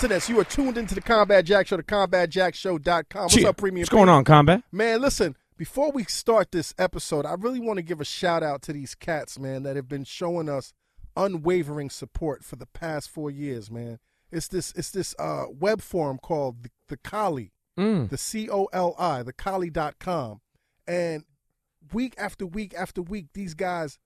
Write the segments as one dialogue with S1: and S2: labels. S1: to this. You are tuned into the Combat Jack Show, the combatjackshow.com. What's
S2: Cheer.
S1: up, Premium?
S2: What's going on, Combat?
S1: Man, listen, before we start this episode, I really want to give a shout out to these cats, man, that have been showing us unwavering support for the past four years, man. It's this it's this uh, web forum called the, the Collie,
S2: Mm.
S1: the C O L I, the Collie.com. And week after week after week, these guys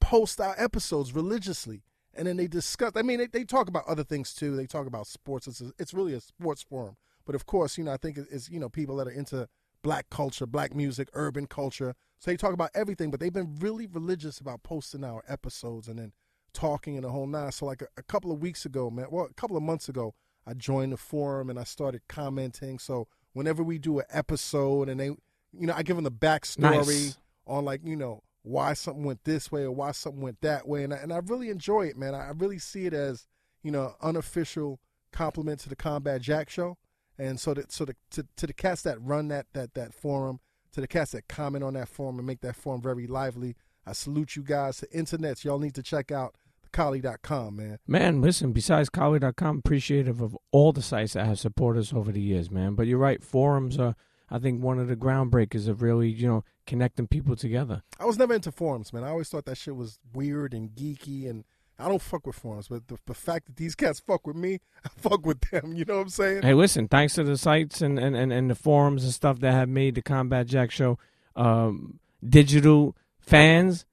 S1: post our episodes religiously. And then they discuss, I mean, they, they talk about other things too. They talk about sports. It's, a, it's really a sports forum. But of course, you know, I think it- it's, you know, people that are into black culture, black music, urban culture. So they talk about everything, but they've been really religious about posting our episodes and then talking and the whole nine. So like a, a couple of weeks ago, man, well, a couple of months ago, I joined the forum and I started commenting. So whenever we do an episode and they, you know, I give them the backstory
S2: Nice.
S1: on like you know why something went this way or why something went that way and I, and I really enjoy it man I I really see it as you know unofficial compliment to the combat jack show and so that so the, to, to the cats that run that that that forum to the cats that comment on that forum and make that forum very lively I salute you guys to internets y'all need to check out collie.com man
S2: Man, listen, besides Collie.com, appreciative of all the sites that have supported us over the years, man. But you're right, forums are, I think, one of the groundbreakers of really, you know, connecting people together.
S1: I was never into forums, man. I always thought that shit was weird and geeky, and I don't fuck with forums. But the, the fact that these cats fuck with me, I fuck with them. You know what I'm saying?
S2: Hey, listen, thanks to the sites and, and, and, and the forums and stuff that have made the Combat Jack Show um, digital fans,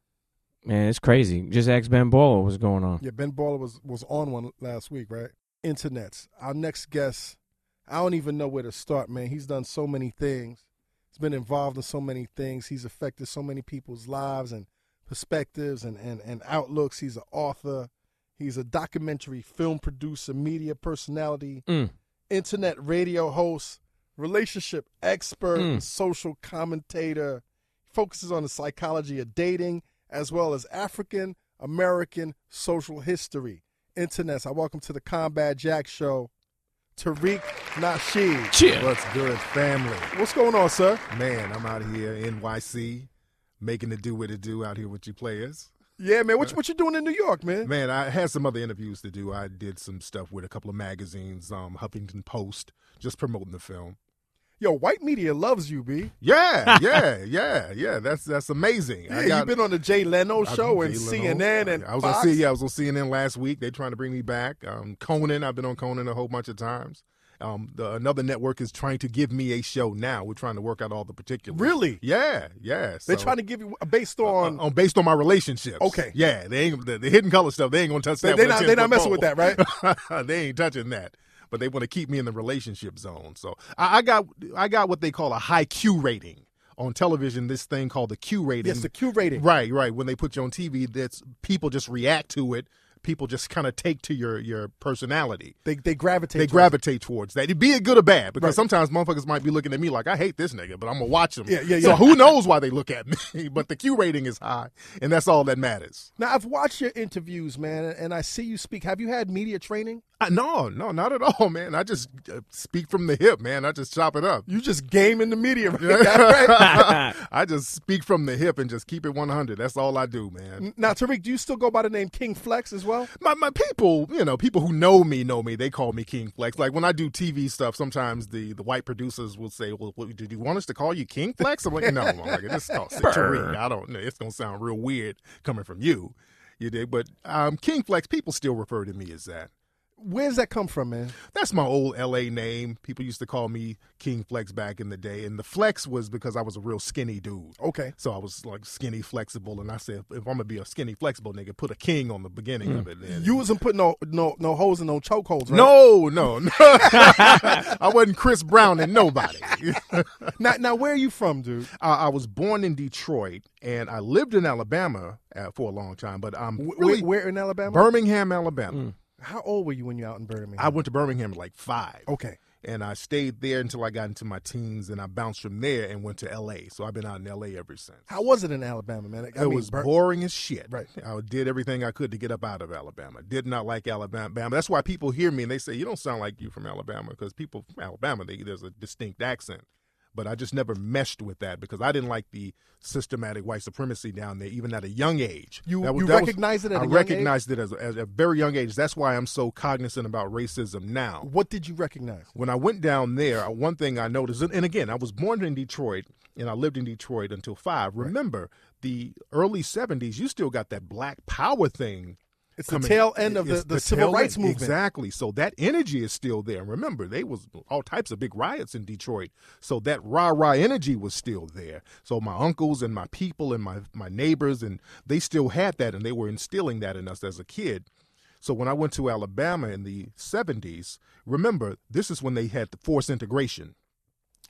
S2: man, it's crazy. Just ask Ben Bolo what's going on.
S1: Yeah, Ben Baller was was on one last week, right? Internets. Our next guest, I don't even know where to start, man. He's done so many things. He's been involved in so many things. He's affected so many people's lives and perspectives and and, and outlooks. He's an author. He's a documentary film producer, media personality.
S2: Mm.
S1: internet radio host, relationship expert,
S3: Hmm.
S2: Mm.
S1: social commentator. Focuses on the psychology of dating as well as African American social history. Internets, I welcome to the Combat Jack Show, Tariq Nasheed.
S2: Cheers.
S3: What's good, family?
S1: What's going on, sir?
S3: Man, I'm out here, NYC, making it do what it do out here with you players.
S1: Yeah, man. What, you- what you doing in New York, man?
S3: Uh, Man, I had some other interviews to do. I did some stuff with a couple of magazines, um, Huffington Post, just promoting the film.
S1: Yo, white media loves you, B.
S3: Yeah, yeah, yeah, yeah. That's that's amazing.
S1: Yeah, you've been on the Jay Leno
S3: I've
S1: show
S3: been
S1: and
S3: dealing on- uh,
S1: CNN and
S3: I was
S1: Fox.
S3: on C, yeah, I was on CNN last week. They trying to bring me back. Um, Conan, I've been on Conan a whole bunch of times. Um, the, another network is trying to give me a show now. We're trying to work out all the particulars.
S1: Really?
S3: Yeah, yeah.
S1: They're
S3: so- uh,
S1: trying to give you based on.
S3: on based on my relationships.
S1: Okay.
S3: Yeah, they ain't the, the hidden color stuff. They ain't gonna touch
S1: they,
S3: that.
S1: they
S3: with a
S1: not
S3: 10
S1: they not messing
S3: pole.
S1: with that, right?
S3: they ain't touching that. But they want to keep me in the relationship zone. So I, I got I got what they call a high Q rating on television. This thing called the Q rating.
S1: yes, the Q rating.
S3: Right, right. When they put you on TV, that's people just react to it. People just kind of take to your your personality.
S1: They they gravitate.
S3: They
S1: towards
S3: gravitate towards that. It be it good or bad, because
S1: Right.
S3: sometimes motherfuckers might be looking at me like I hate this nigga, but I'm gonna watch him.
S1: Yeah, yeah, yeah.
S3: So who knows why they look at me? but the Q rating is high, and that's all that matters.
S1: Now I've watched your interviews, man, and I see you speak. Have you had media training?
S3: I, no, no, not at all, man. I just uh, speak from the hip, man. I just chop it up.
S1: You just game in the media, right?
S3: I just speak from the hip and just keep it 100. That's all I do, man.
S1: Now, Tariq, do you still go by the name King Flex as well?
S3: my, my people, you know, people who know me know me. They call me King Flex. Like when I do TV stuff, sometimes the, the white producers will say, "Well, what, did you want us to call you King Flex?" I'm like, "No, I'm like, just call it Tariq. I don't know. It's gonna sound real weird coming from you, you did." But um, King Flex, people still refer to me as that.
S1: Where does that come from, man?
S3: That's my old LA name. People used to call me King Flex back in the day, and the flex was because I was a real skinny dude.
S1: Okay.
S3: So I was like skinny flexible, and I said, if I'm gonna be a skinny flexible nigga, put a king on the beginning of it. then."
S1: Mm. You wasn't putting no no no holes and no chokeholds, right?
S3: No, no, no. I wasn't Chris Brown and nobody.
S1: Now, now where are you from, dude?
S3: I, I was born in Detroit and I lived in Alabama uh, for a long time, but I'm
S1: Wh- Mm.
S3: really
S1: Where, where in Alabama?
S3: Birmingham, Alabama.
S1: How old were you when you were out in Birmingham?
S3: I went to Birmingham at like five.
S1: okay.
S3: And I stayed there until I got into my teens, and I bounced from there and went to LA. So I've been out in LA ever since.
S1: How was it in Alabama, man? I
S3: it
S1: mean,
S3: was
S1: Bir-
S3: boring as shit.
S1: Right.
S3: I did everything I could to get up out of Alabama. Did not like Alabama. That's why people hear me and they say, "You don't sound like you from Alabama," because people from Alabama, they, there's a distinct accent. But I just never meshed with that because I didn't like the systematic white supremacy down there, even at a young age.
S1: You-
S3: that
S1: you
S3: that
S1: recognized it at
S3: I
S1: a young age?
S3: recognized it as, as a very young age. That's why I'm so cognizant about racism now
S1: What did you recognize?
S3: when I went down there, uh, one thing I noticed, and and again, I was born in Detroit and I lived in Detroit until five. Remember, the early 70s, you still got that black power thing.
S1: It's the tail end of the-
S3: It's
S1: the civil
S3: tail
S1: rights
S3: end.
S1: movement.
S3: Exactly. So that energy is still there. Remember, they was all types of big riots in Detroit. So that rah-rah energy was still there. So my uncles and my people and my, my neighbors, and they still had that, and they were instilling that in us as a kid. So when I went to Alabama in the 70s, remember, this is when they had the forced integration.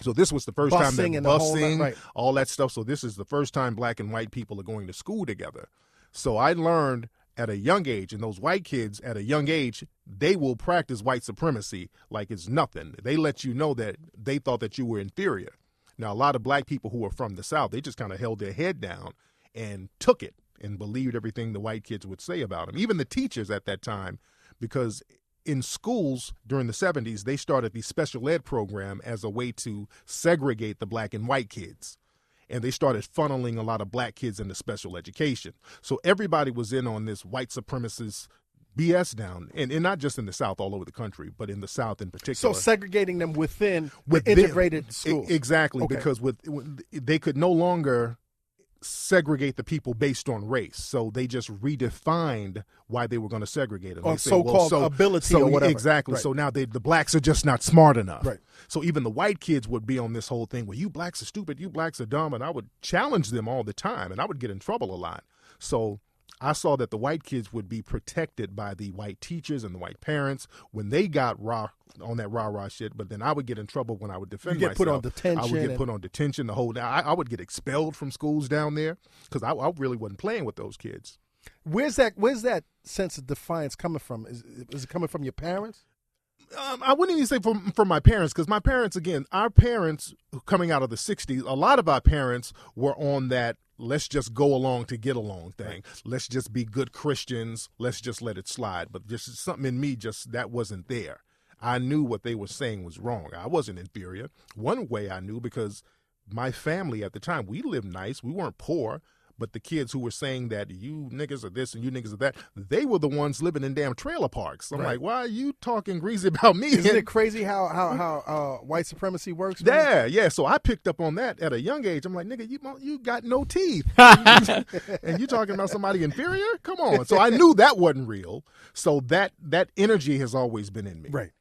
S3: So this was the first time that
S1: Busing and the whole
S3: busing,
S1: lot, right.
S3: all that stuff. So this is the first time black and white people are going to school together. So I learned at a young age, and those white kids at a young age, they will practice white supremacy like it's nothing. They let you know that they thought that you were inferior. Now, a lot of black people who are from the South, they just kind of held their head down and took it and believed everything the white kids would say about them, even the teachers at that time, because in schools during the 70s, they started the special ed program as a way to segregate the black and white kids. And they started funneling a lot of black kids into special education. So everybody was in on this white supremacist BS down, and, and not just in the South, all over the country, but in the South in
S1: So
S3: particular
S1: segregating them within
S3: with
S1: the
S3: them.
S1: integrated
S3: E-
S1: schools.
S3: exactly,
S1: Okay.
S3: because with, with they could no longer segregate the people based on race, so they just redefined why they were going to segregate them.
S1: Or
S3: They say, well,
S1: so-called
S3: so-
S1: ability
S3: so
S1: or
S3: e-
S1: whatever.
S3: Exactly.
S1: Right.
S3: So now they, the blacks are just not smart enough.
S1: Right.
S3: So even the white kids would be on this whole thing. Well, you blacks are stupid. You blacks are dumb, and I would challenge them all the time, and I would get in trouble a lot. So. I saw that the white kids would be protected by the white teachers and the white parents when they got rah on that rah rah shit. But then I would get in trouble when I would defend
S1: get put on
S3: myself. I
S1: detention
S3: would get
S1: and-
S3: put on detention. The whole I, I would get expelled from schools down there because I, I really wasn't playing with those kids.
S1: Where's that? Where's that sense of defiance coming from? Is is it coming from your parents?
S3: um, I wouldn't even say from from my parents because my parents, again, our parents coming out of the '60s, a lot of our parents were on that "let's just go along to get along" thing. Let's just be good Christians. Let's just let it slide. But just something in me just that wasn't there. I knew what they were saying was wrong. I wasn't inferior. One way I knew because my family at the time we lived nice. We weren't poor. But the kids who were saying that you niggas are this and you niggas are that, they were the ones living in damn trailer parks. I'm
S1: Right.
S3: like, why are you talking greasy about me?
S1: Isn't it crazy how how how uh, white supremacy works? man?
S3: Yeah, yeah. So I picked up on that at a young age. I'm like, nigga, you mo- you got no teeth, and you talking about somebody inferior? Come on. So I knew that wasn't real. So that that energy has always been in me.
S1: Right.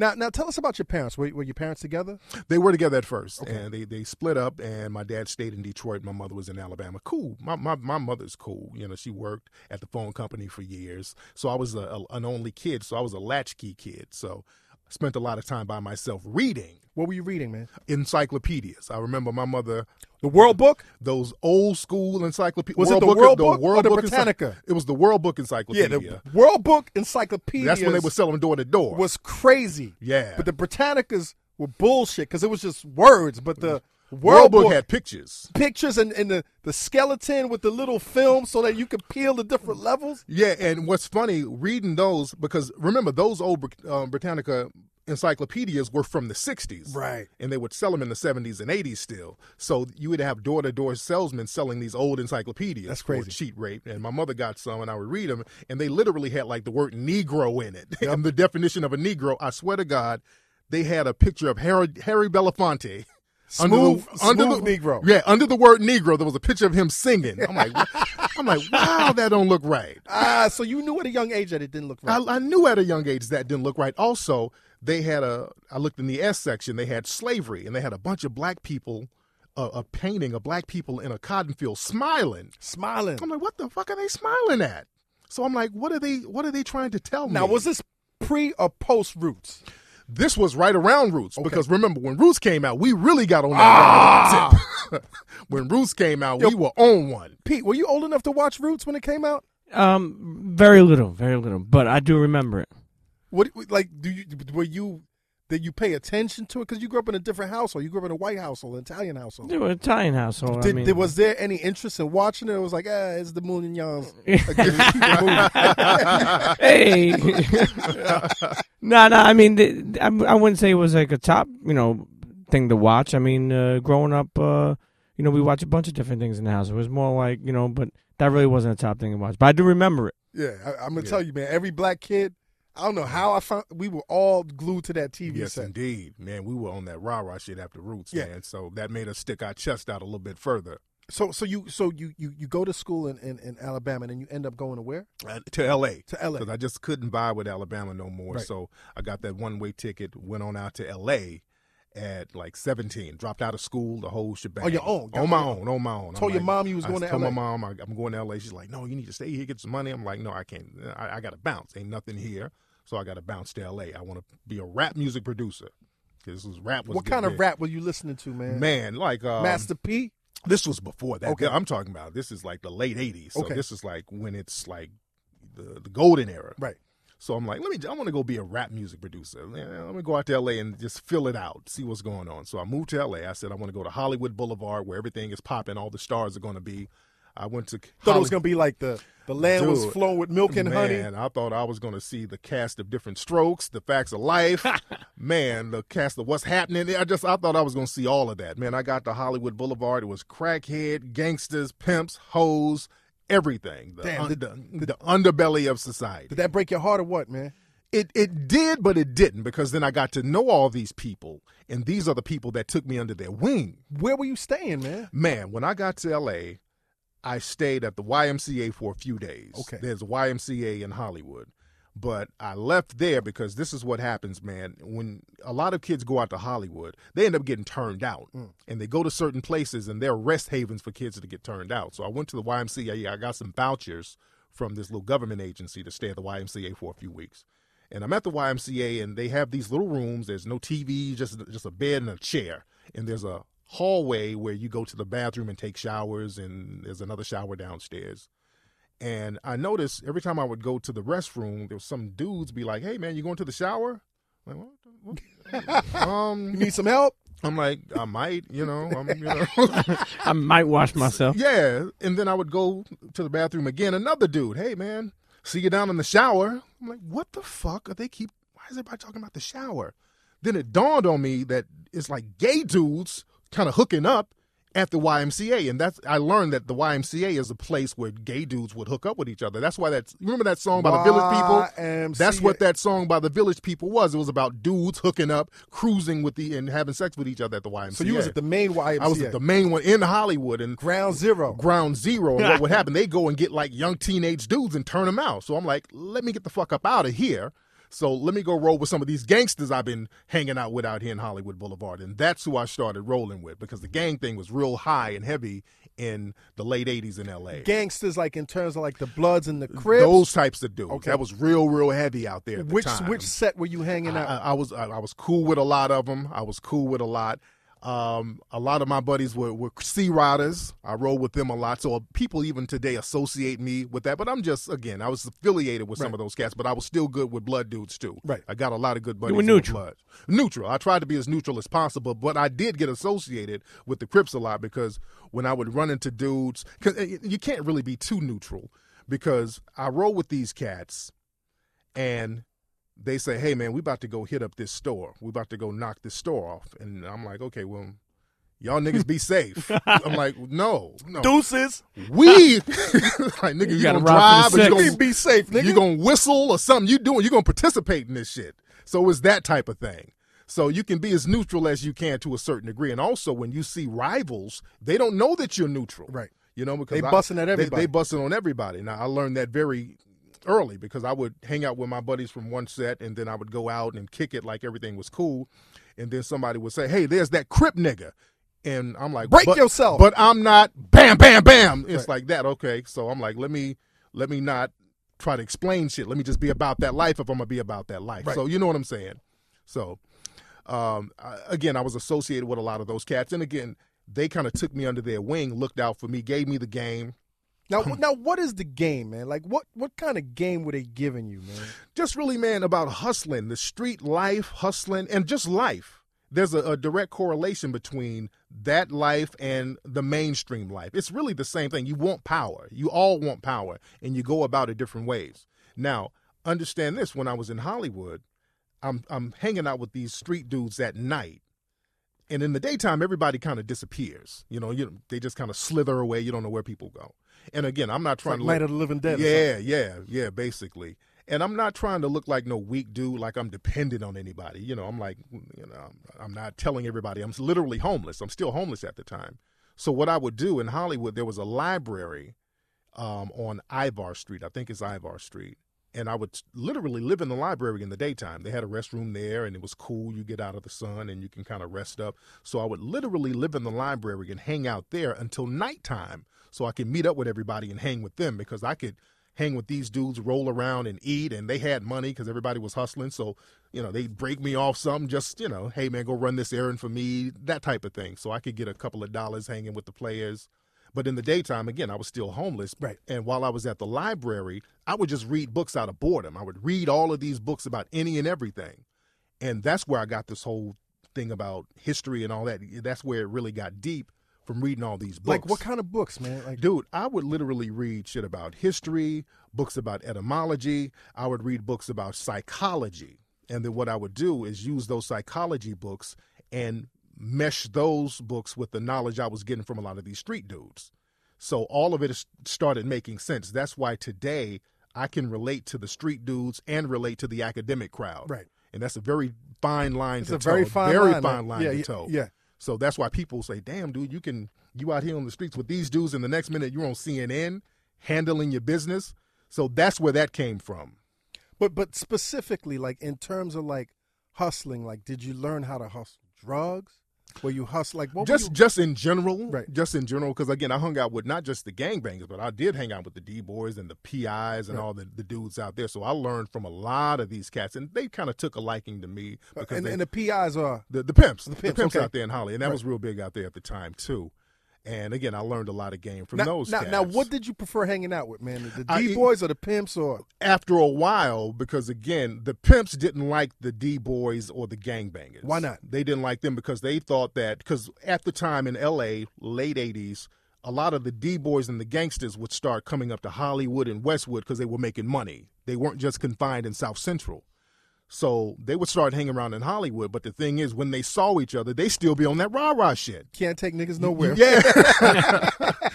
S1: Now now tell us about your parents. Were, were your parents together?
S3: They were together at first, and they, they split up. And my dad stayed in Detroit. My mother was in Alabama. Cool. My, my my mother's cool. You know, she worked at the phone company for years. So I was a, a- an only kid. So I was a latchkey kid. So I spent a lot of time by myself reading
S1: What were you reading, man?
S3: encyclopedias. I remember my mother
S1: The World Book.
S3: those old school encyclopedias.
S1: Was it the World Book
S3: the
S1: or
S3: World
S1: the
S3: Book ency-
S1: Britannica?
S3: it was the World Book
S1: Yeah,
S3: Encyclopedia.
S1: the World Book encyclopedia.
S3: That's when they were selling door to door.
S1: was crazy.
S3: Yeah.
S1: But the Britannicas were bullshit because it was just words. But the
S3: World
S1: World,
S3: Book had pictures.
S1: pictures and, and the, the skeleton with the little film so that you could peel the different levels.
S3: Yeah, and what's funny reading those because remember those old Brit- uh, Britannica encyclopedias were from the 60s.
S1: Right.
S3: And they would sell them in the 70s and 80s still. So you would have door to door salesmen selling these old encyclopedias
S1: That's
S3: for
S1: crazy.
S3: cheap rate. And my mother got some and I would read them and they literally had like the word Negro in it. and the definition of a Negro, I swear to God, they had a picture of Harry, Harry Belafonte.
S1: Smooth,
S3: under the,
S1: smooth Negro.
S3: Yeah, under the word Negro, there was a picture of him singing. I'm like, I'm like, wow, that don't look right.
S1: Ah, so you knew at a young age that it didn't look right.
S3: I, I knew at a young age that didn't look right. Also, they had a. I looked in the S section. They had slavery, and they had a bunch of black people, uh, a painting of black people in a cotton field smiling.
S1: Smiling.
S3: I'm like, what the fuck are they smiling at? So I'm like, what are they? What are they trying to tell me?
S1: Now, was this pre or post Roots?
S3: this was right around Roots because remember when Roots came out, we really got on that
S1: Ah!
S3: wild tip. when Roots came out, we were on one.
S1: Pete, were you old enough to watch Roots when it came out?
S2: Um, very little, very little, but I do remember it.
S1: What like do you were you did you pay attention to it because you grew up in a different household? You grew up in a white household, an Italian household.
S2: They were an Italian household.
S1: Did,
S2: I mean,
S1: did- was there any interest in watching it? It was like, ah, it's the Moon and Young's.
S2: hey, no, no. I mean, the, I, I wouldn't say it was like a top, you know, thing to watch. I mean, uh, growing up, uh, you know, we watched a bunch of different things in the house. It was more like, you know, but that really wasn't a top thing to watch. But I do remember it.
S1: Yeah, I, I'm gonna
S3: Yeah.
S1: tell you, man. Every black kid, I don't know how I found. We were all glued to that TV
S3: Yes,
S1: set.
S3: indeed, man. We were on that rah rah shit after Roots,
S1: Yeah.
S3: man. So that made us stick our chest out a little bit further
S1: So, so you, so you, you, you go to school in, in, in Alabama, and then you end up going to where?
S3: uh, to L.A.
S1: To L.A.
S3: because I just couldn't buy with Alabama no more.
S1: Right.
S3: So I got that one way ticket, went on out to L.A. at like 17, dropped out of school, the whole shebang.
S1: your own, got
S3: On my
S1: your-
S3: own, on my own.
S1: Told your mom you was
S3: I
S1: going to
S3: told
S1: LA.
S3: my mom I, I'm going to L.A. She's like, no, you need to stay here, get some money. I'm like, no, I can't. I, I got to bounce. Ain't nothing here. So I got to bounce to L.A. I want to be a rap music producer. 'Cause This was rap. Was
S1: what
S3: getting
S1: kind of
S3: big.
S1: rap were you listening to, man?
S3: Man, like um,
S1: Master P.
S3: this was before that.
S1: Okay.
S3: I'm talking about this is like the late '80s. So
S1: Okay.
S3: this is like when it's like the, the golden era.
S1: Right.
S3: So I'm like, let me. I want to go be a rap music producer. Yeah, Let me go out to L.A. and just fill it out, see what's going on. So I moved to L.A. I said I want to go to Hollywood Boulevard, where everything is popping, all the stars are going to be. I went to.
S1: Thought it
S3: Holly-
S1: was gonna be like the the land was
S3: Dude,
S1: flowing with milk and honey.
S3: Man, I thought I was going to see the cast of different strokes, the facts of life. man, the cast of what's happening. I just I thought I was going to see all of that. Man, I got to Hollywood Boulevard. It was crackhead, gangsters, pimps, hoes, everything. The,
S1: Damn,
S3: un-
S1: did-
S3: the, the underbelly of society.
S1: Did that break your heart or what, man?
S3: It it did, but it didn't because then I got to know all these people, and these are the people that took me under their wing.
S1: Where were you staying, man?
S3: Man, when I got to LA, I stayed at the YMCA for a few days.
S1: Okay.
S3: There's a YMCA in Hollywood. But I left there because this is what happens, man. When a lot of kids go out to Hollywood, they end up getting turned out. And they go to certain places and they're rest havens for kids to get turned out. So I went to the YMCA. I got some vouchers from this little government agency to stay at the YMCA for a few weeks. And I'm at the YMCA, and they have these little rooms. There's no TV, just just a bed and a chair. And there's a hallway where you go to the bathroom and take showers, and there's another shower downstairs. And I noticed every time I would go to the restroom, there was some dudes be like, "Hey man, you going to the shower?" I'm like, what? what? um,
S1: You need some help?
S3: I'm like, I might, you know, I'm, you know.
S2: I might watch myself.
S3: Yeah, and then I would go to the bathroom again. Another dude, hey man, see you down in the shower. I'm like, what the fuck are they keep? Why is everybody talking about the shower? Then it dawned on me that it's like gay dudes kind of hooking up at the YMCA, and that's I learned that the YMCA is a place where gay dudes would hook up with each other. That's why that's you remember that song by the Village People.
S1: YMCA.
S3: That's what that song by the Village People was. It was about dudes hooking up, cruising with the and having sex with each other at the YMCA.
S1: So you was at the main YMCA.
S3: I was at the main one in Hollywood, and
S1: ground zero.
S3: ground zero. And what would happen? They go and get like young teenage dudes and turn them out. So I'm like, let me get the fuck up out of here. So let me go roll with some of these gangsters I've been hanging out with out here in Hollywood Boulevard. And that's who I started rolling with because the gang thing was real high and heavy in the late 80s in LA.
S1: Gangsters, like in terms of like the Bloods and the Crips.
S3: Those types of dudes.
S1: Okay.
S3: That was real, real heavy out there. At the
S1: which
S3: time.
S1: which set were you hanging out?
S3: I, I- I was I, I was cool with a lot of them. I was cool with a lot. Um, a lot of my buddies were, were sea riders. I rode with them a lot. So uh, people even today associate me with that. But I'm just again, I was affiliated with some
S1: Right.
S3: of those cats, but I was still good with blood dudes too.
S1: Right.
S3: I got a lot of good buddies.
S2: were
S3: in the
S2: neutral.
S3: Blood. Neutral. I tried to be as neutral as possible, but I did get associated with the Crips a lot because when I would run into dudes, because you can't really be too neutral because I roll with these cats and they say, "Hey man, we about to go hit up this store. We about to go knock this store off." And I'm like, "Okay, well, y'all niggas be safe." I'm like, "No, no,
S1: Deuces.
S3: we like nigga, you,
S2: gotta
S3: gonna
S2: ride
S3: drive,
S2: for
S3: or you
S2: the six.
S1: Be,
S3: gonna
S1: be safe, nigga.
S3: you gonna whistle or something. You doing? You gonna participate in this shit? So it's that type of thing. So you can be as neutral as you can to a certain degree. And also, when you see rivals, they don't know that you're neutral,
S1: Right.
S3: You know because
S1: They
S3: I-
S1: busting at
S3: they-
S1: everybody.
S3: They, busting on everybody. Now I learned that very early because I would hang out with my buddies from one set, and then I would go out and kick it like everything was cool. And then somebody would say, "Hey, there's that Crip nigga." And I'm like,
S1: Break
S3: "But-
S1: yourself."
S3: But I'm not. Bam, bam, bam. It's like that. Okay, so I'm like, let me, let me not try to explain shit. Let me just be about that life if I'm gonna be about that life.
S1: Right.
S3: So you know what I'm saying. So, um, I, again, I was associated with a lot of those cats, and again, they kind of took me under their wing, looked out for me, gave me the game.
S1: Now, wh- now, what is the game, man? Like, what what kind of game were they giving you, man?
S3: Just really, man, about hustling, the street life, hustling, and just life. There's a, a direct correlation between that life and the mainstream life. It's really the same thing. You want power. You all want power, and you go about it different ways. Now, understand this: when I was in Hollywood, I'm I'm hanging out with these street dudes at night, And in the daytime, everybody kind of disappears. You know, you they just kind of slither away. You don't know where people go. And again, I'm not
S1: Like
S3: trying
S1: Night
S3: to
S1: of the Living Dead.
S3: look,
S1: or
S3: yeah, yeah, yeah, basically. And I'm not trying to look like no weak dude, like I'm dependent on anybody. You know, I'm like, you know, I'm, I'm not telling everybody. I'm literally homeless. I'm still homeless at the time. So what I would do in Hollywood, there was a library um, on Ivar Street. I think it's Ivar Street. And I would s- literally live in the library in the daytime. They had a restroom there and it was cool. You get out of the sun and you can kind of rest up. So I would literally live in the library and hang out there until nighttime so I could meet up with everybody and hang with them because I could hang with these dudes, roll around and eat. And they had money because everybody was hustling. So, you know, they'd break me off something, just, you know, hey man, go run this errand for me, that type of thing. So I could get a couple of dollars hanging with the players. But in the daytime, again, I was still homeless.
S1: Right.
S3: And while I was at the library, I would just read books out of boredom. I would read all of these books about any and everything. And that's where I got this whole thing about history and all that. That's where it really got deep from reading all these books.
S1: Like what kind of books, man? Like
S3: Dude, I would literally read shit about history, books about etymology. I would read books about psychology. And then what I would do is use those psychology books and mesh those books with the knowledge I was getting from a lot of these street dudes. So all of it is- started making sense. That's why today I can relate to the street dudes and relate to the academic crowd.
S1: Right.
S3: And that's a very fine line
S1: it's
S3: to
S1: a very
S3: toe.
S1: fine
S3: very
S1: line.
S3: fine line
S1: yeah,
S3: to
S1: yeah,
S3: toe.
S1: Yeah.
S3: So that's why people say, "Damn, dude, you can you out here on the streets with these dudes, and the next minute you're on CNN handling your business." So that's where that came from.
S1: But but specifically, like in terms of like hustling, like did you learn how to hustle drugs? Were you hustle like what
S3: just
S1: were you,
S3: just in general,
S1: Right.
S3: Just in general, because again, I hung out with not just the gangbangers, but I did hang out with the D boys and the PIs and
S1: Right.
S3: all the, the dudes out there. So I learned from a lot of these cats, and they kind of took a liking to me because
S1: Uh, and,
S3: they,
S1: and the PIs are
S3: the, the pimps, the
S1: pimps,
S3: pimps,
S1: okay.
S3: out there in Holly, and that
S1: Right.
S3: was real big out there at the time too. And again, I learned a lot of game from
S1: now,
S3: those.
S1: now,
S3: cats.
S1: now what did you prefer hanging out with, man? The
S3: I- e
S1: D boys or the pimps or
S3: after a while because again the pimps didn't like the d-boys or the gangbangers
S1: Why not?
S3: they didn't like them because they thought that because at the time in la late 80s a lot of the d-boys and the gangsters would start coming up to hollywood and westwood because they were making money they weren't just confined in south central so they would start hanging around in hollywood but the thing is when they saw each other they still be on that rah-rah shit
S1: can't take niggas nowhere?
S3: yeah.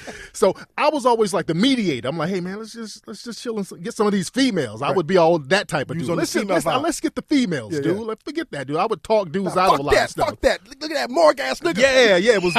S3: so I was always like the mediator. I'm like, hey man, let's just let's just chill and s- get some of these females. I would be all that type of
S1: You was
S3: dude.
S1: on the
S3: Let's, just-
S1: female
S3: let's,
S1: vibe.
S3: let's get the females,
S1: Yeah,
S3: dude.
S1: yeah.
S3: Let's forget that, dude. I would talk dudes
S1: Nah,
S3: out of a
S1: fuck
S3: lot
S1: that,
S3: of stuff.
S1: fuck that. Look look at that morgue ass nigga. Ah,
S3: Yeah, yeah, it was.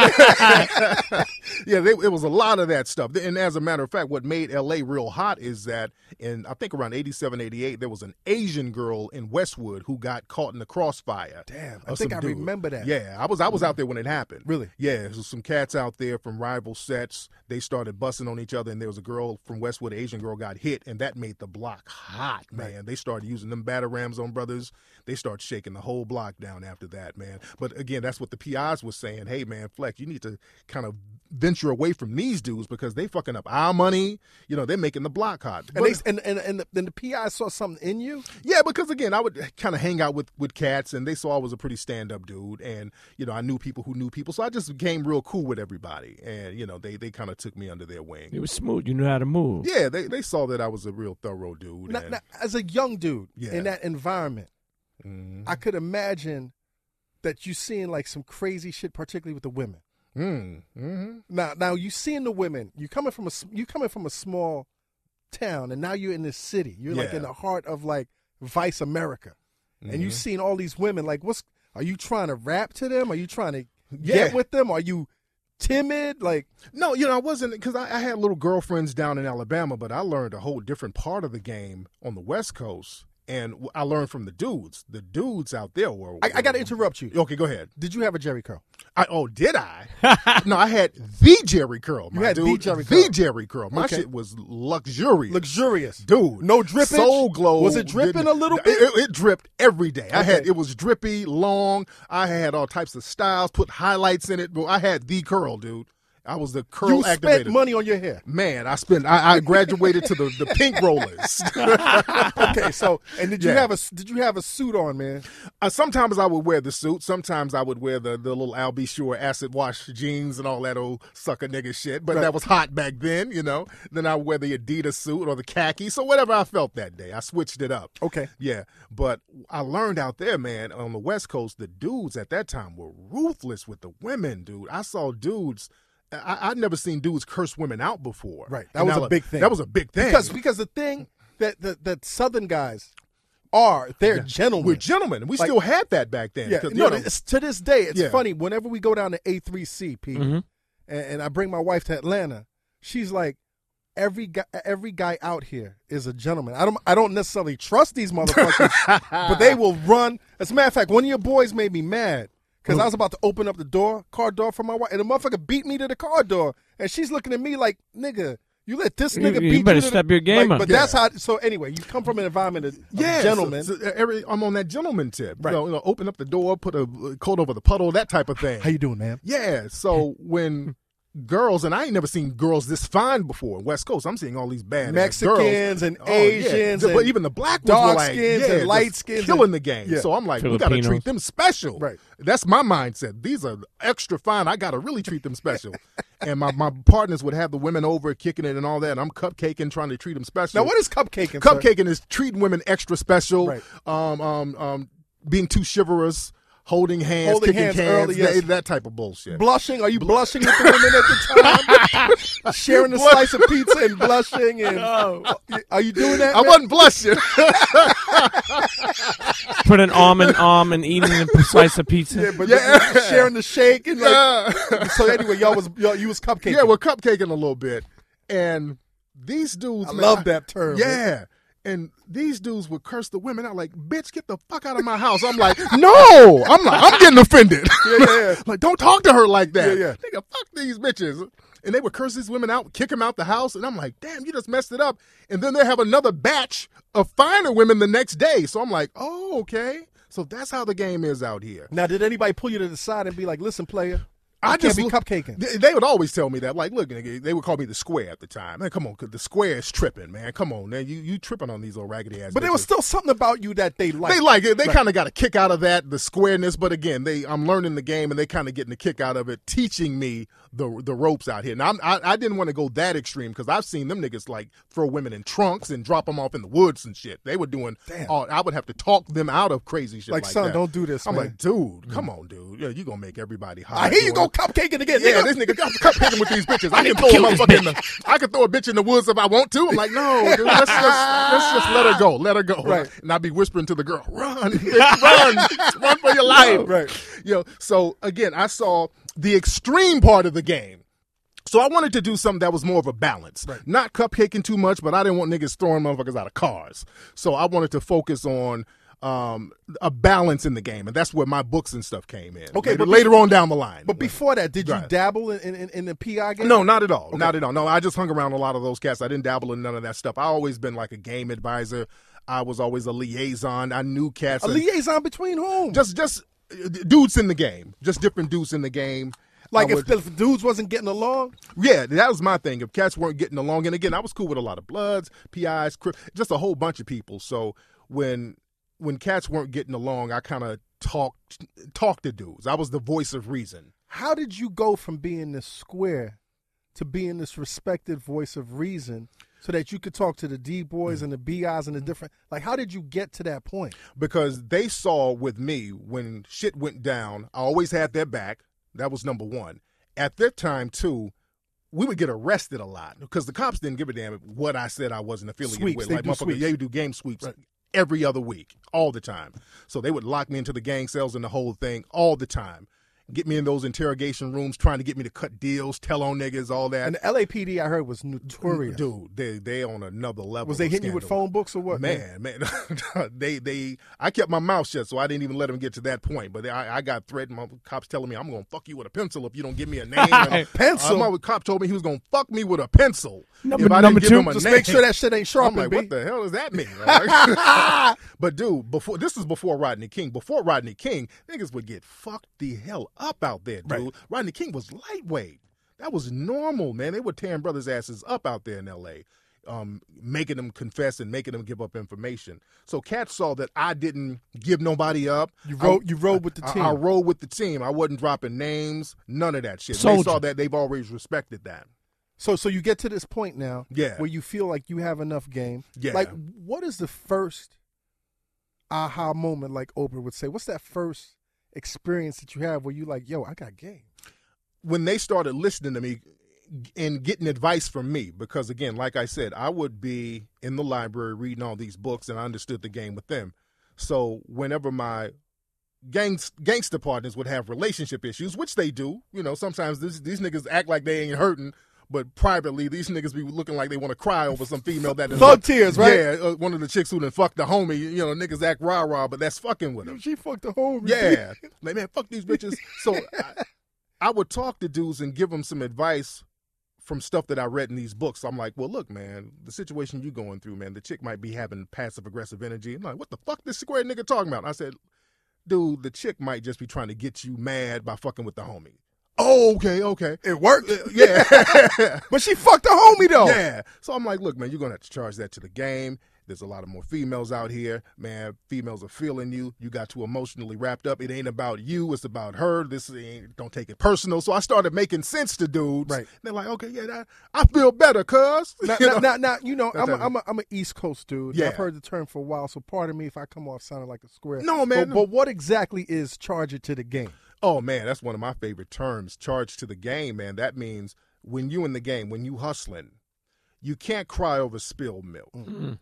S3: yeah, they, it was a lot of that stuff. And as a matter of fact, what made LA real hot is that in I think around 87, 88, there was an Asian girl in Westwood who got caught in the crossfire.
S1: Damn, I
S3: of
S1: think
S3: some
S1: I
S3: dude.
S1: remember that.
S3: Yeah, I was I was out there when it happened.
S1: Really?
S3: Yeah, so some cats out there from rival sets. They started bussing on each other, and there was a girl from Westwood, an Asian girl, got hit, and that made the block hot, man. They started using them batterams on brothers. They started shaking the whole block down after that, man. But again, that's what the PIs was saying. Hey, man, Flex, you need to kind of venture away from these dudes because they fucking up our money. You know, they're making the block hot.
S1: And,
S3: But-
S1: they, and, and, and, the, and the PI saw something in you?
S3: yeah, because again, I would kind of hang out with with cats, and they saw I was a pretty stand up dude, and you know I knew people who knew people, so I just became real cool with everybody, and you know they they kind of took me under their wing.
S2: It was smooth. You knew how to move.
S3: Yeah, they they saw that I was a real thorough dude.
S1: Now,
S3: and-
S1: now, as a young dude
S3: Yeah.
S1: in that environment,
S3: Mhm.
S1: I could imagine that you seeing like some crazy shit, particularly with the women.
S3: Mm, mhm.
S1: Now, now you seeing the women. You coming from a s- you coming from a small town, and now you're in this city. You're like
S3: Yeah.
S1: in the heart of like Vice America, and you
S3: Mhm.
S1: seeing all these women. Like, what's are you trying to rap to them? Are you trying to
S3: Yeah.
S1: get with them? Are you timid? Like,
S3: No, you know, I wasn't because I, I had little girlfriends down in Alabama, but I learned a whole different part of the game on the West Coast, and w- I learned from the dudes. The dudes out there were.
S1: I, I got to interrupt you.
S3: Okay, go ahead.
S1: Did you have a Jerry curl?
S3: I, oh, did I? no, I had the Jerry curl. My
S1: You had the
S3: dude.
S1: Jerry curl.
S3: The Jerry curl. My
S1: Okay.
S3: shit was luxurious.
S1: Luxurious,
S3: Dude,
S1: No drippage.
S3: Soul glow.
S1: Was it dripping
S3: Didn't-
S1: a little
S3: it-
S1: bit?
S3: It, it dripped every day. I had
S1: Okay.
S3: it was drippy, long. I had all types of styles. Put highlights in it. Bro, I had the curl, dude. I was the curl
S1: You spent
S3: activator.
S1: money on your hair.
S3: Man, I spent. I, I graduated to the, the pink rollers.
S1: Okay, so and did you
S3: Yeah.
S1: have a did you have a suit on, man?
S3: Uh, sometimes I would wear the suit. Sometimes I would wear the, the little Al B. Sure acid wash jeans and all that old sucker nigga shit. But that was hot back then, you know. Then I would wear the Adidas suit or the khaki. So whatever I felt that day, I switched it up.
S1: Okay.
S3: Yeah. But I learned out there, man, on the West Coast, the dudes at that time were ruthless with the women, dude. I saw dudes. I, I'd never seen dudes curse women out before.
S1: Right. That
S3: And
S1: was
S3: I
S1: a
S3: like-
S1: big thing.
S3: That was a big thing.
S1: Because because the thing that that, that Southern guys are they're gentlemen.
S3: we're gentlemen. We
S1: Like-
S3: still had that back then.
S1: yeah,
S3: 'Cause, you
S1: no,
S3: know-
S1: it's, to this day it's
S3: Yeah.
S1: funny. Whenever we go down to A3C, Pete,
S2: Mm-hmm.
S1: and, and I bring my wife to Atlanta, she's like. Every guy, every guy out here is a gentleman. I don't, I don't necessarily trust these motherfuckers, but they will run. As a matter of fact, one of your boys made me mad because I was about to open up the door, car door for my wife, and the motherfucker beat me to the car door, and she's looking at me like, "Nigga, you let this
S2: You-
S1: nigga
S2: you
S1: beat
S2: better
S1: to the-"
S2: step your game
S1: Like,
S2: up.
S1: But that's how. So anyway, you come from an environment of, of
S3: yeah,
S1: gentlemen.
S3: so- so every- I'm on that gentleman tip.
S1: Right.
S3: You know, you know, open up the door, put a uh, coat over the puddle, that type of thing.
S1: how you doing, man?
S3: yeah. So when girls, and I ain't never seen girls this fine before in West Coast. I'm seeing all these bad
S1: Mexicans and Asians
S3: Yeah. But
S1: and
S3: even the black ones were
S1: dark
S3: like,
S1: skins
S3: yeah,
S1: and
S3: just
S1: light skins
S3: killing
S1: and-
S3: the game.
S1: yeah.
S3: So I'm like, we gotta
S2: Filipinos.
S3: treat them special.
S1: Right.
S3: That's my mindset. These are extra fine. I gotta really treat them special. and my, my partners would have the women over kicking it and all that. And I'm cupcaking, trying to treat them special.
S1: Now, what is cupcaking? sir?
S3: Cupcaking is treating women extra special.
S1: Right.
S3: Um, um, um, being too chivalrous, holding hands,
S1: Holding
S3: kicking
S1: hands
S3: cans,
S1: early, yes.
S3: that, that type of bullshit.
S1: Blushing? Are you blushing with the women at the time? Sharing a slice of pizza and blushing and are you doing that?
S3: I
S1: man?
S3: wasn't blushing.
S2: Put an arm in arm and eating a slice of pizza.
S1: Yeah, but
S3: Yeah.
S1: the- sharing the shake and like.
S3: yeah,
S1: So anyway, y'all was y'all, you was cupcaking.
S3: yeah, we're cupcaking a little bit, and these dudes.
S1: I
S3: man,
S1: love that term. man.
S3: Yeah. And these dudes would curse the women out like, "Bitch, get the fuck out of my house." I'm like, "No!" I'm like, "I'm getting offended."
S1: Yeah, yeah, yeah.
S3: like, don't talk to her like that.
S1: Yeah, yeah.
S3: Nigga, fuck these bitches. And they would curse these women out, kick them out the house, and I'm like, "Damn, you just messed it up." And then they have another batch of finer women the next day. So I'm like, "Oh, okay." So that's how the game is out here.
S1: Now, did anybody pull you to the side and be like, "Listen, player,
S3: I
S1: you
S3: just
S1: can't
S3: look-
S1: be cupcaking."
S3: They, they would always tell me that. Like, look, nigga, they would call me the square at the time. Man, come on, 'cause the square is tripping, man. Come on, man, you you tripping on these old raggedy ass.
S1: but there was
S3: bitches.
S1: still something about you that they liked.
S3: they like it. They kind of got a kick out of that, the squareness. But again, they I'm learning the game, and they kind of getting a kick out of it, teaching me the the ropes out here. Now I'm, I I didn't want to go that extreme because I've seen them niggas like throw women in trunks and drop them off in the woods and shit. They were doing.
S1: Damn.
S3: All, I would have to talk them out of crazy shit.
S1: Like,
S3: Like,
S1: son,
S3: that.
S1: don't do this,
S3: I'm
S1: man. Mm.
S3: like, dude, come on, dude. Yeah, you gonna make everybody hot.
S1: I hear you
S3: doing
S1: go cupcaking again.
S3: yeah,
S1: nigga.
S3: this nigga got cup hitting with these bitches. I can throw a motherfucker in the, I can throw a bitch in the woods if I want to. I'm like, no, dude, let's just let's just let her go, let her go.
S1: Right.
S3: And I'd be whispering to the girl, run, bitch, run, run for your life.
S1: Right.
S3: You know, so again, I saw the extreme part of the game. So I wanted to do something that was more of a balance, not cupcaking too much, but I didn't want niggas throwing motherfuckers out of cars. So I wanted to focus on um, a balance in the game, and that's where my books and stuff came in.
S1: Okay,
S3: later,
S1: but-
S3: later on down the line.
S1: But before that, did you
S3: Right.
S1: dabble in, in, in the PI game?
S3: No, not at all. Not at all. No, I just hung around a lot of those cats. I didn't dabble in none of that stuff. I always been like a game advisor. I was always a liaison. I knew cats.
S1: A
S3: and
S1: liaison between whom?
S3: just just uh, dudes in the game. Just different dudes in the game.
S1: like
S3: I
S1: if
S3: would-
S1: the if dudes wasn't getting along,
S3: yeah, that was my thing. If cats weren't getting along, and again, I was cool with a lot of bloods, PIs, cri- just a whole bunch of people. So when when cats weren't getting along, I kind of talked talked to dudes. I was the voice of reason.
S1: how did you go from being this square to being this respected voice of reason so that you could talk to the D
S3: Mm.
S1: boys and the BIs and the different like how did you get to that point?
S3: because they saw with me when shit went down, I always had their back. That was number one. At their time, too, we would get arrested a lot because the cops didn't give a damn what I said I wasn't affiliated
S1: Sweeps,
S3: with.
S1: they
S3: like,
S1: do
S3: motherfucker,
S1: sweeps.
S3: they do game sweeps every other week, all the time. So they would lock me into the gang cells and the whole thing all the time. Get me in those interrogation rooms trying to get me to cut deals, tell on niggas, all that.
S1: And the LAPD I heard was notorious.
S3: Dude, they they on another level.
S1: was they
S3: of
S1: hitting you with
S3: scandal
S1: phone books or what?
S3: man, man, they they I kept my mouth shut, so I didn't even let them get to that point. But I, I got threatened. My cops telling me I'm gonna fuck you with a pencil if you don't give me a name. And
S1: Pencil?
S3: Uh, my cop told me he was gonna fuck me with a pencil
S2: Number-
S3: if I
S2: number
S3: didn't
S2: two,
S3: give him a
S1: Just
S3: name.
S1: make sure that shit ain't sharp.
S3: I'm like,
S1: B.
S3: what the hell does that mean? Like, but dude, before this is before Rodney King. Before Rodney King, niggas would get fucked the hell up out there, dude.
S1: Right.
S3: Rodney King was lightweight. That was normal, man. They were tearing brothers' asses up out there in L.A., um, making them confess and making them give up information. So Cat saw that I didn't give nobody up.
S1: You rode, you rode with the
S3: I-
S1: team.
S3: I, rode with the team. I wasn't dropping names, none of that shit. They
S2: Soldier.
S3: saw that. They've always respected that.
S1: So so you get to this point now
S3: Yeah.
S1: where you feel like you have enough game.
S3: Yeah.
S1: Like what is the first aha moment like Oprah would say? What's that first experience that you have where you like, yo, I got game.
S3: when they started listening to me and getting advice from me because again like i said i would be in the library reading all these books and i understood the game with them so whenever my gangs, gangster partners would have relationship issues which they do you know sometimes this, these niggas act like they ain't hurting but privately these niggas be looking like they want to cry over some female that done-
S1: Thug tears, right?
S3: yeah uh, one of the chicks who done fucked the homie you know niggas act rah rah but that's fucking with them
S1: She fucked the whole
S3: yeah. Like, man, fuck these bitches. So I, I would talk to dudes and give them some advice from stuff that I read in these books. I'm like, well, look, man, the situation you going through, man, the chick might be having passive aggressive energy. I'm like, what the fuck this square nigga talking about? I said, dude, the chick might just be trying to get you mad by fucking with the homie. Oh, okay, okay. Uh,
S1: It worked.
S3: Yeah.
S1: But she fucked the homie though.
S3: Yeah. So I'm like, look, man, you're gonna have to charge that to the game. There's a lot of more females out here, man. Females are feeling you. You got too emotionally wrapped up. It ain't about you. It's about her. This ain't. Don't take it personal. So I started making sense to dudes.
S1: Right.
S3: They're like, okay, yeah, that, I feel better, cuz.
S1: Now,
S3: You
S1: now,
S3: know?
S1: now, now, you know,
S3: That
S1: I'm a,
S3: type of-
S1: I'm, a, I'm an East Coast dude.
S3: Yeah.
S1: I've heard the term for a while, so pardon me if I come off sounding like a square.
S3: No, man.
S1: But, but what exactly is charge it to the game?
S3: Oh man, that's one of my favorite terms. Charge to the game, man. That means when you in the game, when you hustling, you can't cry over spilled milk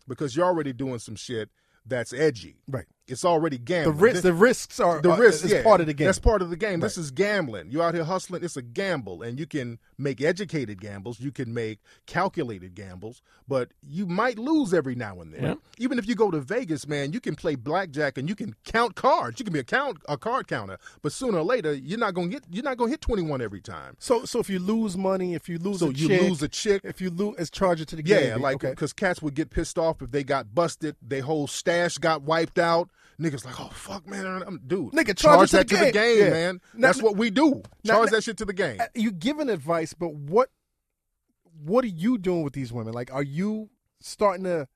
S3: because you're already doing some shit that's edgy.
S1: Mm-hmm. Right.
S3: It's already
S1: The
S3: gambling.
S1: risk,
S3: This-
S1: the risks are
S3: the
S1: are-
S3: risk
S1: is
S3: yeah,
S1: part of the game.
S3: That's part of the game. This is gambling. You're out here hustling. It's a gamble, and you can make educated gambles. You can make calculated gambles, but you might lose every now and then.
S2: Yeah.
S3: Even if you go to Vegas, man, you can play blackjack and you can count cards. You can be a count a card counter, but sooner or later, you're not gonna get you're not gonna hit 21 every time.
S1: So, so if you lose money, if you lose,
S3: So
S1: a
S3: you
S1: chick,
S3: lose a chick.
S1: If you lose, it's charged to the game.
S3: Yeah, like
S1: okay.
S3: because cats would get pissed off if they got busted. They whole stash got wiped out. Niggas like, oh fuck, man, I'm, dude,
S1: Nigga, charge it to
S3: that
S1: the
S3: to the
S1: game.
S3: game,
S1: Yeah.
S3: man.
S1: Now-
S3: That's what we do.
S1: now-
S3: Charge
S1: now-
S3: that shit to the game.
S1: Uh, you giving advice, but what, what are you doing with these women? Like, are you starting to,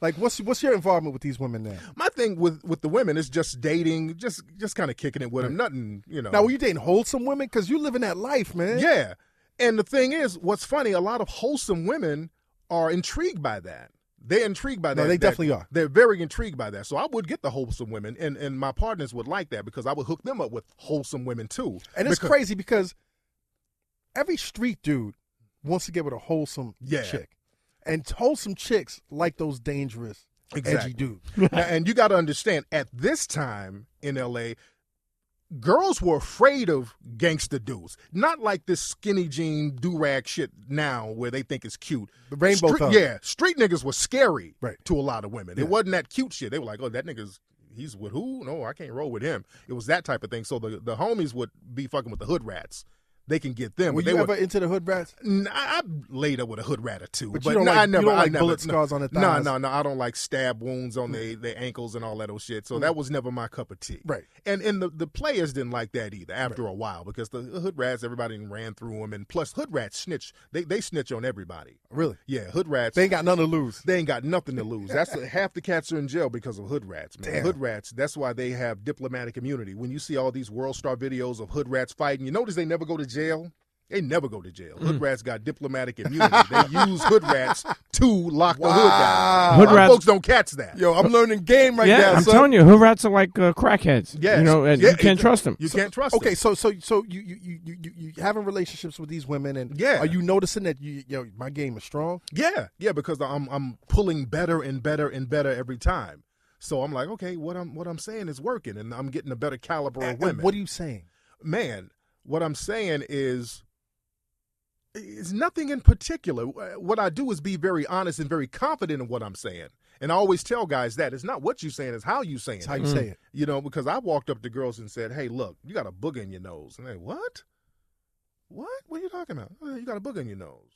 S1: like, what's what's your involvement with these women now?
S3: My thing with with the women is just dating, just just kind of kicking it with them. Nothing, you know.
S1: Now, were you dating wholesome women? Because you living that life, man.
S3: Yeah. And the thing is, what's funny, a lot of wholesome women are intrigued by that. They're intrigued by that.
S1: No, they
S3: that-
S1: definitely are.
S3: They're very intrigued by that. So I would get the wholesome women, and, and my partners would like that because I would hook them up with wholesome women too.
S1: and it's
S3: Because-
S1: crazy because every street dude wants to get with a wholesome
S3: Yeah.
S1: chick, and wholesome chicks like those dangerous, edgy
S3: Exactly.
S1: dudes.
S3: Now, and you got to understand, at this time in LA, girls were afraid of gangster dudes. Not like this skinny jean do rag shit now, where they think it's cute.
S1: The rainbow
S3: street,
S1: thug.
S3: yeah. Street niggas were scary
S1: Right.
S3: to a lot of women.
S1: Yeah.
S3: It wasn't that cute shit. They were like, "Oh, that nigga's." He's with who? No, I can't roll with him. It was that type of thing. So the, the homies would be fucking with the hood rats. They can get them.
S1: Were
S3: but they
S1: you ever into the hood rats?
S3: N- I, I laid up with a hood rat or two,
S1: But
S3: but,
S1: you don't
S3: no,
S1: like-
S3: I
S1: you
S3: never.
S1: don't
S3: I
S1: like
S3: never,
S1: bullet scars on the thighs. Mm.
S3: No, no, no. I don't like stab wounds on their their ankles and all that old shit. So that was never my cup of tea.
S1: Right.
S3: And and the, the players didn't like that either after a while because the hood rats everybody ran through them and plus hood rats snitch they they snitch on everybody.
S1: Really?
S3: Yeah, hood rats.
S1: They ain't got nothing to lose.
S3: They ain't got nothing to lose. That's half the cats are in jail because of hood rats, man.
S1: Damn.
S3: Hood rats. That's why they have diplomatic immunity. When you see all these world star videos of hood rats fighting, you notice they never go to jail. They never go to jail.
S1: Mm.
S3: Hood rats got diplomatic immunity. they use hood rats to lock the hood down.
S1: Wow.
S2: Hood
S3: Our
S2: rats-
S3: folks don't catch that.
S1: Yo, I'm learning game right
S2: yeah,
S1: now.
S2: I'm
S1: son.
S2: telling you, hood rats are like uh, crackheads.
S3: Yes.
S2: you know, and
S3: Yeah,
S2: you can't trust them.
S3: You can't trust.
S1: Okay,
S3: them.
S1: so so so you you you you you you having relationships with these women, and
S3: Yeah.
S1: are you noticing that you yo my game is strong?
S3: Yeah, yeah, because I'm I'm pulling better and better and better every time. So I'm like, okay, what I'm what I'm saying is working, and I'm getting a better caliber of
S1: And
S3: women.
S1: What are you saying?
S3: man, what I'm saying is it's nothing in particular. Uh, What I do is be very honest and very confident in what I'm saying. And I always tell guys that it's not what you saying, it's how you saying
S1: It's how
S3: it.
S1: you say it.
S3: You know, because I walked up to girls and said, "Hey, look, you got a booger in your nose." And they, "What? What? What are you talking about? "Uh, You got a booger in your nose."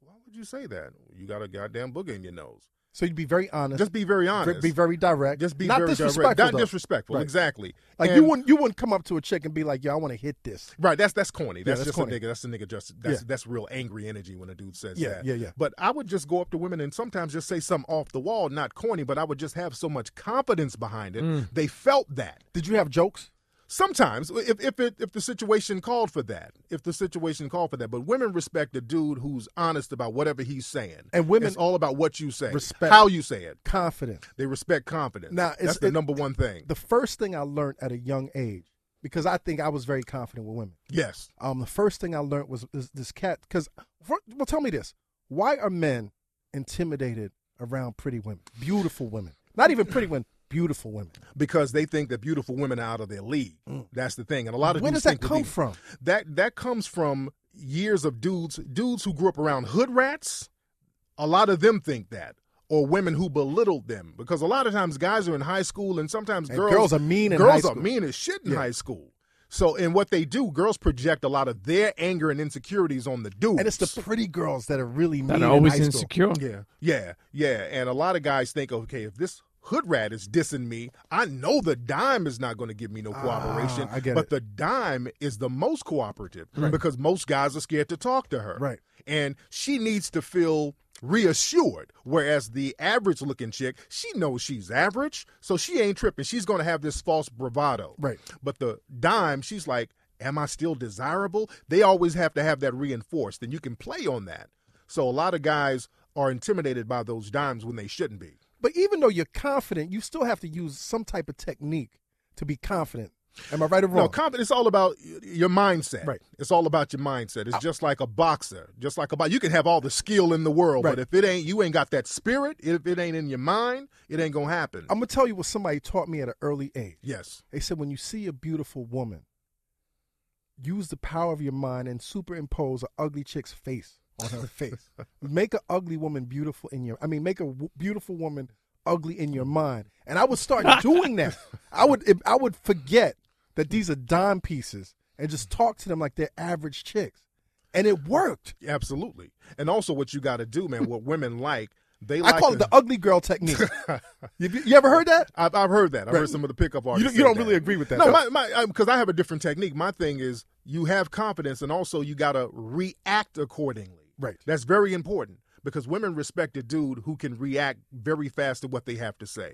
S3: Why would you say that? You got a goddamn booger in your nose.
S1: So you'd be very honest.
S3: Just be very honest.
S1: Be very direct.
S3: Just be
S1: not
S3: very
S1: disrespectful.
S3: direct. Not
S1: though.
S3: disrespectful.
S1: Right.
S3: Exactly.
S1: Like
S3: And-
S1: you wouldn't you wouldn't come up to a chick and be like, "Yo, I want to hit this."
S3: Right, that's that's corny. That's,
S1: that's
S3: just
S1: corny.
S3: a nigga. That's a nigga. Just that's
S1: Yeah.
S3: that's real angry energy when a dude says
S1: Yeah,
S3: that.
S1: yeah, yeah.
S3: But I would just go up to women and sometimes just say something off the wall, not corny. But I would just have so much confidence behind it.
S1: Mm.
S3: They felt that
S1: Did you have jokes?
S3: sometimes if if it, if the situation called for that, if the situation called for that. But women respect a dude who's honest about whatever he's saying.
S1: And women
S3: it's all about what you say,
S1: respect-
S3: how you say it.
S1: Confident.
S3: They respect confidence.
S1: Now, it's-
S3: that's the
S1: it-
S3: number one thing.
S1: The first thing I learned at a young age, because I think I was very confident with women.
S3: yes,
S1: Um, the first thing I learned was this, this cat. Because well, tell me this: Why are men intimidated around pretty women, beautiful women? Not even pretty women, beautiful women.
S3: because they think that beautiful women are out of their league. That's the thing. And a lot of
S1: Where
S3: dudes
S1: does Mm. that
S3: think
S1: come
S3: they-
S1: from?
S3: that that comes from years of dudes dudes who grew up around hood rats a lot of them think that or women who belittled them because a lot of times guys are in high school and sometimes
S1: And
S3: girls,
S1: girls are mean in
S3: girls
S1: high
S3: are
S1: school.
S3: mean as shit in
S1: Yeah.
S3: high school so and what they do girls project a lot of their anger and insecurities on the dude
S1: And it's the pretty girls that are really mean.
S2: That
S1: in
S2: are always
S1: high school.
S2: insecure.
S3: yeah yeah yeah and a lot of guys think okay if this hood rat is dissing me i know the dime is not going to give me no cooperation
S1: Ah, I get
S3: but
S1: it.
S3: the dime is the most cooperative because most guys are scared to talk to her
S1: Right.
S3: and she needs to feel reassured whereas the average looking chick she knows she's average so she ain't tripping she's going to have this false bravado
S1: Right.
S3: but the dime she's like am i still desirable they always have to have that reinforced and you can play on that so a lot of guys are intimidated by those dimes when they shouldn't be
S1: But even though you're confident, you still have to use some type of technique to be confident. Am I right or wrong?
S3: No, confidence. It's all about y- your mindset.
S1: Right. Uh,
S3: It's all about your mindset. It's just like a boxer. Just like a bo- you can have all the skill in the world,
S1: Right.
S3: but if it ain't, you ain't got that spirit. If it ain't in your mind, it ain't gonna happen.
S1: I'm gonna tell you what somebody taught me at an early age.
S3: yes.
S1: They said when you see a beautiful woman, use the power of your mind and superimpose an ugly chick's face on her face. Make an ugly woman beautiful in your. I mean, make a w- beautiful woman ugly in your mind. And I would start doing that. I would. if- I would forget that these are dime pieces and just talk to them like they're average chicks, and it worked.
S3: Absolutely. And also, what you got to do, man. What women like, they like.
S1: I call
S3: a-
S1: it the ugly girl technique. you, you ever heard that?
S3: I've, I've heard that. I've
S1: Right.
S3: heard some of the pickup
S1: You,
S3: artists.
S1: don't- you
S3: say
S1: don't
S3: that.
S1: really agree with that.
S3: No, my
S1: though.
S3: my because I have a different technique. My thing is you have confidence, and also you gotta react accordingly.
S1: Right.
S3: That's very important because women respect a dude who can react very fast to what they have to say,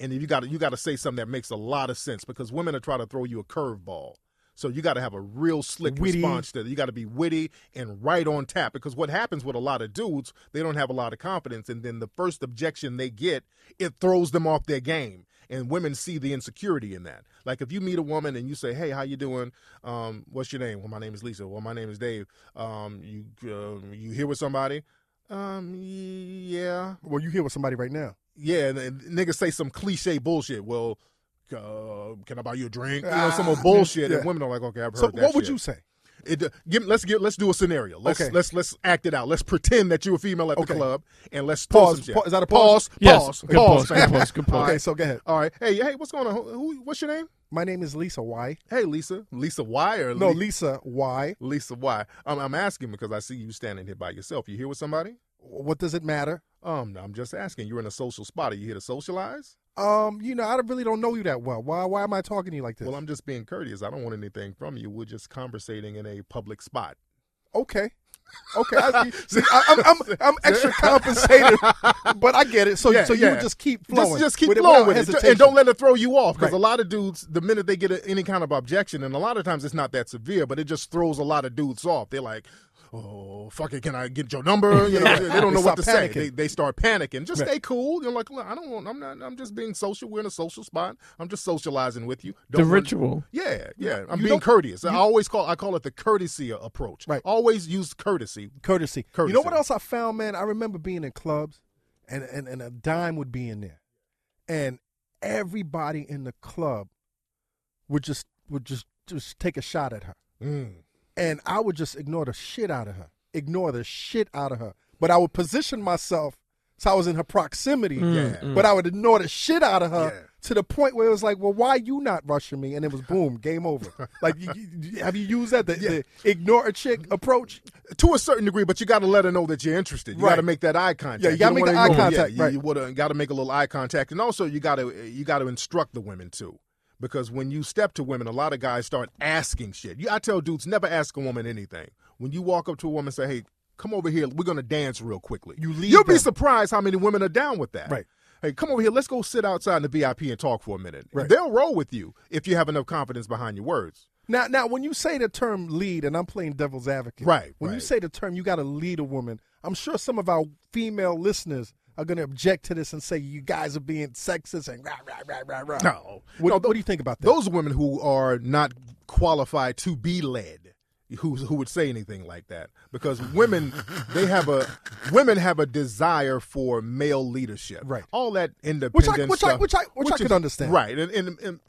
S3: and you gotta you gotta say something that makes a lot of sense because women are trying to throw you a curveball. So you got to have a real slick
S1: Witty.
S3: response to that. You got to be witty and right on tap because what happens with a lot of dudes, they don't have a lot of confidence, and then the first objection they get, it throws them off their game. And women see the insecurity in that. Like if you meet a woman and you say, "Hey, how you doing? Um, what's your name? Well, my name is Lisa. Well, my name is Dave. Um, you um you here with somebody? Um, yeah,
S1: Well, you here with somebody right now.
S3: yeah, and, and niggas say some cliche bullshit. Well, uh, can I buy you a drink? You know, some
S1: Ah,
S3: of bullshit.
S1: yeah.
S3: And women are like, okay, I've heard
S1: So,
S3: that.
S1: what would
S3: shit.
S1: you say?
S3: It, uh, give, let's give, let's do a scenario. Let's
S1: Okay.
S3: let's let's act it out. Let's pretend that you're a female at the
S1: Okay.
S3: club, and let's
S1: Pause.
S3: throw some shit.
S1: Pa- is that a pause?
S3: Pause.
S2: Yes.
S3: Pause.
S2: Good pause, good
S3: fam.
S2: pause, good pause.
S3: All
S1: Okay,
S3: right.
S1: so go ahead.
S3: All right. Hey, hey, what's going on? Who, who- what's your name?
S1: My name is Lisa Y.
S3: Hey, Lisa. Lisa Y or
S1: No,
S3: Uh, Li-
S1: Lisa Y.
S3: Lisa Y. I'm, I'm asking because I see you standing here by yourself. You here with somebody?
S1: What does it matter?
S3: Um, no, I'm just asking. You're in a social spot. Are you here to socialize?
S1: Um, you know, I don't- really don't know you that well. Why? Why am I talking to you like this?
S3: Well, I'm just being courteous. I don't want anything from you. We're just conversating in a public spot.
S1: okay, okay. I, see, I, I'm, I'm, I'm extra compensated, but I get it. So,
S3: Yeah,
S1: so you
S3: yeah.
S1: would just keep flowing.
S3: Just, just keep
S1: with it
S3: flowing
S1: without
S3: with it,
S1: hesitation.
S3: and don't let it throw you off. Because
S1: Right.
S3: a lot of dudes, the minute they get a, any kind of objection, and a lot of times it's not that severe, but it just throws a lot of dudes off. They're like, "Oh, fuck it, can I get your number?" You know, they they don't
S1: They
S3: know what
S1: start
S3: to say.
S1: panicking.
S3: They, they start panicking. Just
S1: Right.
S3: stay cool. You're like, "Look, I don't want. I'm not. I'm just being social. We're in a social spot. I'm just socializing with you.
S2: The
S3: Don't want-
S2: ritual.
S3: Yeah, yeah. I'm
S1: You
S3: being
S1: don't-
S3: courteous. I always call. I call it the courtesy approach.
S1: Right.
S3: Always use courtesy.
S1: courtesy. You know
S3: Courtesy.
S1: what else I found, man? I remember being in clubs, and and, and a dime would be in there, and everybody in the club would just would just just take a shot at her.
S3: Mm.
S1: and I would just ignore the shit out of her, ignore the shit out of her. But I would position myself so I was in her proximity,
S3: Yeah.
S1: but I would ignore the shit out of
S3: Mm,
S1: her
S3: Yeah.
S1: to the point where it was like, well, why you not rushing me? And it was boom, game over. Like, you, you- have you used that? The,
S3: Yeah.
S1: the ignore a chick approach?
S3: to a certain degree, but you got to let her know that you're interested. You
S1: Right.
S3: got to make that eye contact.
S1: Yeah, you gotta
S3: don't
S1: make the
S3: wanna
S1: eye
S3: ignore her.
S1: contact,
S3: Yeah, you-
S1: right.
S3: you would got to make a little eye contact, and also you got to you got to instruct the women too, because when you step to women, a lot of guys start asking shit. You, I tell dudes never ask a woman anything. When you walk up to a woman, and say, "Hey, come over here. We're gonna dance real quickly."
S1: You lead
S3: You'll be
S1: them.
S3: surprised how many women are down with that.
S1: Right.
S3: Hey, come over here. Let's go sit outside in the VIP and talk for a minute.
S1: Right.
S3: They'll roll with you if you have enough confidence behind your words.
S1: Now, now, when you say the term lead, and I'm playing devil's advocate,
S3: Right,
S1: When you
S3: right.
S1: say the term, you got to lead a woman. I'm sure some of our female listeners are going to object to this and say you guys are being sexist and rah rah rah rah rah.
S3: No.
S1: what,
S3: No,
S1: what do you think about that?
S3: those women who are not qualified to be led who who would say anything like that because women they have a women have a desire for male leadership
S1: Right.
S3: all that
S1: which
S3: independent
S1: I, which I,
S3: stuff
S1: which I, which I
S3: is-
S1: could understand.
S3: right and, and, and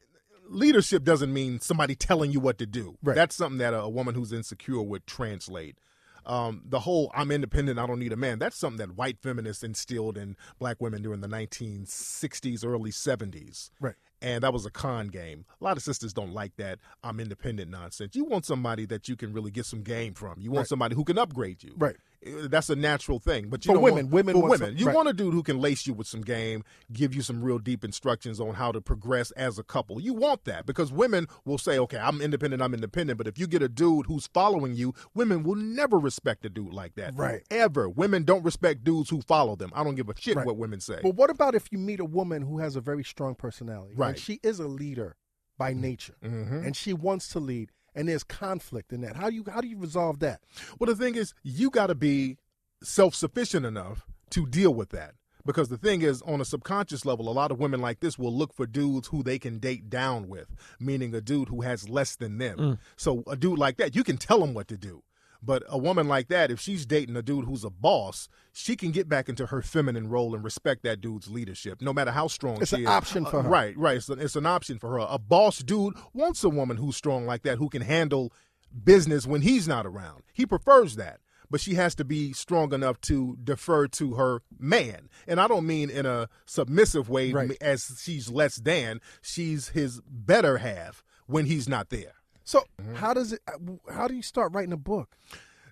S3: leadership doesn't mean somebody telling you what to do
S1: Right.
S3: that's something that a, a woman who's insecure would translate um, the whole I'm independent, I don't need a man. That's something that white feminists instilled in black women during the 1960s, early 70s
S1: Right.
S3: and that was a con game. A lot of sisters don't like that I'm independent nonsense. You want somebody that you can really get some game from. You want
S1: Right.
S3: somebody who can upgrade you.
S1: Right.
S3: Uh, That's a natural thing. But you
S1: For
S3: don't
S1: women,
S3: want-
S1: women
S3: for
S1: want
S3: women,
S1: some-
S3: you
S1: right.
S3: want a dude who can lace you with some game, give you some real deep instructions on how to progress as a couple. You want that because women will say, "Okay, I'm independent. I'm independent." But if you get a dude who's following you, women will never respect a dude like that.
S1: Right.
S3: Ever. Women don't respect dudes who follow them. I don't give a shit
S1: Right.
S3: what women say.
S1: But what about if you meet a woman who has a very strong personality?
S3: Right.
S1: And she is a leader by nature,
S3: Mhm.
S1: and she wants to lead, and there's conflict in that. How do you how do you resolve that?
S3: Well, the thing is, you got to be self sufficient enough to deal with that. Because the thing is, on a subconscious level, a lot of women like this will look for dudes who they can date down with, meaning a dude who has less than them. So, a dude like that, you can tell him what to do. But a woman like that, if she's dating a dude who's a boss, she can get back into her feminine role and respect that dude's leadership, no matter how strong
S1: It's
S3: she
S1: an
S3: is.
S1: option for
S3: Uh,
S1: her.
S3: Right, right. It's an, it's an option for her. A boss dude wants a woman who's strong like that, who can handle business when he's not around. He prefers that. But she has to be strong enough to defer to her man. And I don't mean in a submissive way
S1: Right.
S3: as she's less than. She's his better half when he's not there.
S1: So
S3: Mm-hmm.
S1: how does it? uh, How do you start writing a book?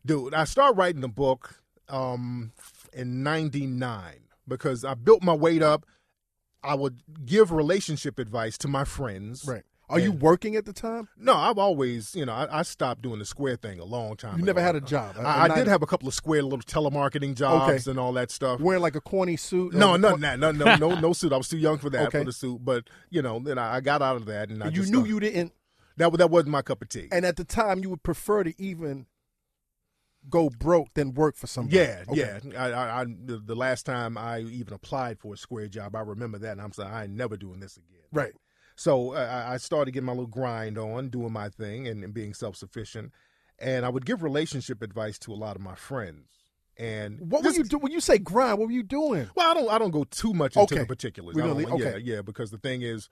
S3: dude i started writing the book um in 99 because i built my weight up i would give relationship advice to my friends
S1: Are you
S3: And-
S1: working at the time?
S3: no i've always you know i, I stopped doing the square thing a long time
S1: You
S3: ago.
S1: never had a job.
S3: I, I
S1: Not-
S3: did have a couple of square little telemarketing jobs
S1: Okay.
S3: and all that stuff
S1: wearing like a corny suit.
S3: no,
S1: or-
S3: no, no, no, no, no, no suit. I was too young for that
S1: Okay.
S3: for the suit, but you know, then I I got out of that, and I
S1: You
S3: just,
S1: knew
S3: uh,
S1: you didn't,
S3: that that wasn't my cup of tea.
S1: and at the time you would prefer to even go broke than work for somebody.
S3: Yeah,
S1: Okay.
S3: yeah. I, I, I, the, the last time I even applied for a square job, I remember that, and I'm saying I ain't never doing this again.
S1: Right.
S3: So uh, I, I started getting my little grind on, doing my thing, and, and being self sufficient. And I would give relationship advice to a lot of my friends. And
S1: What
S3: this-
S1: were you do when you say grind? What were you doing?
S3: Well, I don't. I don't go too much into
S1: Okay.
S3: the particulars.
S1: We're
S3: I
S1: gonna
S3: don't-
S1: leave-
S3: yeah,
S1: okay.
S3: yeah. Because the thing is,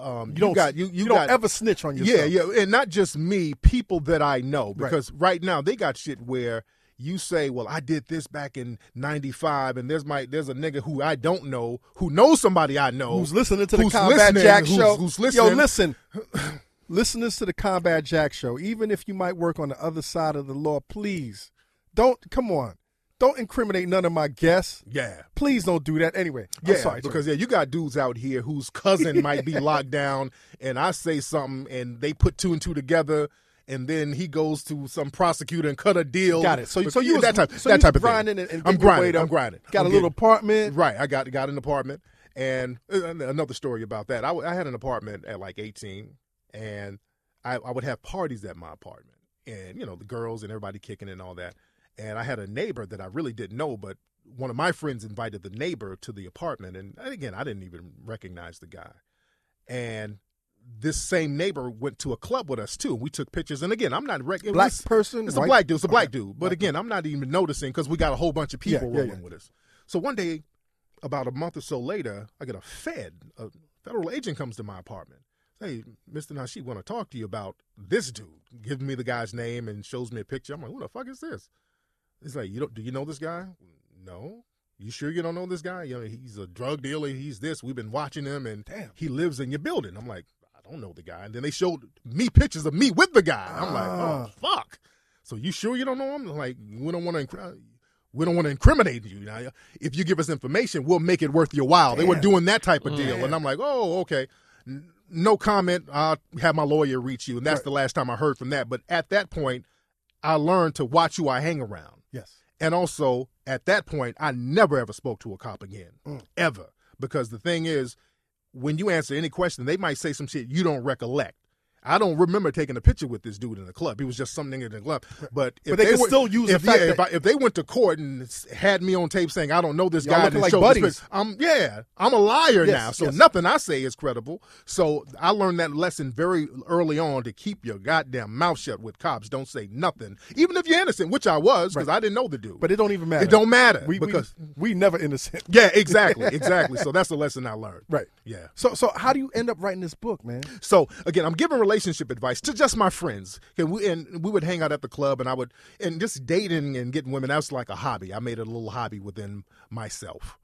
S3: um, you,
S1: don't
S3: got you. You,
S1: don't
S3: got
S1: ever snitch on yourself.
S3: yeah, yeah, and not just me, people that I know.
S1: Right.
S3: Because right, now they got shit where you say, "Well, I did this back in '95," and there's my there's a nigga who I don't know who knows somebody I know
S1: Who's listening to the
S3: who's
S1: Combat
S3: listening,
S1: Jack
S3: who's-
S1: show?
S3: Who's
S1: Yo,
S3: listening?
S1: listen. Listeners to the Combat Jack show, even if you might work on the other side of the law, please don't come on. Don't incriminate none of my guests.
S3: Yeah.
S1: Please don't do that. Anyway, I'm
S3: Yeah,
S1: sorry,
S3: because yeah, you got dudes out here whose cousin might be locked down, and I say something, and they put two and two together, and then he goes to some prosecutor and cut a deal.
S1: Got it. So, so
S3: But-
S1: you was,
S3: that type,
S1: so
S3: that
S1: you
S3: type of thing.
S1: was grinding And, and
S3: I'm
S1: getting your
S3: grinding.
S1: weight up.
S3: I'm grinding.
S1: Got
S3: I'm
S1: a little
S3: getting-
S1: apartment.
S3: Right. I got got an apartment, and uh, another story about that. I, w- I had an apartment at like 18, and I, I would have parties at my apartment, and you know the girls and everybody kicking and all that. And I had a neighbor that I really didn't know, but one of my friends invited the neighbor to the apartment, and again I didn't even recognize the guy. And this same neighbor went to a club with us too. We took pictures, and again I'm not rec- it
S1: Black
S3: was-
S1: person.
S3: it's
S1: white-
S3: a black dude. It's a black
S1: Okay.
S3: dude. But
S1: Black
S3: again, I'm not even noticing because we got a whole bunch of people
S1: Yeah, yeah,
S3: rolling
S1: yeah.
S3: with us. So one day, about a month or so later, I get a Fed, a federal agent comes to my apartment. Hey, Mr. Nashi, want to talk to you about this dude. Gives me the guy's name and shows me a picture. I'm like, who the fuck is this? He's like, you don't, do you know this guy? No. You sure you don't know this guy? You know, he's a drug dealer. He's this. We've been watching him, and
S1: Damn.
S3: he lives in your building. I'm like, I don't know the guy. And then they showed me pictures of me with the guy. I'm
S1: Ah.
S3: like, oh fuck. So you sure you don't know him? Like, we don't want to. Incri- we don't want to incriminate you. Now, if you give us information, we'll make it worth your while. They were
S1: Damn.
S3: doing that type of deal,
S1: Damn.
S3: and I'm like, oh, okay. N- No comment. I'll have my lawyer reach you, and that's
S1: Right.
S3: the last time I heard from that. But at that point, I learned to watch who I hang around.
S1: Yes.
S3: And also, at that point, I never ever spoke to a cop again,
S1: Mm.
S3: ever. Because the thing is, when you answer any question, they might say some shit you don't recollect. I don't remember taking a picture with this dude in the club. He was just some nigga in the club. But if
S1: But they, can
S3: were-
S1: still use
S3: if,
S1: the fact
S3: yeah,
S1: that
S3: if, I, if they went to court and s- had me on tape saying I don't know this
S1: Y'all
S3: guy,
S1: looking
S3: and
S1: like
S3: showed this
S1: buddies.
S3: pic- I'm yeah, I'm a liar
S1: Yes,
S3: now. So
S1: yes.
S3: nothing I say is credible. So I learned that lesson very early on to keep your goddamn mouth shut with cops. Don't say nothing, even if you're innocent, which I was because I didn't know the dude.
S1: but it don't even matter.
S3: it don't matter
S1: we,
S3: because
S1: we, we never innocent.
S3: yeah, exactly, exactly. so that's the lesson I learned.
S1: Right.
S3: Yeah.
S1: So so how do you end up writing this book, man?
S3: So again, I'm giving relationship advice to just my friends. And we, and we would hang out at the club, and I would and just dating and getting women. That was like a hobby. I made it a little hobby within myself.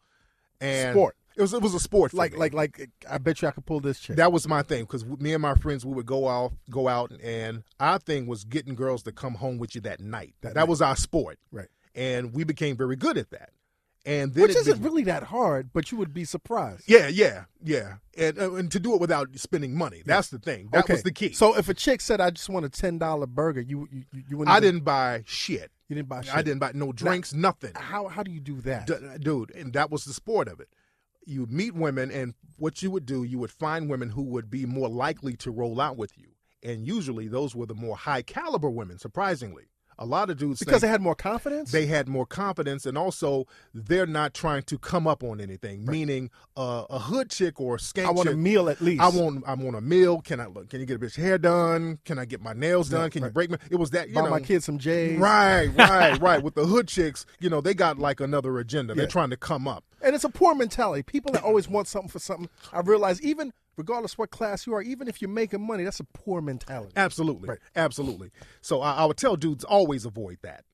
S3: And
S1: Sport.
S3: It was it was a sport. For
S1: Like
S3: me.
S1: like like I bet you I could pull this chick.
S3: that was my thing because me and my friends we would go out go out and our thing was getting girls to come home with you that night. That,
S1: night.
S3: was our sport,
S1: Right.
S3: and we became very good at that. And then
S1: Which
S3: it
S1: isn't
S3: be-
S1: really that hard, but you would be surprised.
S3: yeah, yeah, yeah, and uh, and to do it without spending money. That's the thing. That was the key.
S1: So if a chick said, "I just want a ten dollar burger," you you you, you wouldn't.
S3: I
S1: even-
S3: didn't buy shit.
S1: You didn't buy. Shit.
S3: I didn't buy no drinks, nothing.
S1: How how do you do that?
S3: D- dude, and that was the sport of it. You meet women, and what you would do, you would find women who would be more likely to roll out with you. And usually those were the more high caliber women, surprisingly. A lot of dudes
S1: because
S3: think
S1: they had more confidence.
S3: they had more confidence, and also they're not trying to come up on anything, meaning uh, a hood chick or a skank
S1: I want a
S3: chick.
S1: meal at least.
S3: I want I want a meal. Can I can you get a bitch hair done? Can I get my nails done?
S1: Yeah,
S3: Can
S1: right.
S3: you break me? It was that you
S1: buy
S3: know
S1: my kids some J's.
S3: Right, right, right. With the hood chicks, you know, they got like another agenda. They're
S1: Yeah.
S3: trying to come up.
S1: And it's a poor mentality. People that always want something for something. I realize even regardless what class you are, even if you're making money, that's a poor mentality.
S3: Absolutely.
S1: Right.
S3: Absolutely. So I, I would tell dudes always avoid that.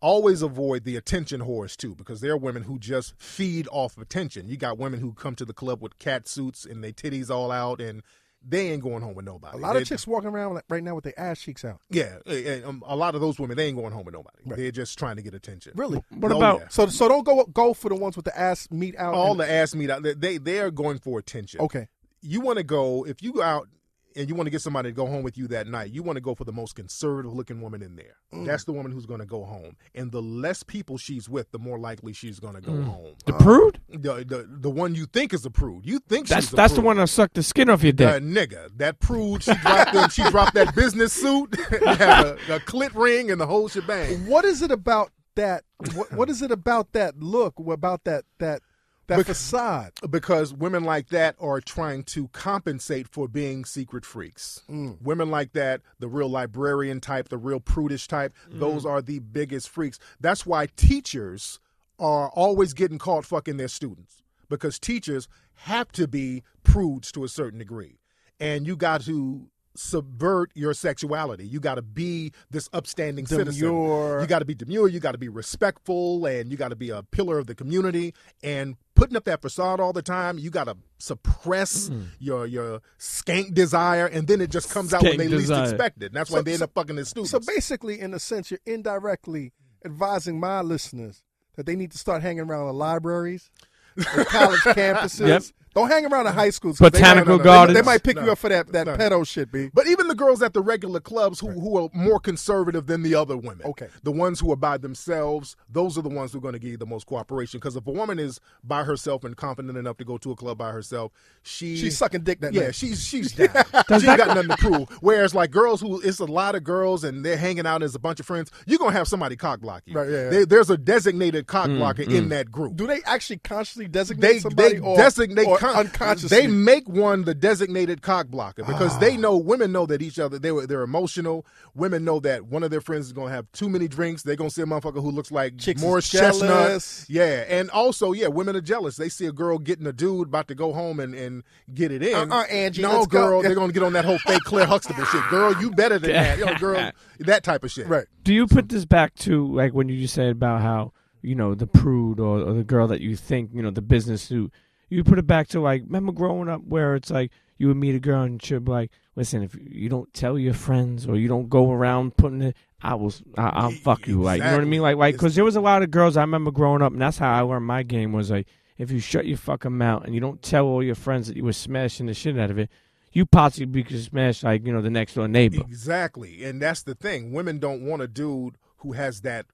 S3: Always avoid the attention whores too, because there are women who just feed off attention. You got women who come to the club with cat suits and they titties all out and they ain't going home with nobody.
S1: A lot
S3: They-
S1: of chicks walking around like, right now with their ass cheeks out.
S3: Yeah. and, um, a lot of those women, they ain't going home with nobody.
S1: Right.
S3: They're just trying to get attention.
S1: Really?
S2: What
S3: Oh,
S2: about
S3: yeah.
S1: So so don't go go for the ones with the ass meat out.
S3: All
S1: and-
S3: the ass meat out. they- They, they are going for attention.
S1: Okay.
S3: you want to go if you go out and you want to get somebody to go home with you that night you want to go for the most conservative looking woman in there
S2: Mm.
S3: that's the woman who's going to go home and the less people she's with the more likely she's going to
S2: Mm.
S3: go home
S2: the prude?
S3: the, the the one you think is a prude you think
S2: That's
S3: she's a
S2: that's the
S3: prude.
S2: one that sucked the skin off your dick.
S3: That nigga, that prude, she dropped them, she dropped that business suit, had a, a clit ring, and the whole shebang.
S1: What is it about that? What, what is it about that look? About that that that
S3: Bec-
S1: facade?
S3: because women like that are trying to compensate for being secret freaks. Women like that, the real librarian type, the real prudish type, those are the biggest freaks. That's why teachers are always getting caught fucking their students because teachers have to be prudes to a certain degree. And you got to subvert your sexuality. You got to be this upstanding citizen.
S1: Demure.
S3: You got to be demure. You got to be respectful, and you got to be a pillar of the community. And putting up that facade all the time, you got to suppress
S1: Mm.
S3: your your skank desire, and then it just comes out when
S2: Skank
S3: they
S2: desire.
S3: least expect it. And that's
S1: So-
S3: why they end
S1: so-
S3: up fucking their students.
S1: So basically, in a sense, you're indirectly advising my listeners that they need to start hanging around the libraries, the college campuses.
S2: Yep.
S1: Don't hang around the high schools. 'cause they might-
S3: no, no,
S2: Botanical
S3: no.
S1: They,
S2: gardens.
S1: might pick you
S3: No,
S1: up for that that
S3: no.
S1: pedo shit, b.
S3: but even the girls at the regular clubs who, who are more conservative than the other women,
S1: Okay.
S3: the ones who are by themselves, those are the ones who are going to give you the most cooperation. Because if a woman is by herself and confident enough to go to a club by herself, she
S1: She's sucking dick that
S3: yeah,
S1: night.
S3: she's she's down. she ain't got nothing to prove. Whereas like girls who it's a lot of girls and they're hanging out as a bunch of friends, you're gonna have somebody cock block you.
S1: Right, yeah, yeah.
S3: There- there's a designated cock blocker in that group.
S1: Do they actually consciously designate
S3: they
S1: somebody
S3: they
S1: or,
S3: designate
S1: or
S3: con-
S1: unconsciously? Ah.
S3: They make one the designated cock blocker because they know women know that each other they were they're emotional. Women know that one of their friends is gonna have too many drinks. They're gonna see a motherfucker who looks like
S1: Chicks is
S3: Morris
S1: jealous.
S3: Chestnut. Yeah, and also yeah, women are jealous. They see a girl getting a dude about to go home and, and get it in.
S1: Uh-uh, Angie,
S3: no
S1: let's go.
S3: girl, they're gonna get on that whole fake Claire Huxtable shit. Girl, you better than that. You know, girl, that type of shit.
S1: Right.
S2: Do you put this back to like when you just said about how you know, the prude or, or the girl that you think, you know, the business suit. You put it back to like, remember growing up where it's like you would meet a girl and she'd be like, listen, if you don't tell your friends or you don't go around putting it, I will, I,
S3: E-,
S2: I'll fuck you. Like, you know what I mean? Like, like, because there was a lot of girls I remember growing up, and that's how I learned my game was like, if you shut your fucking mouth and you don't tell all your friends that you were smashing the shit out of it, you possibly could smash like, you know, the next door neighbor.
S3: Exactly. And that's the thing. Women don't want a dude who has that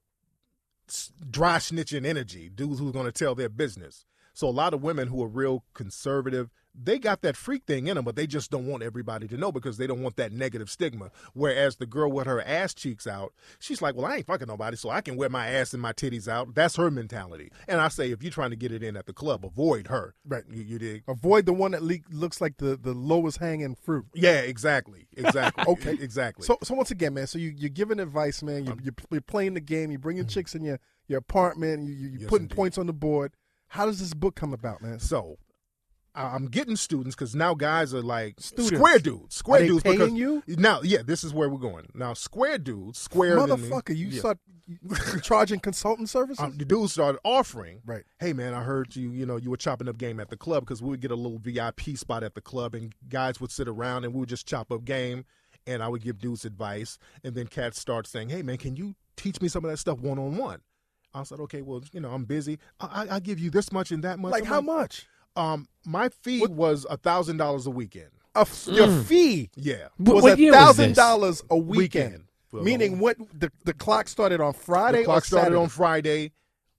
S3: s- dry snitching energy, dudes who's going to tell their business. So a lot of women who are real conservative, they got that freak thing in them, but they just don't want everybody to know because they don't want that negative stigma. Whereas the girl with her ass cheeks out, she's like, "Well, I ain't fucking nobody, so I can wear my ass and my titties out." That's her mentality. And I say, if you're trying to get it in at the club, avoid her.
S1: Right.
S3: You, you dig?
S1: Avoid the one that le- looks like the, the lowest hanging fruit.
S3: Yeah, exactly, exactly. okay, exactly.
S1: So, so once again, man, so you, you're giving advice, man. You, you're, you're playing the game. You bring your chicks in your, your apartment. You, you, you're
S3: Mm-hmm. Yes,
S1: putting
S3: indeed.
S1: points on the board. How does this book come about, man?
S3: So I- I'm getting students because now guys are like
S1: Students.
S3: square dudes. Square
S1: Are they
S3: dudes because
S1: paying you?
S3: now, yeah, this is where we're going. Now, square dudes, square than me-
S1: Motherfucker, you
S3: yeah.
S1: start you charging consultant services?
S3: Um, the dude started offering,
S1: Right.
S3: Hey man, I heard you. You know, you were chopping up game at the club because we would get a little VIP spot at the club, and guys would sit around and we would just chop up game, and I would give dudes advice, and then cats start saying, "Hey man, can you teach me some of that stuff one on one?" I said, "Okay, well, you know, I'm busy. I, I, I give you this much and that much.
S1: like
S3: I'm
S1: how much?
S3: Um, my fee
S1: What-
S3: was a thousand dollars a weekend.
S1: A f-
S3: Mm.
S1: Your fee
S3: Yeah,
S2: Wh-
S1: was
S2: what
S1: a
S2: year was
S1: thousand
S2: this?
S1: dollars a weekend.
S3: Weekend. Well, oh.
S1: Meaning what? The, the clock started on Friday.
S3: the clock
S1: or
S3: started on
S1: Saturday?
S3: Friday.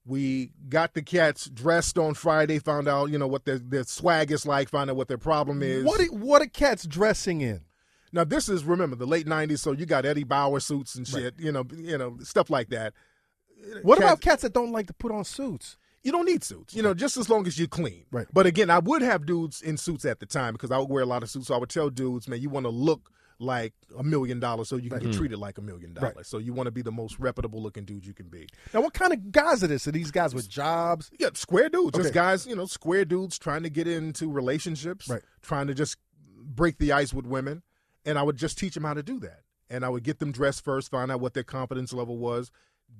S3: We got the cats dressed on Friday. Found out, you know, what their their swag is like. Found out what their problem is.
S1: What? Are, what are cats dressing in?
S3: now this is remember the late '90s, so you got Eddie Bauer suits and shit. You know, you know stuff like that.
S1: What
S3: Cats-
S1: about cats that don't like to put on suits?
S3: you don't need suits, you know, just as long as you're clean.
S1: Right.
S3: But again, I would have dudes in suits at the time because I would wear a lot of suits. So I would tell dudes, man, you want to look like a million dollars so you can get treated like a million dollars. So you want to be the most reputable looking dude you can be.
S1: Now, what kind of guys are this? Are these guys with jobs?
S3: Yeah, square dudes,
S1: Okay.
S3: just guys, you know, square dudes trying to get into relationships,
S1: Right.
S3: trying to just break the ice with women. And I would just teach them how to do that. And I would get them dressed first, find out what their confidence level was,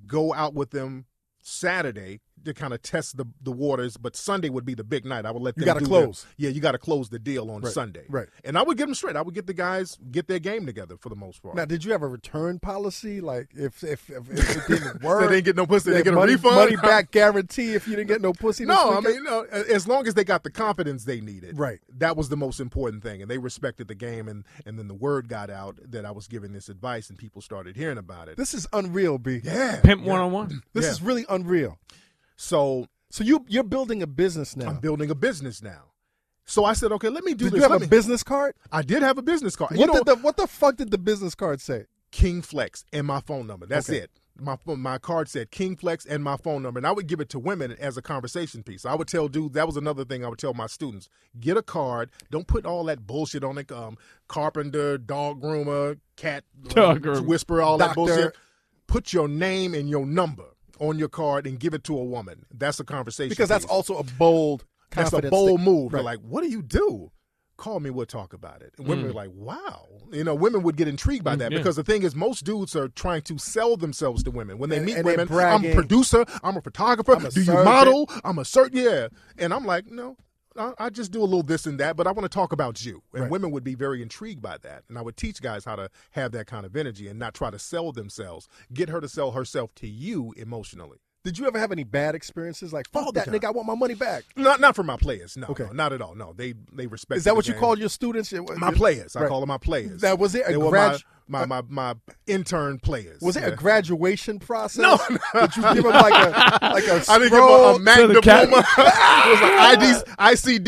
S3: go out with them Saturday to kind of test the, the waters. But Sunday would be the big night. I would let
S1: You
S3: them
S1: gotta
S3: do
S1: close.
S3: Their, yeah, you got to close the deal on
S1: Right,
S3: Sunday.
S1: right.
S3: And I would get them straight. I would get the guys get their game together for the most part.
S1: Now, did you have a return policy? Like, if if if, if it didn't
S3: so
S1: work,
S3: they didn't get no pussy.
S1: Yeah,
S3: they get
S1: money,
S3: a refund.
S1: money back guarantee if you didn't get no pussy. this
S3: No, I
S1: weekend?
S3: mean, no, as long as they got the confidence they needed.
S1: Right.
S3: That was the most important thing. And they respected the game. And, and then the word got out that I was giving this advice, and people started hearing about it.
S1: this is unreal, B.
S3: Yeah.
S2: Pimp one on one.
S1: This
S3: Yeah.
S1: is really unreal.
S3: So
S1: So you you're building a business now.
S3: I'm building a business now. So I said, okay, let me do
S1: did
S3: this.
S1: you have
S3: Let
S1: a
S3: me-
S1: business card?
S3: I did have a business card.
S1: What
S3: you know,
S1: did the what the fuck did the business card say?
S3: King Flex and my phone number. That's
S1: Okay.
S3: it. My phone- my card said King Flex and my phone number, and I would give it to women as a conversation piece. I would tell dudes that was another thing I would tell my students: get a card. Don't put all that bullshit on it. Um, carpenter, dog groomer, cat uh,
S2: Dog groomer.
S3: whisperer, all that
S1: Doctor.
S3: bullshit. Put your name and your number on your card and give it to a woman. That's a conversation
S1: Because that's
S3: piece.
S1: also a bold
S3: That's a
S1: confidence
S3: bold
S1: thing.
S3: move.
S1: Right.
S3: They're like, what do you do? Call me, we'll talk about it. And women are like, wow. You know, women would get intrigued by that
S2: yeah.
S3: because the thing is, most dudes are trying to sell themselves to women. When they
S1: And-
S3: meet
S1: and they're
S3: women, I'm
S1: bragging.
S3: a producer, I'm a photographer,
S1: I'm a
S3: do
S1: surgeon."
S3: you model? I'm a cert, yeah. And I'm like, no, I, I just do a little this and that, but I want to talk about you. And
S1: Right.
S3: women would be very intrigued by that. And I would teach guys how to have that kind of energy and not try to sell themselves. Get her to sell herself to you emotionally.
S1: Did you ever have any bad experiences? Like fuck
S3: All the
S1: that
S3: time.
S1: nigga, I want my money back.
S3: Not not for my players, no,
S1: Okay.
S3: no, not at all. No, they they respect.
S1: Is that what you
S3: call?
S1: called your students? Your-
S3: my
S1: your-
S3: players. I
S1: Right.
S3: call them my players.
S1: That was it. A
S3: They were
S1: grad-
S3: my, my, my my intern players.
S1: Was it a
S3: Yeah.
S1: graduation process?
S3: No.
S1: Did you give them like a like a
S3: I didn't give a, a
S1: scroll?
S3: Mac
S2: to the cat.
S3: diploma. it was an ID,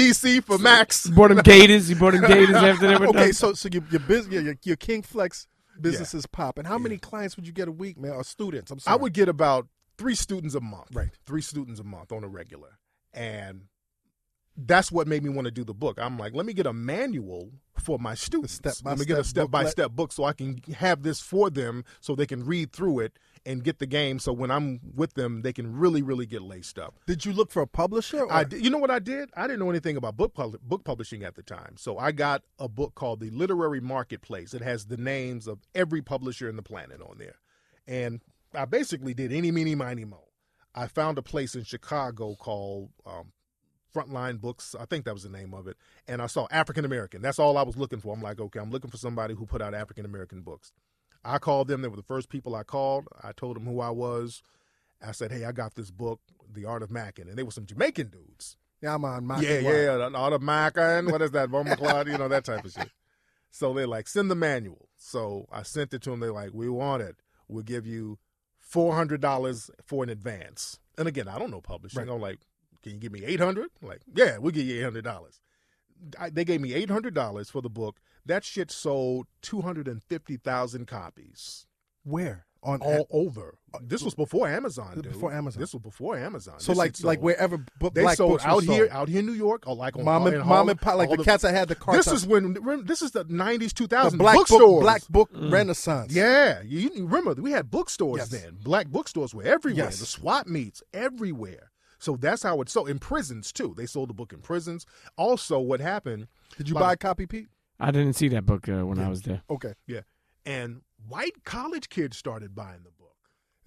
S3: ICDC for Max.
S2: You bought him gators. You bought him gators after they were
S1: okay,
S2: done.
S1: so so your your, bus- your, your, your King Flex business is popping. How many clients would you get a week, man? Or students? I'm sorry.
S3: I would get about three students a month.
S1: Right.
S3: Three students a month on a regular. And that's what made me want to do the book. I'm like, let me get a manual for my students. let me get a
S1: step-by-step
S3: step by step book so I can have this for them so they can read through it and get the game so when I'm with them they can really, really get laced up.
S1: Did you look for a publisher? Or?
S3: I did, you know what I did? I didn't know anything about book pub- book publishing at the time, so I got a book called The Literary Marketplace. It has the names of every publisher in the planet on there, and I basically did any, meeny, miny, mo. I found a place in Chicago called um, Frontline Books. I think that was the name of it. And I saw African American. That's all I was looking for. I'm like, okay, I'm looking for somebody who put out African American books. I called them. They were the first people I called. I told them who I was. I said, hey, I got this book, The Art of Mackin. And they were some Jamaican dudes.
S1: Yeah, I'm on my
S3: yeah, yeah, The Art of Mackin. What is that? Bomba Cloud, you know, that type of shit. So they're like, send the manual. So I sent it to them. They're like, we want it. We'll give you $400 for an advance. And again, I don't know publishing.
S1: Right.
S3: I'm like, can you give me 800 Like, yeah, we'll give you $800. I, they gave me $800 for the book. That shit sold 250,000 copies
S1: Where on
S3: all over. This was before Amazon, dude.
S1: uh, Before Amazon.
S3: This was before Amazon.
S1: so
S3: This
S1: like
S3: shit
S1: like
S3: sold-
S1: wherever bu-
S3: they
S1: black
S3: sold
S1: books were
S3: out here,
S1: sold.
S3: out here in New York, or like on
S1: mom
S3: in
S1: and
S3: Harlem,
S1: mom and pop like
S3: all
S1: the, cats that had the carts.
S3: This is when rem- this is the nineties, two
S1: the
S3: thousands
S1: black book
S3: bookstores. Mm.
S1: black book renaissance.
S3: yeah, you, you remember we had bookstores
S1: Yes.
S3: then. Black bookstores were everywhere.
S1: Yes.
S3: The swap meets everywhere. So that's how it sold in prisons too. They sold the book in prisons. Also, what happened?
S1: Did you
S3: Like-
S1: buy a copy, Pete?
S2: I didn't see that book uh, when I was there.
S1: Okay.
S3: And white college kids started buying the book.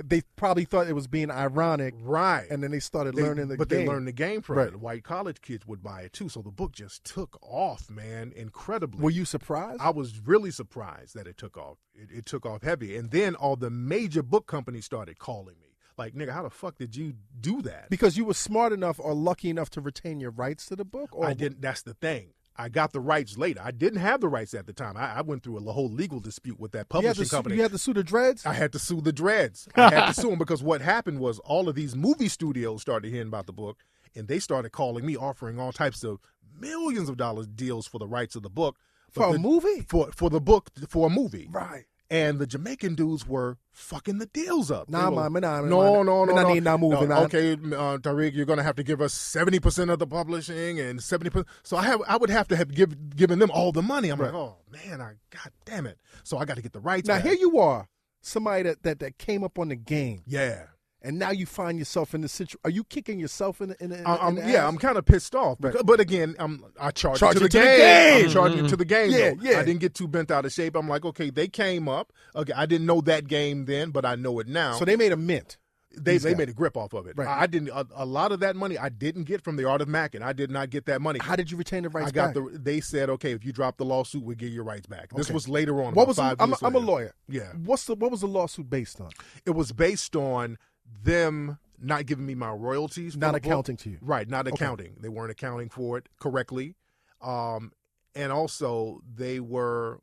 S1: They probably thought it was being ironic,
S3: Right.
S1: and then they started
S3: They-
S1: learning the
S3: but
S1: game.
S3: they learned the game from
S1: Right.
S3: it. White college kids would buy it too. So the book just took off, man, incredibly.
S1: Were you surprised?
S3: I was really surprised that it took off. It, it took off heavy, and then all the major book companies started calling me. Like, nigga, how the fuck did you do that?
S1: because you were smart enough or lucky enough to retain your rights to the book, or
S3: I didn't. That's the thing. I got the rights later. I didn't have the rights at the time. I, I went through a whole legal dispute with that
S1: You had,
S3: publishing
S1: to, su-
S3: company.
S1: you had to sue the dreads.
S3: I had to sue the Dreads. I had to sue them because what happened was all of these movie studios started hearing about the book, and they started calling me, offering all types of millions of dollars deals for the rights of the book. But
S1: for
S3: the-
S1: a movie,
S3: For for the book for a movie.
S1: right?
S3: and the Jamaican dudes were fucking the deals up. They
S1: Nah,
S3: were-
S1: man, me nah, me
S3: no,
S1: nah,
S3: no,
S1: me
S3: no,
S1: nah
S3: no,
S1: need nah moving
S3: no.
S1: on.
S3: Okay, uh, Tariq, you're gonna have to give us seventy percent of the publishing and seventy percent. So I have, I would have to have give, given them all the money. I'm like, oh man, I god damn it. So I got to get the rights.
S1: Now
S3: back.
S1: here you are, somebody that, that that came up on the game,
S3: yeah,
S1: and now you find yourself in the situation. Are you kicking yourself in? the- in, the- in,
S3: I,
S1: the- in
S3: I'm,
S1: the
S3: yeah,
S1: ass?
S3: I'm kind of pissed off.
S1: Right.
S3: Because, but again, I'm I charge,
S1: Charge
S3: it to,
S1: it
S3: the, game. I'm charging it to the game.
S1: Yeah,
S3: though.
S1: yeah.
S3: I didn't get too bent out of shape. I'm like, okay, they came up. Okay, I didn't know that game then, but I know it now.
S1: So they made a mint.
S3: they,
S1: These
S3: they
S1: guys.
S3: made a grip off of it.
S1: Right.
S3: I didn't a, a lot of that money I didn't get from the art of Mackin. I did not get that money.
S1: How did you retain the rights?
S3: I got
S1: back?
S3: the. They said, okay, if you drop the lawsuit, we will get your rights back. This
S1: Okay.
S3: was later on.
S1: What
S3: about
S1: was? the-
S3: five
S1: I'm, a-
S3: years
S1: I'm a
S3: later.
S1: lawyer.
S3: Yeah,
S1: What's the? What was the lawsuit based on?
S3: it was based on them not giving me my royalties. for
S1: Not
S3: the book.
S1: accounting to you.
S3: Right, not accounting. They weren't accounting for it correctly. Um, and also, they were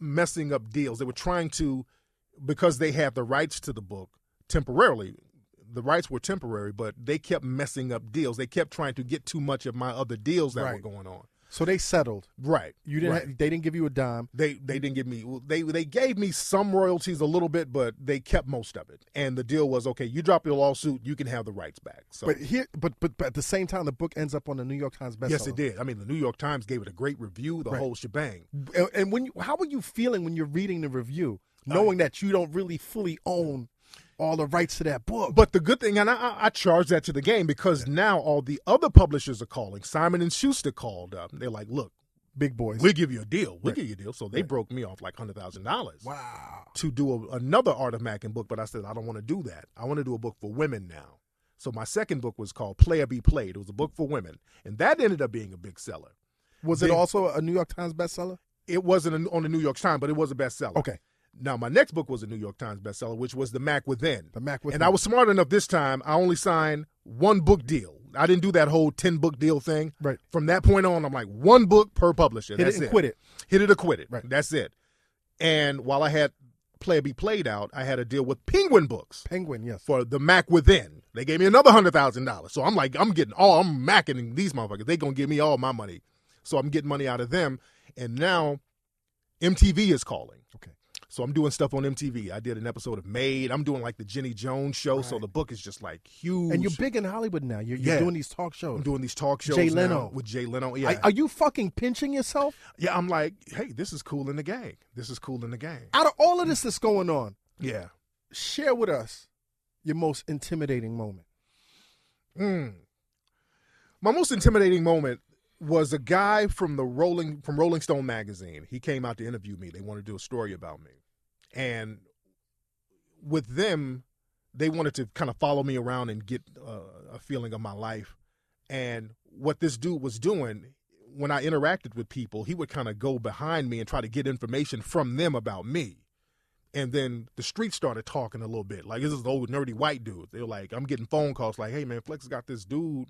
S3: messing up deals. They were trying to, because they had the rights to the book temporarily, the rights were temporary, but they kept messing up deals. They kept trying to get too much of my other deals that
S1: Right.
S3: were going on.
S1: So they settled.
S3: Right.
S1: You didn't.
S3: Right.
S1: Have, they didn't give you a dime.
S3: They they didn't give me well, they they gave me some royalties a little bit, but they kept most of it. And the deal was okay. You drop your lawsuit, you can have the rights back. So
S1: But here, but, but but at the same time, the book ends up on the New York Times bestseller.
S3: yes, it did. I mean, the New York Times gave it a great review, the
S1: Right. Mm.
S3: whole shebang.
S1: And, and when you, how are you feeling when you're reading the review, knowing that you don't really fully own all the rights to that book?
S3: But the good thing, and I- I, I charge that to the game because now all the other publishers are calling. Simon and Schuster called up. They're like, "Look,
S1: Big boys.
S3: we'll give you a deal. We'll
S1: Right.
S3: give you a deal." So they
S1: Right.
S3: broke me off like hundred thousand dollars
S1: wow.
S3: to do a, another Art of Mackin book. But I said I don't want to do that. I want to do a book for women now. So my second book was called Player Be Played. It was a book for women, and that ended up being a big seller.
S1: Was it
S3: Big-
S1: also a New York Times bestseller?
S3: It wasn't a, on the New York Times, but it was a bestseller.
S1: Okay.
S3: Now my next book was a New York Times bestseller, which was The Mac Within.
S1: The Mac with
S3: and I was smart enough this time. I only signed one book deal. I didn't do that whole ten book deal thing.
S1: Right.
S3: From that point on, I'm like one book per publisher.
S1: hit it
S3: That's
S1: and quit it.
S3: Hit it or quit it.
S1: Right.
S3: That's it. And while I had Player Be Played out, I had a deal with Penguin Books
S1: Penguin, yes.
S3: for the Mac Within. They gave me another hundred thousand dollars. So I'm like, I'm getting all I'm macking these motherfuckers. They gonna give me all my money. So I'm getting money out of them. And now MTV is calling.
S1: Okay.
S3: So I'm doing stuff on MTV. I did an episode of Made. I'm doing like the Jenny Jones show. So
S1: Right.
S3: the book is just like huge.
S1: And you're big in Hollywood now. You're, you're
S3: Yeah.
S1: doing these talk
S3: I'm
S1: shows.
S3: doing these talk shows.
S1: Jay
S3: now
S1: Leno.
S3: with Jay Leno. Yeah,
S1: Are- Are you fucking pinching yourself?
S3: yeah. I'm like, hey, this is cool in the gang. This is cool in the gang.
S1: Out of all of this that's going on,
S3: Yeah.
S1: share with us your most intimidating moment.
S3: Mm. My most intimidating moment was a guy from the Rolling from Rolling Stone magazine. He came out to interview me. They wanted to do a story about me, and with them, they wanted to kind of follow me around and get uh, a feeling of my life. And what this dude was doing when I interacted with people, he would kind of go behind me and try to get information from them about me. And then the street started talking a little bit. Like this is old nerdy white dude. They're like, I'm getting phone calls like, "Hey man, Flex got this dude."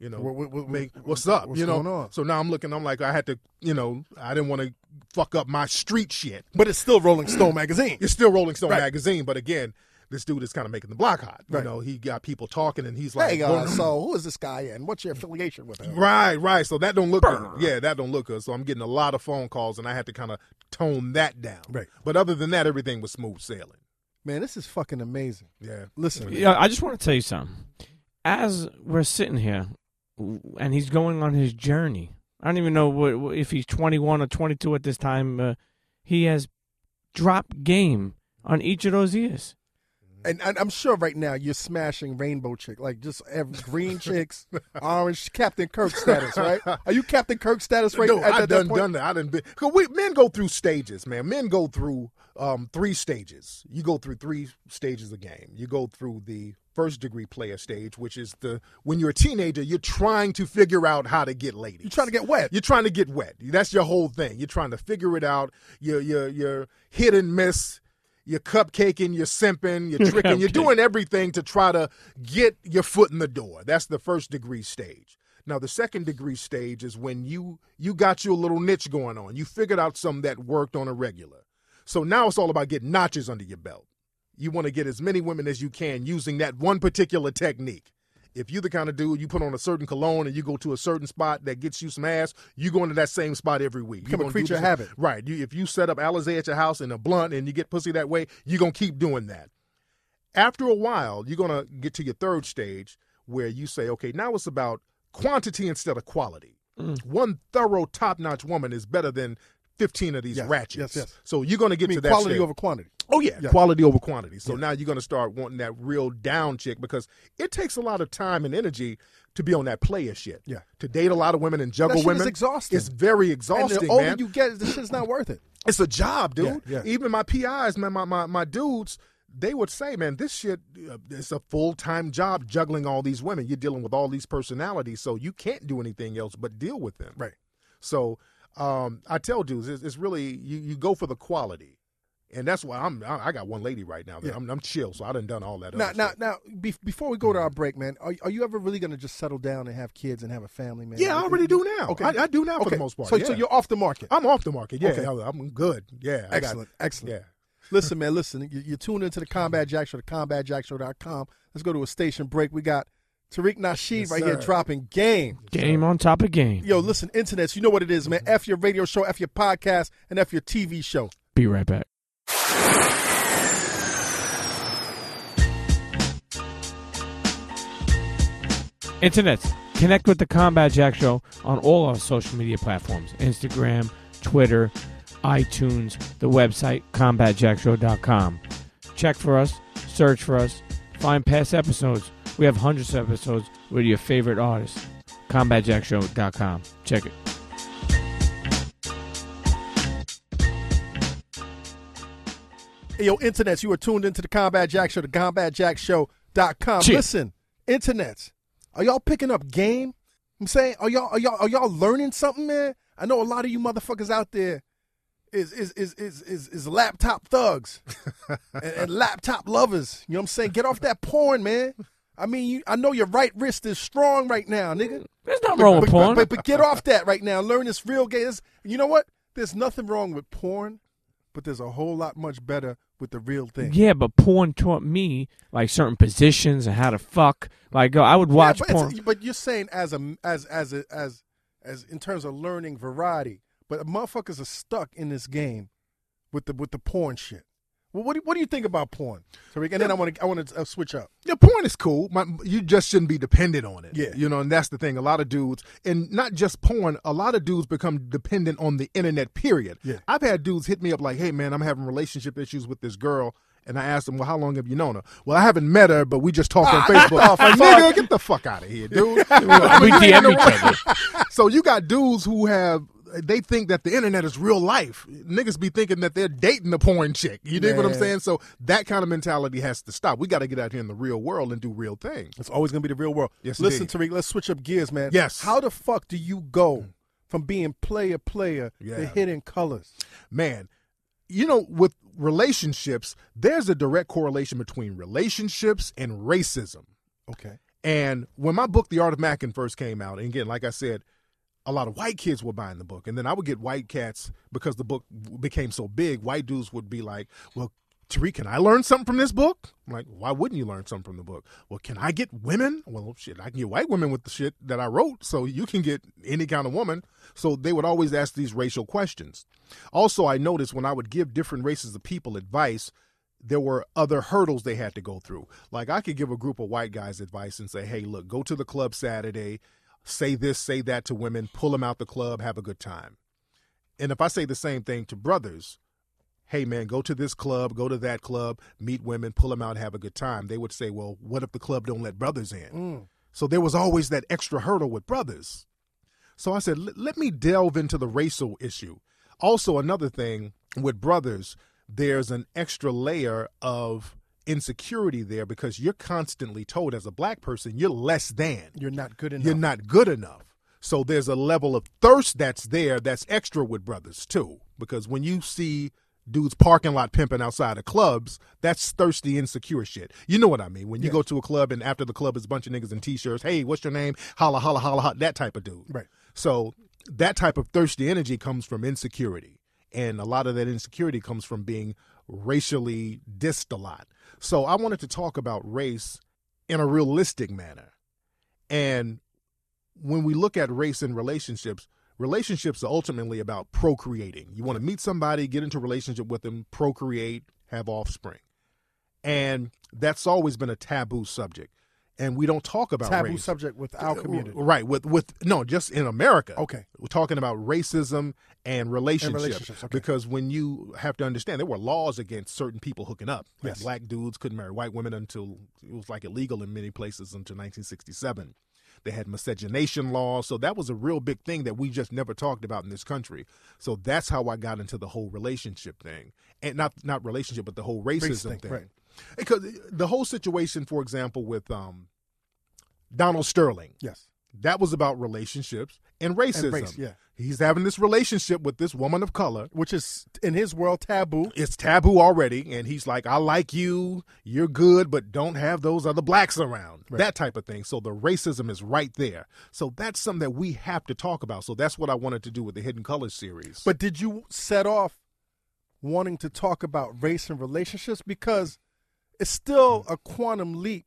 S3: You know,
S1: What- what- what-
S3: make,
S1: what-
S3: what's up?
S1: what's
S3: you know,
S1: going on?
S3: so now I'm looking. I'm like, I had to, you know, I didn't want to fuck up my street shit.
S1: But it's still Rolling Stone magazine.
S3: It's still Rolling Stone
S1: Right.
S3: magazine, but again, this dude is kind of making the block hot. You
S1: Right.
S3: know, he got people talking, and he's like,
S1: Hey,
S3: going-
S1: uh, so who is this guy and what's your affiliation with him?
S3: Right, right. So that don't look good. Yeah, that don't look good. So I'm getting a lot of phone calls, and I had to kind of tone that down.
S1: Right.
S3: But other than that, everything was smooth sailing.
S1: Man, this is fucking amazing.
S3: Yeah.
S1: Listen,
S2: Yeah, I just want to tell you something. As we're sitting here, w- and he's going on his journey. I don't even know what, what- if he's 21 or 22 at this time. Uh, he has dropped game on each of those years.
S1: and I- I'm sure right now you're smashing Rainbow Chick, like just every green chicks, orange Captain Kirk status, right? Are you Captain Kirk status right
S3: no,
S1: at,
S3: I
S1: at
S3: done
S1: that point?
S3: done that. I done been. Cause we men go through stages, man. Men go through um, three stages. You go through three stages of game. You go through the first degree player stage, which is the when you're a teenager, you're trying to figure out how to get ladies.
S1: You're trying to get wet.
S3: You're trying to get wet. That's your whole thing. You're trying to figure it out. You're you're you're hit and miss. You're cupcaking. You're simping. You're tricking. You're doing everything to try to get your foot in the door. That's the first degree stage. Now the second degree stage is when you you got your little niche going on. You figured out something that worked on a regular. So now it's all about getting notches under your belt. You want to get as many women as you can using that one particular technique. If you're the kind of dude you put on a certain cologne and you go to a certain spot that gets you some ass, you go into that same spot every week. You
S1: Become a
S3: gonna do
S1: creature
S3: this-
S1: of habit.
S3: right? You, if you set up Alizé at your house and a blunt and you get pussy that way, you're gonna keep doing that. After a while, you're gonna get to your third stage where you say, okay, now it's about quantity instead of quality.
S1: Mm.
S3: One thorough, top-notch woman is better than 15 of these
S1: Yes,
S3: ratchets.
S1: yes, yes.
S3: So you're gonna get
S1: I mean,
S3: to that
S1: quality
S3: stage.
S1: over quantity.
S3: Oh yeah,
S1: Yeah.
S3: quality over quantity. So now you're going to start wanting that real down chick because it takes a lot of time and energy to be on that player shit.
S1: Yeah.
S3: to date a lot of women and juggle
S1: That shit is
S3: women
S1: exhausting.
S3: It's very
S1: And
S3: exhausting,
S1: the older
S3: man.
S1: you get, the shit's not worth it.
S3: it's a job, dude.
S1: Yeah, yeah.
S3: Even my PIs, man, my my my dudes. They would say, man, this shit uh, it's a full time job juggling all these women. You're dealing with all these personalities, so you can't do anything else but deal with them.
S1: Right.
S3: So um, I tell dudes, it's, it's really you, you go for the quality, and that's why I'm I I got one lady right now that
S1: Yeah.
S3: I'm, I'm chill, so I done done all that.
S1: Now,
S3: other
S1: now,
S3: shit.
S1: now, be- before we go to our break, man, are, are you ever really going to just settle down and have kids and have a family, man?
S3: yeah, I already do now.
S1: Okay.
S3: Okay, I, I do now for
S1: Okay,
S3: the most part.
S1: So,
S3: yeah.
S1: so you're off the market.
S3: I'm off the market. Yeah,
S1: Okay.
S3: I'm good. Yeah, I got-
S1: excellent, excellent.
S3: yeah.
S1: Listen, man, listen. You, you're tuned into the Combat Jack Show, the CombatJackShow.com. Let's go to a station break. We got Tariq Nasheed
S3: Yes,
S1: right here
S3: sir.
S1: dropping game.
S2: Game on top of game.
S1: Yo, listen, internets, you know what it is, man. F your radio show, F your podcast, and F your TV show.
S2: Be right back. Internets, connect with the Combat Jack Show on all our social media platforms Instagram, Twitter, iTunes, the website, combatjackshow.com. Check for us, search for us, find past episodes. We have hundreds of episodes with your favorite artists. CombatJackShow.com. Check it.
S1: Hey, yo, internets, you are tuned into the Combat Jack Show, the CombatJackShow.com.
S2: Cheers.
S1: Listen, internets, are y'all picking up game? I'm saying, are y'all are y'all are y'all learning something, man? I know a lot of you motherfuckers out there is is is is is, is laptop thugs and, and laptop lovers. You know what I'm saying? Get off that porn, man. I mean, you, I know your right wrist is strong right now, nigga.
S2: There's nothing wrong with
S1: but,
S2: porn.
S1: But, but, but get off that right now. Learn this real game. This- you know what? There's nothing wrong with porn, but there's a whole lot much better with the real thing.
S2: Yeah, but porn taught me like certain positions and how to fuck. Like uh, I would watch
S1: yeah, but, it's-
S2: porn.
S1: but you're saying as a as as a, as as in terms of learning variety, but motherfuckers are stuck in this game with the with the porn shit. Well, what do, what do you think about porn, Tariq? And then I want to I want to uh, switch up.
S3: Your point is cool. My, you just shouldn't be dependent on it.
S1: Yeah.
S3: You know, and that's the thing. A lot of dudes, and not just porn, a lot of dudes become dependent on the internet, period.
S1: Yeah.
S3: I've had dudes hit me up like, hey, man, I'm having relationship issues with this girl. And I asked them, well, how long have you known her? Well, I haven't met her, but we just talked on Facebook.
S1: Oh,
S3: Nigga, get the fuck out of here, dude.
S2: we DM each other.
S3: so you got dudes who have they think that the internet is real life. Niggas be thinking that they're dating the porn chick. You dig what I'm
S1: Man.
S3: saying? So that kind of mentality has to stop. We got to get out here in the real world and do real things.
S1: It's always gonna be the real world.
S3: Yes,
S1: Listen,
S3: indeed.
S1: Tariq, let's switch up gears, man.
S3: Yes.
S1: How the fuck do you go from being player player
S3: Yeah.
S1: to hidden colors?
S3: man, you know, with relationships, there's a direct correlation between relationships and racism.
S1: Okay.
S3: And when my book, The Art of Mackin, first came out, and again, like I said, a lot of white kids were buying the book. And then I would get white cats because the book became so big. White dudes would be like, well, Tariq, can I learn something from this book? I'm like, why wouldn't you learn something from the book? Well, can I get women? Well, shit, I can get white women with the shit that I wrote, so you can get any kind of woman. So they would always ask these racial questions. Also, I noticed when I would give different races of people advice, there were other hurdles they had to go through. Like I could give a group of white guys advice and say, "Hey, look, go to the club Saturday, say this, say that to women, pull them out the club, have a good time." And if I say the same thing to brothers, "Hey man, go to this club, go to that club, meet women, pull them out, have a good time." They would say, "Well, what if the club don't let brothers in?"
S1: Mm.
S3: So there was always that extra hurdle with brothers. So I said, "Let- let me delve into the racial issue. Also, another thing with brothers, there's an extra layer of insecurity there because you're constantly told as a black person, you're less than.
S1: You're not good enough.
S3: You're not good enough. So there's a level of thirst that's there that's extra with brothers too. Because when you see dudes parking lot pimping outside of clubs, that's thirsty, insecure shit. You know what I mean? When you
S1: Yeah.
S3: go to a club and after the club is a bunch of niggas in t-shirts, hey, what's your name? Holla, holla, holla, holla, that type of dude.
S1: Right.
S3: So that type of thirsty energy comes from insecurity. And a lot of that insecurity comes from being racially dissed a lot. So I wanted to talk about race in a realistic manner. And when we look at race and relationships, relationships are ultimately about procreating. You want to meet somebody, get into a relationship with them, procreate, have offspring. And that's always been a taboo subject. And we don't talk about
S1: Taboo
S3: race. Uh,
S1: subject with our community.
S3: Right, with with no, just in America.
S1: Okay.
S3: We're talking about racism and relationships,
S1: relationships, okay.
S3: because when you have to understand there were laws against certain people hooking up. Like
S1: Yes.
S3: black dudes couldn't marry white women until it was like illegal in many places until 1967. They had miscegenation laws, so that was a real big thing that we just never talked about in this country. So that's how I got into the whole relationship thing, and not not relationship, but the whole racism
S1: thing,
S3: thing.
S1: right.
S3: Because the whole situation, for example, with um, Donald Sterling,
S1: Yes.
S3: that was about relationships and racism.
S1: And race, yeah.
S3: He's having this relationship with this woman of color.
S1: Which is in his world taboo.
S3: It's taboo already, and he's like, I like you, you're good, but don't have those other blacks around.
S1: Right.
S3: That type of thing. So the racism is right there. So that's something that we have to talk about. So that's what I wanted to do with the Hidden Colors series.
S1: But did you set off wanting to talk about race and relationships? Because it's
S3: Mm.
S1: still a quantum leap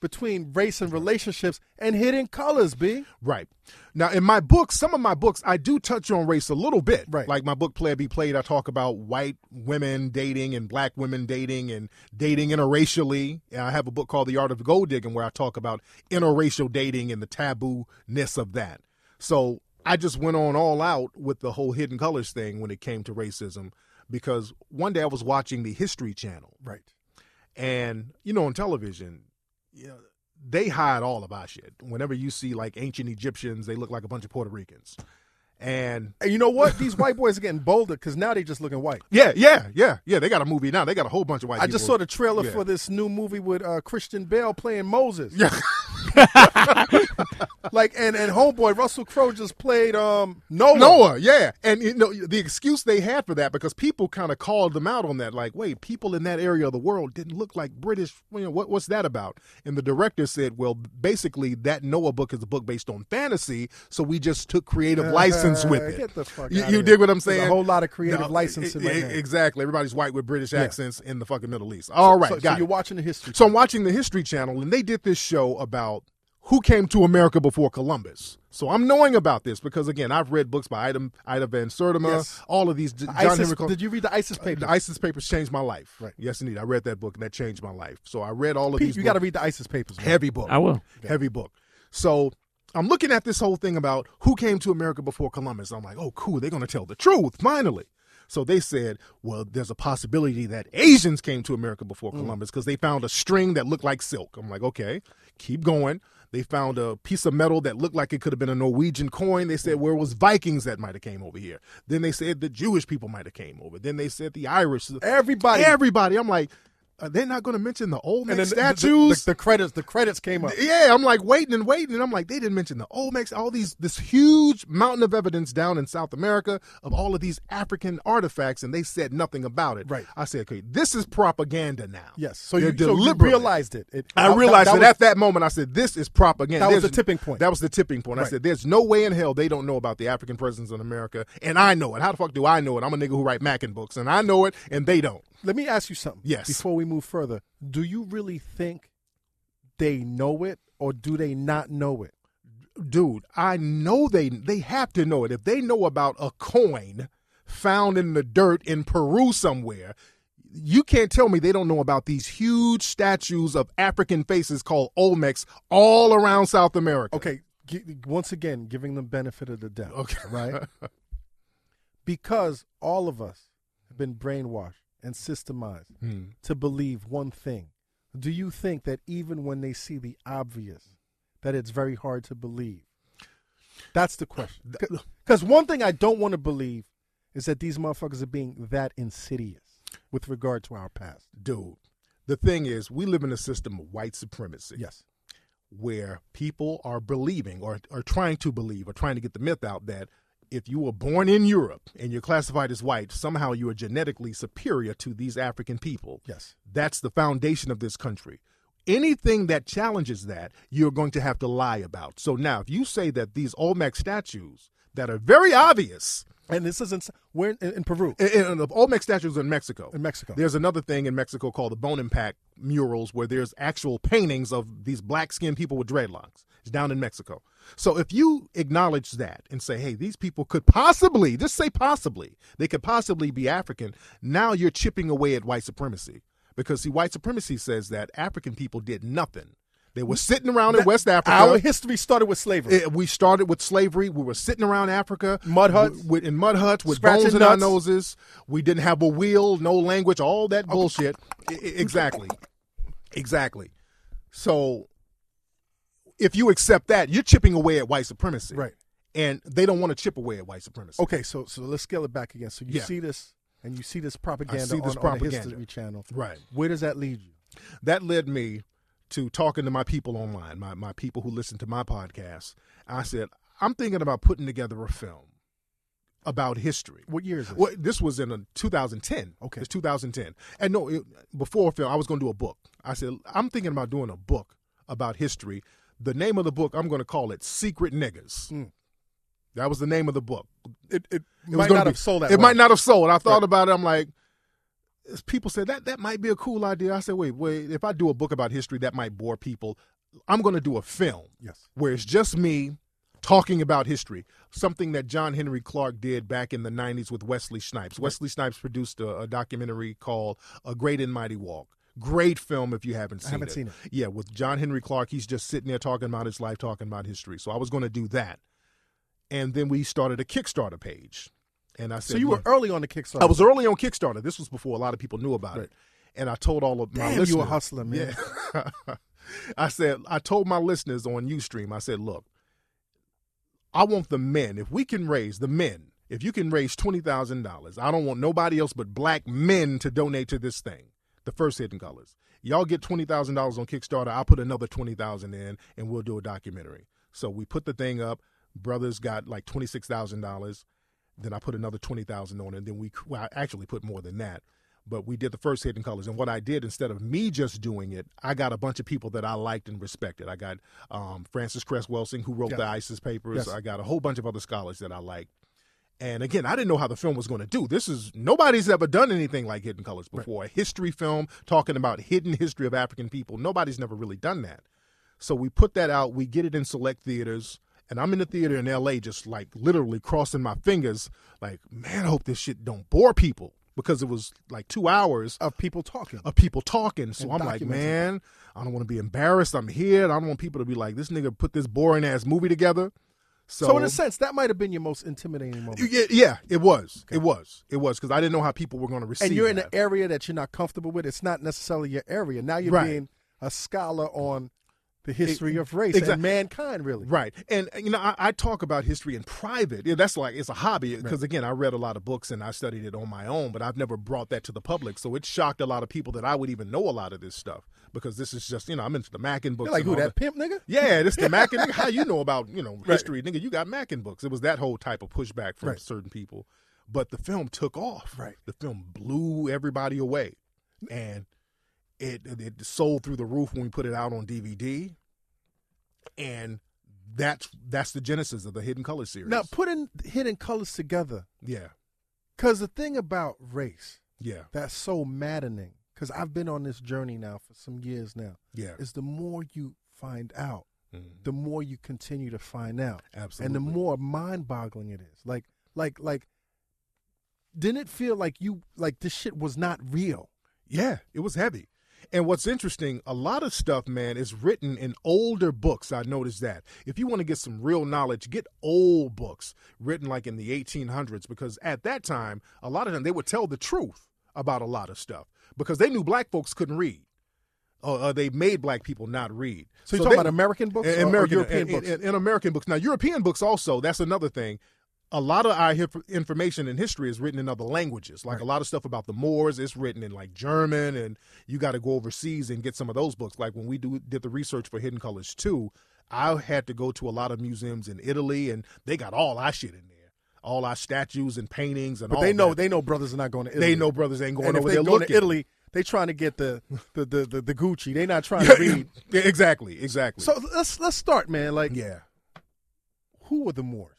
S1: between race and relationships and hidden colors, B.
S3: Right. Now, in my books, some of my books, I do touch on race a little bit.
S1: Right.
S3: Like my book, Player Be Played, I talk about white women dating and black women dating and dating interracially. And I have a book called The Art of Gold Digging where I talk about interracial dating and the taboo ness of that. So I just went on all out with the whole hidden colors thing when it came to racism because one day I was watching the History Channel
S1: Right.
S3: and you know on television you know, they hide all of our shit whenever you see like ancient egyptians they look like a bunch of puerto ricans and
S1: And you know what? These white boys are getting bolder because now they're just looking white.
S3: yeah yeah yeah yeah they got a movie now they got a whole bunch of white
S1: I just
S3: people.
S1: saw the trailer
S3: Yeah.
S1: for this new movie with uh, Christian Bale playing Moses.
S3: yeah
S1: Like and, and homeboy Russell Crowe just played um Noah.
S3: Noah, yeah. And you know the excuse they had for that because people kind of called them out on that, like, wait, people in that area of the world didn't look like British. You know, what, what's that about? And the director said, well, basically that Noah book is a book based on fantasy, so we just took creative license with it.
S1: Uh, Get the fuck
S3: you
S1: outta
S3: you
S1: here.
S3: dig what I'm
S1: There's
S3: saying?
S1: A whole lot of creative
S3: No,
S1: licensing
S3: e-
S1: right
S3: e-
S1: now.
S3: Exactly. Everybody's white with British accents in the fucking Middle East. All right,
S1: so, so
S3: got
S1: you're
S3: it.
S1: watching the history.
S3: So I'm watching the History Channel, and they did this show about who came to America before Columbus. So I'm knowing about this because again, I've read books by Ida, Ida Van Sertima,
S1: Yes.
S3: all of these. John
S1: ISIS,
S3: Henry Col-
S1: did you read the ISIS paper?
S3: the ISIS papers changed my life.
S1: Right.
S3: Yes, indeed. I read that book, and that changed my life. So I read all of
S1: Pete,
S3: these.
S1: you got to
S3: books.
S1: read the ISIS papers. man.
S3: heavy book.
S2: I will.
S3: Heavy book. So I'm looking at this whole thing about who came to America before Columbus. I'm like, oh, cool. They're going to tell the truth finally. So they said, well, there's a possibility that
S1: Mm.
S3: Asians came to America before Columbus because they found a string that looked like silk. I'm like, okay, keep going. They found a piece of metal that looked like it could have been a Norwegian coin. They said
S1: Mm.
S3: where it was Vikings that might have came over here. Then they said the Jewish people might have came over. Then they said the Irish.
S1: Everybody.
S3: Everybody. I'm like, are they not going to mention the old
S1: and then
S3: Olmec
S1: the- the-
S3: statues?
S1: The, the credits. The credits came up.
S3: yeah, I'm like waiting and waiting, and I'm like, they didn't mention the Olmecs, all these this huge mountain of evidence down in South America of all of these African artifacts, and they said nothing about it.
S1: Right.
S3: I said, okay, this is propaganda now.
S1: Yes. So you,
S3: They're
S1: so you
S3: deliberately-
S1: realized it. It-
S3: I realized that,
S1: was-
S3: at that moment, I said, "This is propaganda."
S1: That was
S3: There's-
S1: the tipping point.
S3: That was the tipping point. I
S1: Right.
S3: said, "There's no way in hell they don't know about the African presence in America, and I know it. How the fuck do I know it? I'm a nigga who write Mackin books, and I know it, and they don't."
S1: Let me ask you something.
S3: Yes.
S1: Before we move further, do you really think they know it, or do they not know it?
S3: dude, I know they they have to know it. If they know about a coin found in the dirt in Peru somewhere, you can't tell me they don't know about these huge statues of African faces called Olmecs all around South America.
S1: Okay. G- once again, giving them benefit of the doubt.
S3: Okay.
S1: Right. because all of us have been brainwashed and systemized
S3: Hmm.
S1: to believe one thing. Do you think that even when they see the obvious, that it's very hard to believe? That's the question. Because one thing I don't want to believe is that these motherfuckers are being that insidious with regard to our past.
S3: Dude, the thing is, we live in a system of white supremacy.
S1: Yes.
S3: where people are believing or are trying to believe or trying to get the myth out that if you were born in Europe and you're classified as white, somehow you are genetically superior to these African people.
S1: Yes.
S3: That's the foundation of this country. Anything that challenges that, you're going to have to lie about. So now, if you say that these Olmec statues that are very obvious,
S1: And this isn't. We're in, in Peru,
S3: and, and the Olmec statues in Mexico,
S1: in Mexico.
S3: there's another thing in Mexico called the bone impact murals where there's actual paintings of these black skinned people with dreadlocks. It's down in Mexico. So if you acknowledge that and say, hey, these people could possibly, just say possibly, they could possibly be African, now you're chipping away at white supremacy. Because see, white supremacy says that African people did nothing. They were sitting around in
S1: That-
S3: West Africa.
S1: Our history started with slavery.
S3: It- we started with slavery. We were sitting around Africa,
S1: Mud huts.
S3: w- with, in mud huts with
S1: Scratching
S3: bones in our
S1: nuts.
S3: noses. We didn't have a wheel, no language, all that bullshit. I- I- exactly, exactly. So, if you accept that, you're chipping away at white supremacy,
S1: right.
S3: And they don't want to chip away at white supremacy.
S1: Okay. So so let's scale it back again. So you
S3: Yeah.
S1: see this, and you see this propaganda
S3: see this
S1: on, on the
S3: propaganda.
S1: History Channel.
S3: right.
S1: Where does that lead you?
S3: that led me to talking to my people online, my, my people who listen to my podcast. I said, I'm thinking about putting together a film about history.
S1: What year is this?
S3: Well, this was in uh, 2010.
S1: Okay.
S3: It's 2010. And no, it, before film, I was going to do a book. I said, I'm thinking about doing a book about history. The name of the book, I'm going to call it Secret Niggas.
S1: Mm.
S3: That was the name of the book.
S1: It, it,
S3: was
S1: might
S3: gonna
S1: not
S3: be-
S1: have sold that.
S3: It
S1: well.
S3: might not have sold. I thought
S1: Right.
S3: about it. I'm like, as people said that that might be a cool idea. I said, wait, wait. If I do a book about history, that might bore people. I'm going to do a film
S1: Yes.
S3: where it's just me talking about history, something that John Henry Clark did back in the 90s with Wesley Snipes. Wesley Snipes produced a, a documentary called A Great and Mighty Walk. Great film if you haven't seen
S1: I haven't
S3: it.
S1: seen it.
S3: Yeah, with John Henry Clark, he's just sitting there talking about his life, talking about history. So I was going to do that. And then we started a Kickstarter page. And I said,
S1: So you were
S3: "Look,
S1: early on the Kickstarter.
S3: I was early on Kickstarter. This was before a lot of people knew about it. And I told all of my
S1: Damn,
S3: listeners.
S1: you a hustler, man.
S3: Yeah. I said, I told my listeners on Ustream, I said, look, I want the men, if we can raise the men, if you can raise $20,000, I don't want nobody else but black men to donate to this thing, the first Hidden Colors. Y'all get $20,000 on Kickstarter, I'll put another 20000 in and we'll do a documentary. So we put the thing up. Brothers got like $26,000. Then I put another 20000 on it. And then we, well, I actually put more than that. But we did the first Hidden Colors. And what I did, instead of me just doing it, I got a bunch of people that I liked and respected. I got um, Francis Cress Welsing, who wrote
S1: Yeah.
S3: the ISIS papers.
S1: Yes.
S3: I got a whole bunch of other scholars that I liked. And again, I didn't know how the film was going to do. This is nobody's ever done anything like Hidden Colors before. A history film talking about hidden history of African people. Nobody's never really done that. So we put that out. We get it in select theaters. And I'm in the theater in LA, just like literally crossing my fingers, like, man, I hope this shit don't bore people because it was like two hours
S1: of people talking.
S3: of people talking. So
S1: And
S3: I'm like,
S1: documenting.
S3: man, I don't want to be embarrassed. I'm here. and I don't want people to be like, this nigga put this boring ass movie together. So,
S1: So, in a sense, that might have been your most intimidating moment.
S3: yeah, yeah, it was. It was. It was because I didn't know how people were going to receive
S1: and you're in
S3: that.
S1: an area that you're not comfortable with. It's not necessarily your area. Now you're
S3: Right.
S1: being a scholar on the history of race and
S3: exact-
S1: mankind, really.
S3: E, Right. And, you know, I, I talk about history in private. Yeah, that's like, it's a hobby. Because, again, I read a lot of books and I studied it on my own, but I've never brought that to the public. So it shocked a lot of people that I would even know a lot of this stuff because this is just, you know, I'm into the Mackin books.
S1: You're like,
S3: and
S1: who,
S3: all
S1: that pimp nigga?
S3: Yeah, this the Mackin. nigga. How you know about you know history, nigga? You got Mackin books. It was that whole type of pushback from
S1: Right.
S3: certain people, but the film took off.
S1: Right.
S3: the film blew everybody away, and it it sold through the roof when we put it out on DVD, and that's that's the genesis of the Hidden Color series.
S1: Now, putting hidden colors together,
S3: yeah,
S1: because the thing about race
S3: yeah,
S1: that's so maddening, because I've been on this journey now for some years now,
S3: yeah,
S1: is the more you find out,
S3: Mhm.
S1: the more you continue to find out.
S3: absolutely.
S1: and the more mind-boggling it is like like like didn't it feel like you like this shit was not real
S3: Yeah, it was heavy. And what's interesting, a lot of stuff, man, is written in older books. I noticed that. If you want to get some real knowledge, get old books written like in the 1800s, because at that time, a lot of them, they would tell the truth about a lot of stuff because they knew black folks couldn't read. Or, or they made black people not read.
S1: so you're talking
S3: they-
S1: about american uh, books or- or,
S3: American,
S1: european
S3: and,
S1: books
S3: and- and American books. Now, European books also. That's another thing. A lot of our hip- information in history is written in other languages. Like a lot of stuff about the Moors, it's written in like German, and you got to go overseas and get some of those books. Like when we do did the research for Hidden Colors too, I had to go to a lot of museums in Italy, and they got all our shit in there, all our statues and paintings, and
S1: but
S3: all
S1: they know
S3: that.
S1: they know brothers are not going to
S3: They
S1: italy
S3: know brothers ain't going
S1: and if
S3: over
S1: they
S3: there
S1: go
S3: looking.
S1: to italy they trying to get the the the, the, the gucci they not trying to read
S3: Yeah, exactly, exactly.
S1: so let's let's start man like
S3: yeah.
S1: who were the moors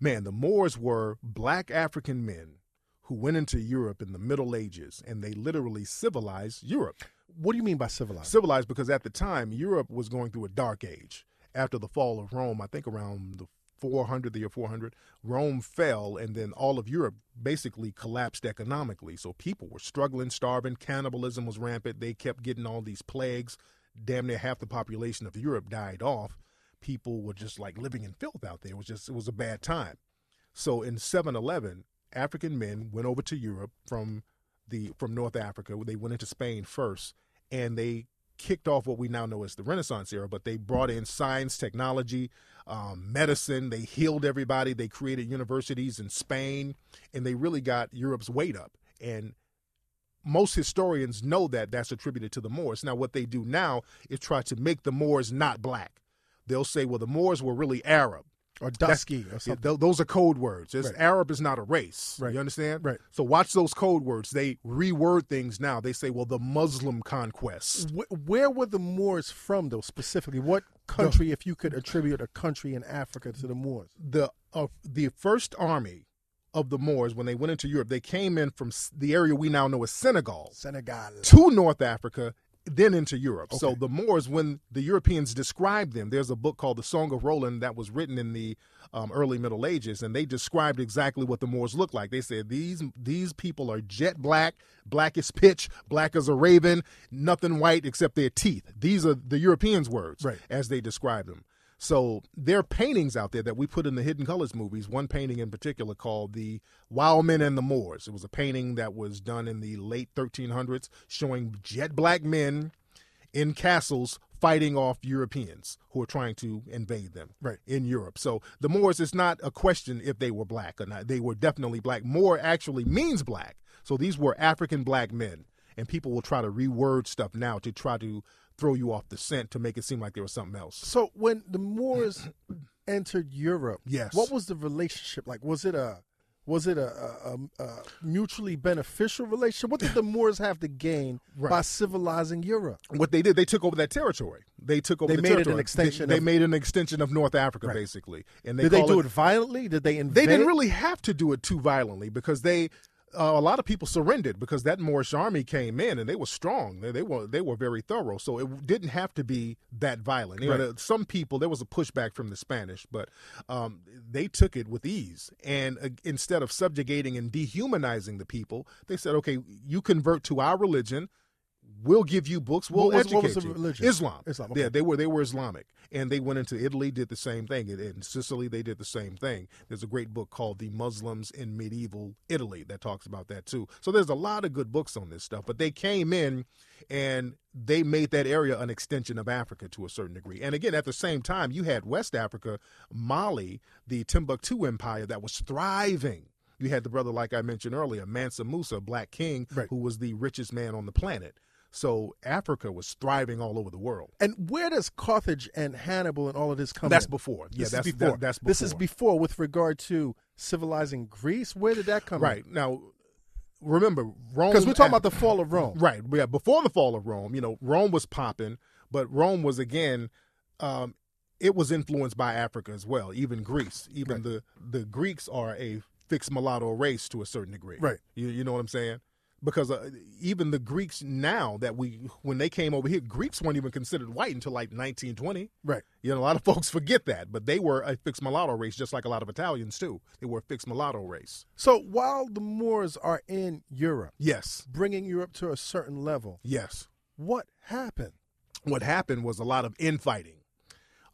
S3: Man, the Moors were black African men who went into Europe in the Middle Ages and they literally civilized Europe.
S1: what do you mean by civilized
S3: Civilized because at the time, Europe was going through a dark age. After the fall of Rome, I think around the 400, the year 400, Rome fell and then all of Europe basically collapsed economically. So people were struggling, starving, cannibalism was rampant. They kept getting all these plagues. Damn near half the population of Europe died off. People were just like living in filth out there. It was just, it was a bad time. So in 711, African men went over to Europe from the from North Africa. They went into Spain first, and they kicked off what we now know as the Renaissance era. But they brought in science, technology, um, medicine. They healed everybody. They created universities in Spain, and they really got Europe's weight up. And most historians know that that's attributed to the Moors. Now, what they do now is try to make the Moors not black. They'll say, well, the Moors were really Arab.
S1: or dusky or
S3: Yeah,
S1: something
S3: th- those are code words. It's,
S1: Right.
S3: Arab is not a race.
S1: Right.
S3: You understand?
S1: Right.
S3: So watch those code words. They reword things now. They say, well, the Muslim conquest.
S1: Wh- where were the Moors from, though, specifically? What country, if you could attribute a country in Africa to the Moors?
S3: The uh, the first army of the Moors when they went into Europe, they came in from s- the area we now know as Senegal
S1: Senegal.
S3: to North Africa, then into Europe. So
S1: Okay.
S3: the Moors, when the Europeans described them, there's a book called The Song of Roland that was written in the um, early Middle Ages, and they described exactly what the Moors looked like. They said these these people are jet black, black as pitch, black as a raven, nothing white except their teeth. These are the Europeans' words
S1: Right.
S3: as they describe them. So there are paintings out there that we put in the Hidden Colors movies. One painting in particular called "The Wild Men and the Moors." It was a painting that was done in the late 1300s, showing jet black men in castles fighting off Europeans who are trying to invade them
S1: Right.
S3: in Europe. So the Moors is not a question if they were black or not. They were definitely black. Moor actually means black. So these were African black men, and people will try to reword stuff now to try to throw you off the scent to make it seem like there was something else.
S1: So when the Moors entered Europe,
S3: Yes.
S1: what was the relationship like? Was it a was it a, a, a, a mutually beneficial relationship? What did the Moors have to gain
S3: Right.
S1: by civilizing Europe?
S3: what they did, they took over that territory. They took over.
S1: They
S3: the
S1: made it an
S3: territory.
S1: extension
S3: They, they
S1: of-
S3: made an extension of North Africa, basically. And they
S1: did they
S3: call
S1: do
S3: it
S1: it, violently? Did they invade?
S3: they didn't really have to do it too violently because they uh, a lot of people surrendered because that Moorish army came in and they were strong. They, they were they were very thorough, so it didn't have to be that violent. You know,
S1: Right.
S3: the- some people there was a pushback from the Spanish, but um, they took it with ease. And uh, instead of subjugating and dehumanizing the people, they said, "Okay, you convert to our religion." We'll give you books. We'll
S1: What was-
S3: educate
S1: what was the
S3: you.
S1: religion?
S3: Islam.
S1: Islam,
S3: Yeah,
S1: okay.
S3: they were they were Islamic, and they went into Italy, did the same thing, and in Sicily they did the same thing. There's a great book called "The Muslims in Medieval Italy" that talks about that too. So there's a lot of good books on this stuff. But they came in, and they made that area an extension of Africa to a certain degree. And again, at the same time, you had West Africa, Mali, the Timbuktu Empire that was thriving. You had the brother, like I mentioned earlier, Mansa Musa, Black King,
S1: Right.
S3: who was the richest man on the planet. So Africa was thriving all over the world.
S1: And where does Carthage and Hannibal and all of this come?
S3: That's
S1: in?
S3: before. Yeah,
S1: This is
S3: that's that-
S1: before.
S3: that's
S1: This is
S3: before.
S1: before with regard to civilizing Greece. Where did that come?
S3: Right now, remember Rome.
S1: Because we're talking about the fall of Rome.
S3: Right. Yeah. Before the fall of Rome, you know, Rome was popping, but Rome was again, um, it was influenced by Africa as well. Even Greece. Even
S1: Right.
S3: the the Greeks are a fixed mulatto race to a certain degree.
S1: Right.
S3: You you know what I'm saying? Because uh, even the Greeks now that we when they came over here, Greeks weren't even considered white until like 1920.
S1: Right.
S3: You know, a lot of folks forget that, but they were a fixed mulatto race, just like a lot of Italians too. They were a fixed mulatto race.
S1: So while the Moors are in Europe,
S3: Yes.
S1: bringing Europe to a certain level,
S3: Yes.
S1: what happened?
S3: what happened was a lot of infighting.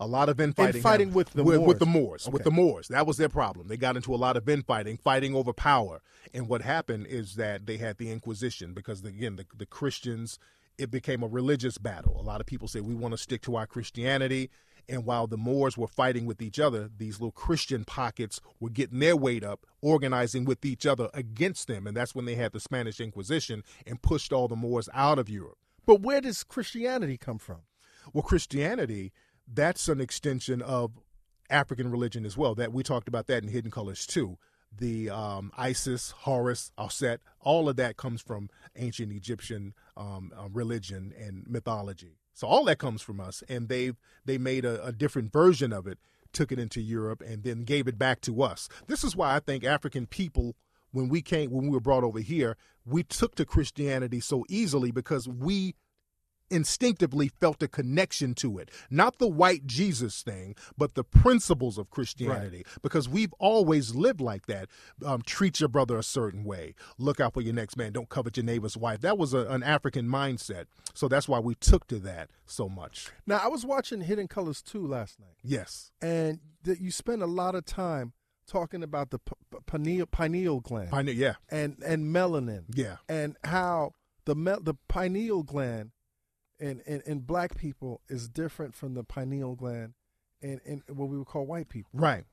S3: A lot of infighting.
S1: Infighting
S3: happened.
S1: with the
S3: with,
S1: Moors.
S3: the Moors. With
S1: Okay.
S3: the Moors. That was their problem. They got into a lot of infighting, fighting over power. And what happened is that they had the Inquisition because, again, the, the Christians, it became a religious battle. A lot of people say, we want to stick to our Christianity. And while the Moors were fighting with each other, these little Christian pockets were getting their weight up, organizing with each other against them. And that's when they had the Spanish Inquisition and pushed all the Moors out of Europe.
S1: But where does Christianity come from?
S3: Well, Christianity, that's an extension of African religion as well. That we talked about that in Hidden Colors too. The um, Isis, Horus, Osset, all of that comes from ancient Egyptian um, uh, religion and mythology. So all that comes from us, and they've they made a, a different version of it, took it into Europe, and then gave it back to us. This is why I think African people when we came when we were brought over here we took to christianity so easily because we instinctively felt a connection to it not the white jesus thing but the principles of christianity because we've always lived like that um, treat your brother a certain way look out for your next man don't covet your neighbor's wife that was a, an african mindset so that's why we took to that so much
S1: Now, I was watching Hidden Colors 2 last night,
S3: yes
S1: and that you spend a lot of time talking about the p- p- pineal, pineal gland
S3: i knew yeah
S1: and, and melanin
S3: yeah
S1: and how the mel- the pineal gland in, in, in black people is different from the pineal gland in, in what we would call white people.
S3: Right.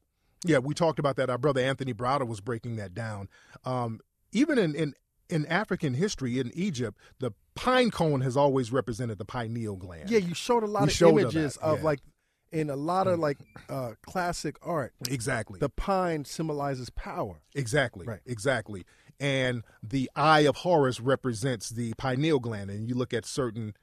S3: Yeah, we talked about that. Our brother Anthony Browder was breaking that down. Um, even in, in in African history, in Egypt, the pine cone has always represented the pineal gland.
S1: Yeah, you showed a lot
S3: We
S1: of
S3: showed her
S1: images
S3: that,
S1: of
S3: yeah. Mm.
S1: like in a lot of like uh, classic art.
S3: exactly.
S1: The pine symbolizes power.
S3: Exactly.
S1: Right.
S3: Exactly. And the eye of Horus represents the pineal gland. And you look at certain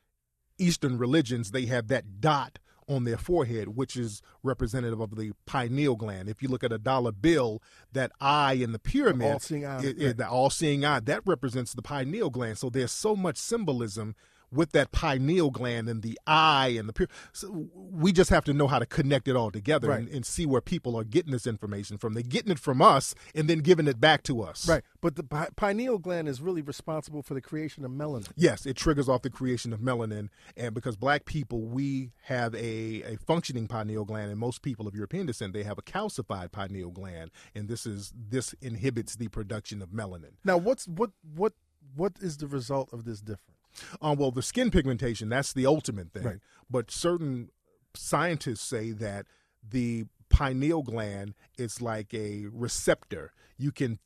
S3: Eastern religions, they have that dot on their forehead, which is representative of the pineal gland. If you look at a dollar bill, that eye in the pyramid,
S1: all-seeing eye,
S3: it- it-
S1: right.
S3: the all-seeing eye, that represents the pineal gland. So there's so much symbolism with that pineal gland and the eye and the pyramid. So we just have to know how to connect it all together
S1: Right.
S3: and, and see where people are getting this information from. They're getting it from us and then giving it back to us.
S1: Right. But the pi- pineal gland is really responsible for the creation of melanin.
S3: Yes, it triggers off the creation of melanin, and because black people we have a, a functioning pineal gland, and most people of European descent they have a calcified pineal gland, and this is this inhibits the production of melanin.
S1: Now, what's what what what is the result of this difference?
S3: Um, well, the skin pigmentation that's the ultimate thing,
S1: Right.
S3: but certain scientists say that the pineal gland is like a receptor. You can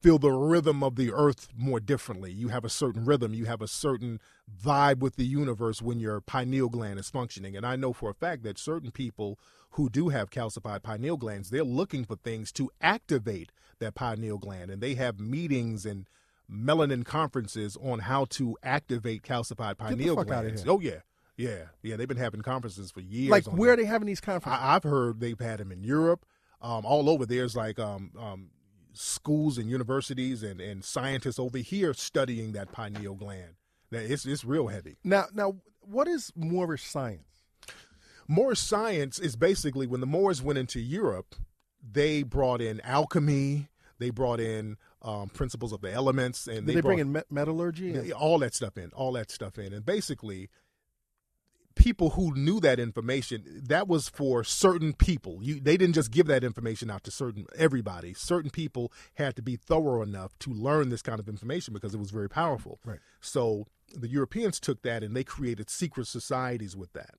S3: feel the rhythm of the earth more differently. You have a certain rhythm, you have a certain vibe with the universe when your pineal gland is functioning. And I know for a fact that certain people who do have calcified pineal glands, they're looking for things to activate that pineal gland and they have meetings and melanin conferences on how to activate calcified
S1: the
S3: pineal
S1: fuck outta
S3: glands.
S1: here.
S3: Oh yeah. Yeah. Yeah, they've been having conferences for years.
S1: Like,
S3: on
S1: where
S3: that.
S1: are they having these conferences?
S3: I, I've heard they've had them in Europe, um, all over. There's like um, um, schools and universities and, and scientists over here studying that pineal gland. That it's it's real heavy.
S1: now, now, what is Moorish science?
S3: Moorish science is basically when the Moors went into Europe, they brought in alchemy, they brought in um, principles of the elements, and
S1: Did
S3: they,
S1: they, bring
S3: brought-
S1: in me- metallurgy? and-
S3: yeah, all that stuff in, all that stuff in, and basically, people who knew that information that was for certain people. You they didn't just give that information out to certain everybody. Certain people had to be thorough enough to learn this kind of information because it was very powerful.
S1: Right.
S3: So the Europeans took that and they created secret societies with that,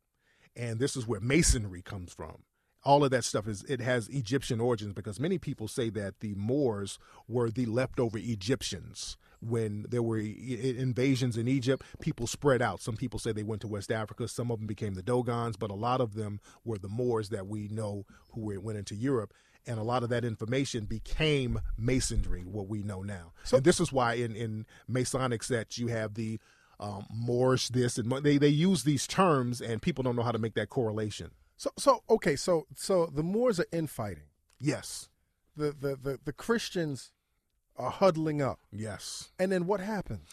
S3: and this is where masonry comes from. All of that stuff is it has Egyptian origins because many people say that the Moors were the leftover Egyptians when there were i- i- invasions in Egypt, people spread out. Some people say they went to West Africa. Some of them became the Dogons, but a lot of them were the Moors that we know who were, went into Europe. And a lot of that information became masonry, what we know now. and this is why in, in Masonic sets you have the um, Moorish this and Mo- they they use these terms and people don't know how to make that correlation.
S1: So so okay, so so the Moors are infighting.
S3: Yes,
S1: The the the, the Christians are huddling up.
S3: yes.
S1: And then what happens?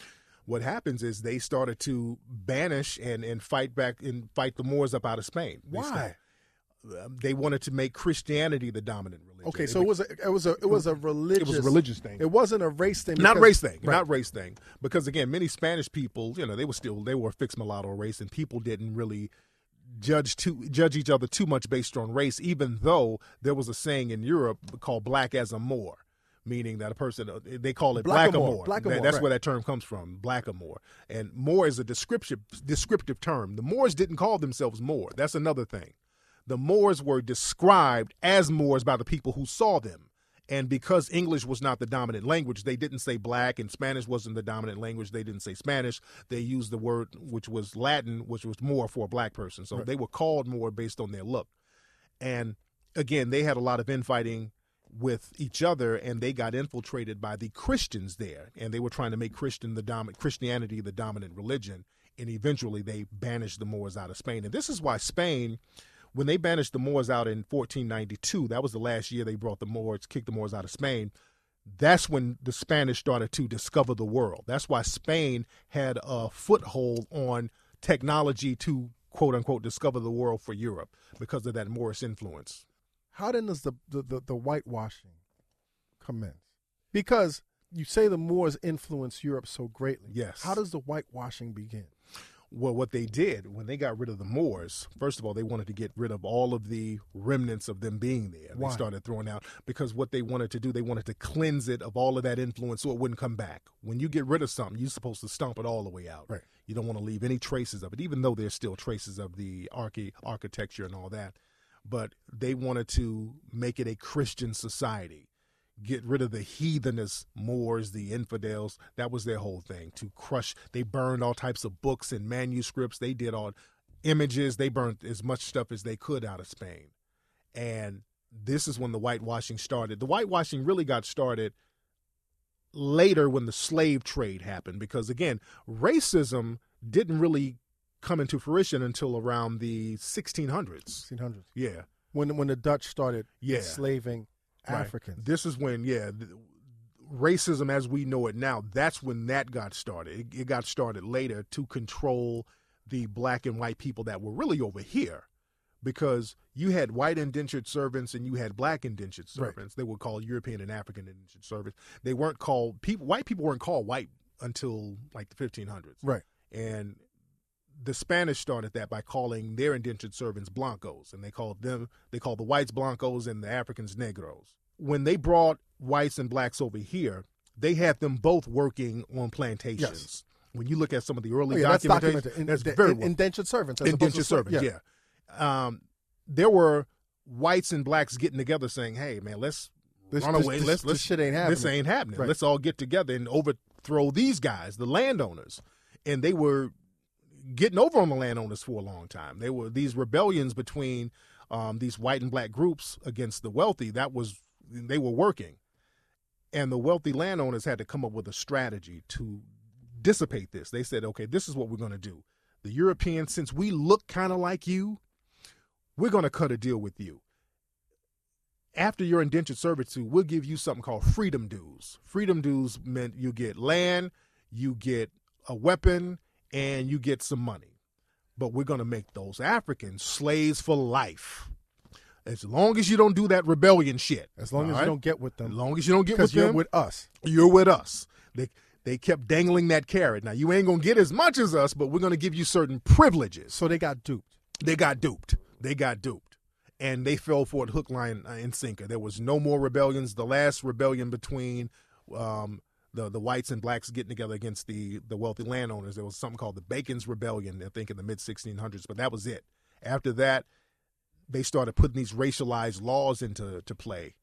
S3: what happens is they started to banish and, and fight back and fight the Moors up out of Spain. They
S1: Why?
S3: sta- um, They wanted to make Christianity the dominant religion.
S1: Okay,
S3: They
S1: so it was a it was a it was a religious
S3: religious thing.
S1: It wasn't a race thing.
S3: not
S1: because-
S3: race thing,
S1: Right.
S3: not race thing. Because again, many Spanish people, you know, they were still they were a fixed mulatto race, and people didn't really judge too judge each other too much based on race. Even though there was a saying in Europe called "black as a Moor," meaning that a person uh, they call it blackamoor.
S1: Blackamoor,
S3: That-
S1: blackamoor,
S3: that's
S1: right.
S3: where that term comes from, blackamoor. And Moor is a descriptive descriptive term. The Moors didn't call themselves Moor. That's another thing the Moors were described as Moors by the people who saw them. And because English was not the dominant language, they didn't say black, and Spanish wasn't the dominant language. They didn't say Spanish. They used the word, which was Latin, which was more for a black person. So they were called more based on their look. And again, they had a lot of infighting with each other, and they got infiltrated by the Christians there, and they were trying to make Christian the dominant Christianity the dominant religion. And eventually, they banished the Moors out of Spain. And this is why Spain, when they banished the Moors out in 1492, that was the last year they brought the Moors, kicked the Moors out of Spain that's when the Spanish started to discover the world. That's why Spain had a foothold on technology to quote unquote discover the world for Europe because of that Morris influence.
S1: How then does the the, the, the whitewashing commence? Because you say the Moors influenced Europe so greatly.
S3: Yes.
S1: How does the whitewashing begin?
S3: Well, what they did when they got rid of the Moors, first of all, they wanted to get rid of all of the remnants of them being there.
S1: Why?
S3: They started throwing out because what they wanted to do, they wanted to cleanse it of all of that influence so it wouldn't come back. When you get rid of something, you're supposed to stomp it all the way out.
S1: Right.
S3: You don't want to leave any traces of it, even though there's still traces of the archi- architecture and all that. But they wanted to make it a Christian society get rid of the heathenous Moors, the infidels. That was their whole thing to crush. They burned all types of books and manuscripts. They did all images. They burned as much stuff as they could out of Spain. And this is when the whitewashing started. The whitewashing really got started later when the slave trade happened because, again, racism didn't really come into fruition until around the 1600s.
S1: 1600s.
S3: Yeah.
S1: When when the Dutch started
S3: Yeah.
S1: enslaving
S3: Right.
S1: Africans.
S3: This is when, yeah, th- racism as we know it now, that's when that got started. It, it got started later to control the black and white people that were really over here because you had white indentured servants and you had black indentured
S1: Right.
S3: servants. They were called European and African indentured servants. They weren't called, people, white people weren't called white until like the 1500s.
S1: Right.
S3: And the Spanish started that by calling their indentured servants blancos, and they called them they called the whites blancos and the Africans negros. When they brought whites and blacks over here, they had them both working on plantations. When you look at some of the
S1: Oh,
S3: early
S1: yeah, that's
S3: documentation,
S1: documented. In-
S3: that's
S1: in-
S3: very
S1: in-
S3: well
S1: indentured servants. as opposed
S3: indentured
S1: to sla-
S3: servants. Yeah, Um, there were whites and blacks getting together saying, "Hey, man, let's
S1: This-
S3: run
S1: this-
S3: away.
S1: this-
S3: let's
S1: this
S3: let's
S1: shit ain't happening."
S3: This ain't happening.
S1: Right.
S3: Let's all get together and overthrow these guys, the landowners." And they were getting over on the landowners for a long time. They were these rebellions between um, these white and black groups against the wealthy. That was they were working, and the wealthy landowners had to come up with a strategy to dissipate this. They said, "Okay, this is what we're going to do. The Europeans, since we look kind of like you, we're going to cut a deal with you." after your indentured servitude, we'll give you something called freedom dues. Freedom dues meant you get land, you get a weapon, and you get some money. But we're going to make those Africans slaves for life. As long as you don't do that rebellion shit.
S1: As long
S3: all
S1: as
S3: right?
S1: you don't get with
S3: As
S1: them,
S3: long as you don't get with
S1: because you're
S3: them,
S1: with us.
S3: you're with us. They they kept dangling that carrot. Now you ain't gonna get as much as us, but we're gonna give you certain privileges.
S1: So they got duped.
S3: They got duped. They got duped, and they fell for it hook, line, uh, and sinker. There was no more rebellions. The last rebellion between um, the the whites and blacks getting together against the the wealthy landowners. There was something called the Bacon's Rebellion, I think, in the mid 1600s. But that was it. After that, they started putting these racialized laws into to play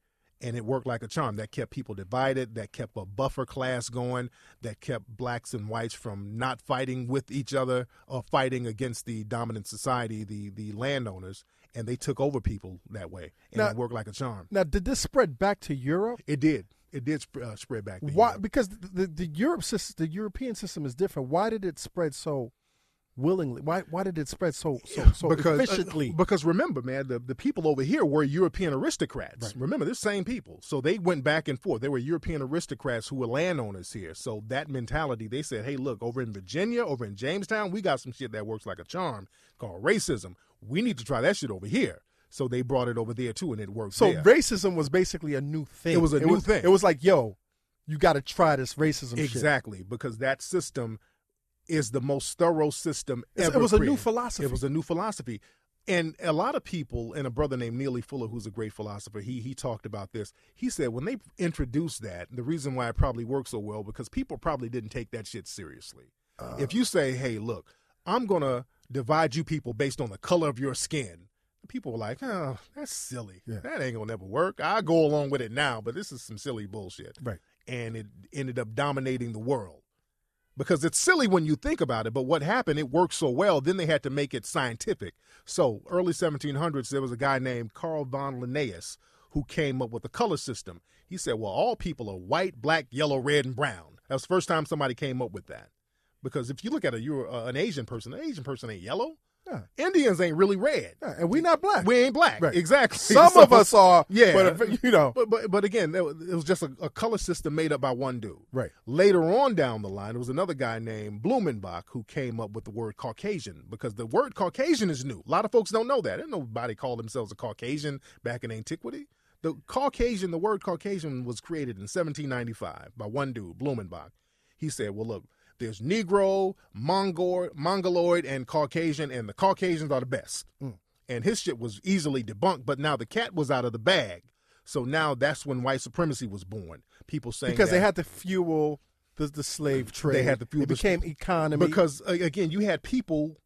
S3: and it worked like a charm that kept people divided that kept a buffer class going that kept blacks and whites from not fighting with each other or fighting against the dominant society the the landowners and they took over people that way and
S1: Now-
S3: it worked like a charm
S1: Now, did this spread back to Europe?
S3: it did it did sp- uh, spread back to
S1: Why?
S3: Europe.
S1: Because the, the the Europe system, the European system is different. Why did it spread so willingly? Why why did it spread so so so
S3: because, uh,
S1: efficiently?
S3: because remember, man, the, the people over here were European aristocrats. Remember, they're same people. So they went back and forth. They were European aristocrats who were landowners here. So that mentality, they said, hey, look, over in Virginia, over in Jamestown, we got some shit that works like a charm called racism. We need to try that shit over here. So they brought it over there too, and it worked.
S1: so
S3: there.
S1: racism was basically a new thing.
S3: It was a new thing.
S1: It was like, yo, you got to try this racism shit.
S3: exactly because that system is the most thorough system
S1: It's-
S3: ever.
S1: it was a new
S3: created.
S1: philosophy.
S3: It was a new philosophy. And a lot of people, and a brother named Neely Fuller, who's a great philosopher, he he talked about this. He said when they introduced that, the reason why it probably worked so well because people probably didn't take that shit seriously.
S1: Uh.
S3: if you say, "Hey, look, I'm gonna divide you people based on the color of your skin," people were like, "Oh, that's silly.
S1: Yeah.
S3: That ain't gonna never work." I go along with it now, but this is some silly bullshit
S1: Right.
S3: and it ended up dominating the world. Because it's silly when you think about it, but what happened, it worked so well, then they had to make it scientific. So, early 1700s, there was a guy named Carl von Linnaeus who came up with the color system. He said, Well, all people are white, black, yellow, red, and brown. That was the first time somebody came up with that. Because if you look at a, you're uh, an Asian person, an Asian person ain't yellow.
S1: Yeah.
S3: Indians ain't really red.
S1: Yeah, and we not black.
S3: We ain't black.
S1: Right.
S3: Exactly.
S1: Some
S3: So-
S1: of us are.
S3: Yeah.
S1: But if- you know.
S3: but but but again, that was- it was just a, a color system made up by one dude.
S1: Right.
S3: Later on down the line, there was another guy named Blumenbach who came up with the word Caucasian because the word Caucasian is new. A lot of folks don't know that. Didn't nobody called themselves a Caucasian back in antiquity. The Caucasian, the word Caucasian was created in 1795 by one dude, Blumenbach. He said, "Well, look, there's Negro, Mongol, Mongoloid, and Caucasian, and the Caucasians are the best."
S1: Mm.
S3: and his shit was easily debunked. But now the cat was out of the bag, so now that's when white supremacy was born. People saying
S1: Because they
S3: that-
S1: had to fuel the, the slave trade.
S3: had to fuel
S1: It
S3: the-
S1: became economy.
S3: because a- again you had people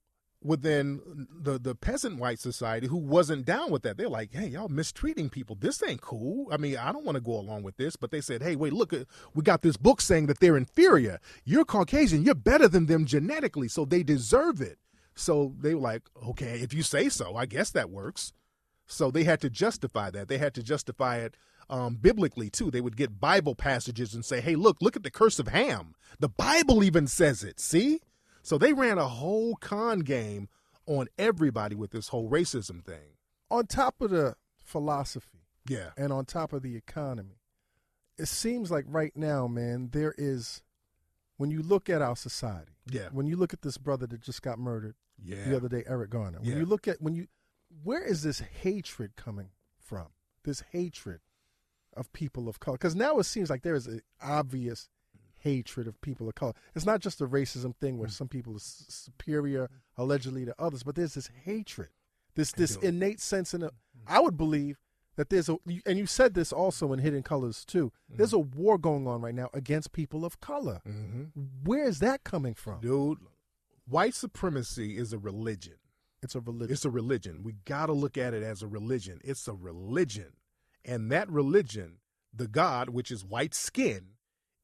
S3: within the the peasant white society who wasn't down with that. They're like, hey, y'all mistreating people. This ain't cool. I mean, I don't want to go along with this. But they said, hey, wait, look, uh, we got this book saying that they're inferior. You're Caucasian. You're better than them genetically, so they deserve it. So they were like, okay, if you say so, I guess that works. So they had to justify that. They had to justify it um, biblically too. They would get Bible passages and say, "Hey, look, look at the curse of Ham. The Bible even says it. See?" So they ran a whole con game on everybody with this whole racism thing.
S1: on top of the philosophy,
S3: Yeah,
S1: and on top of the economy. It seems like right now, man, there is when you look at our society,
S3: yeah,
S1: when you look at this brother that just got murdered
S3: yeah.
S1: the other day, Eric Garner, when
S3: Yeah.
S1: you look at when you where is this hatred coming from? This hatred of people of color. Because now it seems like there is an obvious hatred of people of color. It's not just a racism thing
S3: Mm.
S1: where some people are s- superior allegedly to others, but there's this hatred, this this
S3: do. Mm-hmm.
S1: innate sense in a, I would believe that there's a you- and you said this also in Hidden Colors too.
S3: Mm-hmm.
S1: There's a war going on right now against people of color.
S3: hmm
S1: Where is that coming from?
S3: Dude, white supremacy is a religion.
S1: It's a religion.
S3: It's a religion. We got to look at it as a religion. It's a religion. And that religion, the God, which is white skin,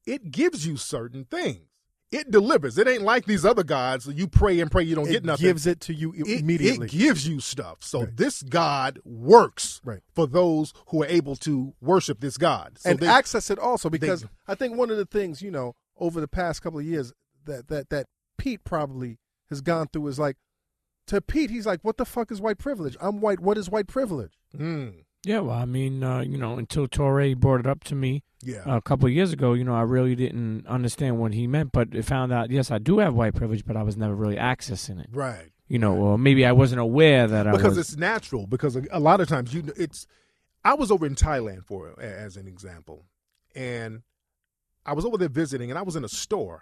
S3: it gives you certain things. It delivers. It ain't like these other gods. You pray and pray, you don't
S1: it
S3: get nothing.
S1: gives it to you i-
S3: It-
S1: immediately.
S3: It gives you stuff. So
S1: Right.
S3: this God works
S1: Right.
S3: for those who are able to worship this God. So
S1: and
S3: they-
S1: access it also because I think one of the things you know over the past couple of years that that that Pete probably has gone through is like to Pete he's like what the fuck is white privilege I'm white what is white privilege
S3: Mm,
S2: Yeah, well, I mean, uh, you know, until Torre brought it up to me
S3: yeah.
S1: Uh,
S2: a couple of years ago, you know, I really didn't understand what he meant, but I found out, yes, I do have white privilege, but I was never really accessing it.
S3: right.
S2: you know, or maybe I wasn't aware that I
S3: because
S2: was.
S3: it's natural. Because a, a lot of times you, it's. I was over in Thailand for a- as an example, and I was over there visiting, and I was in a store,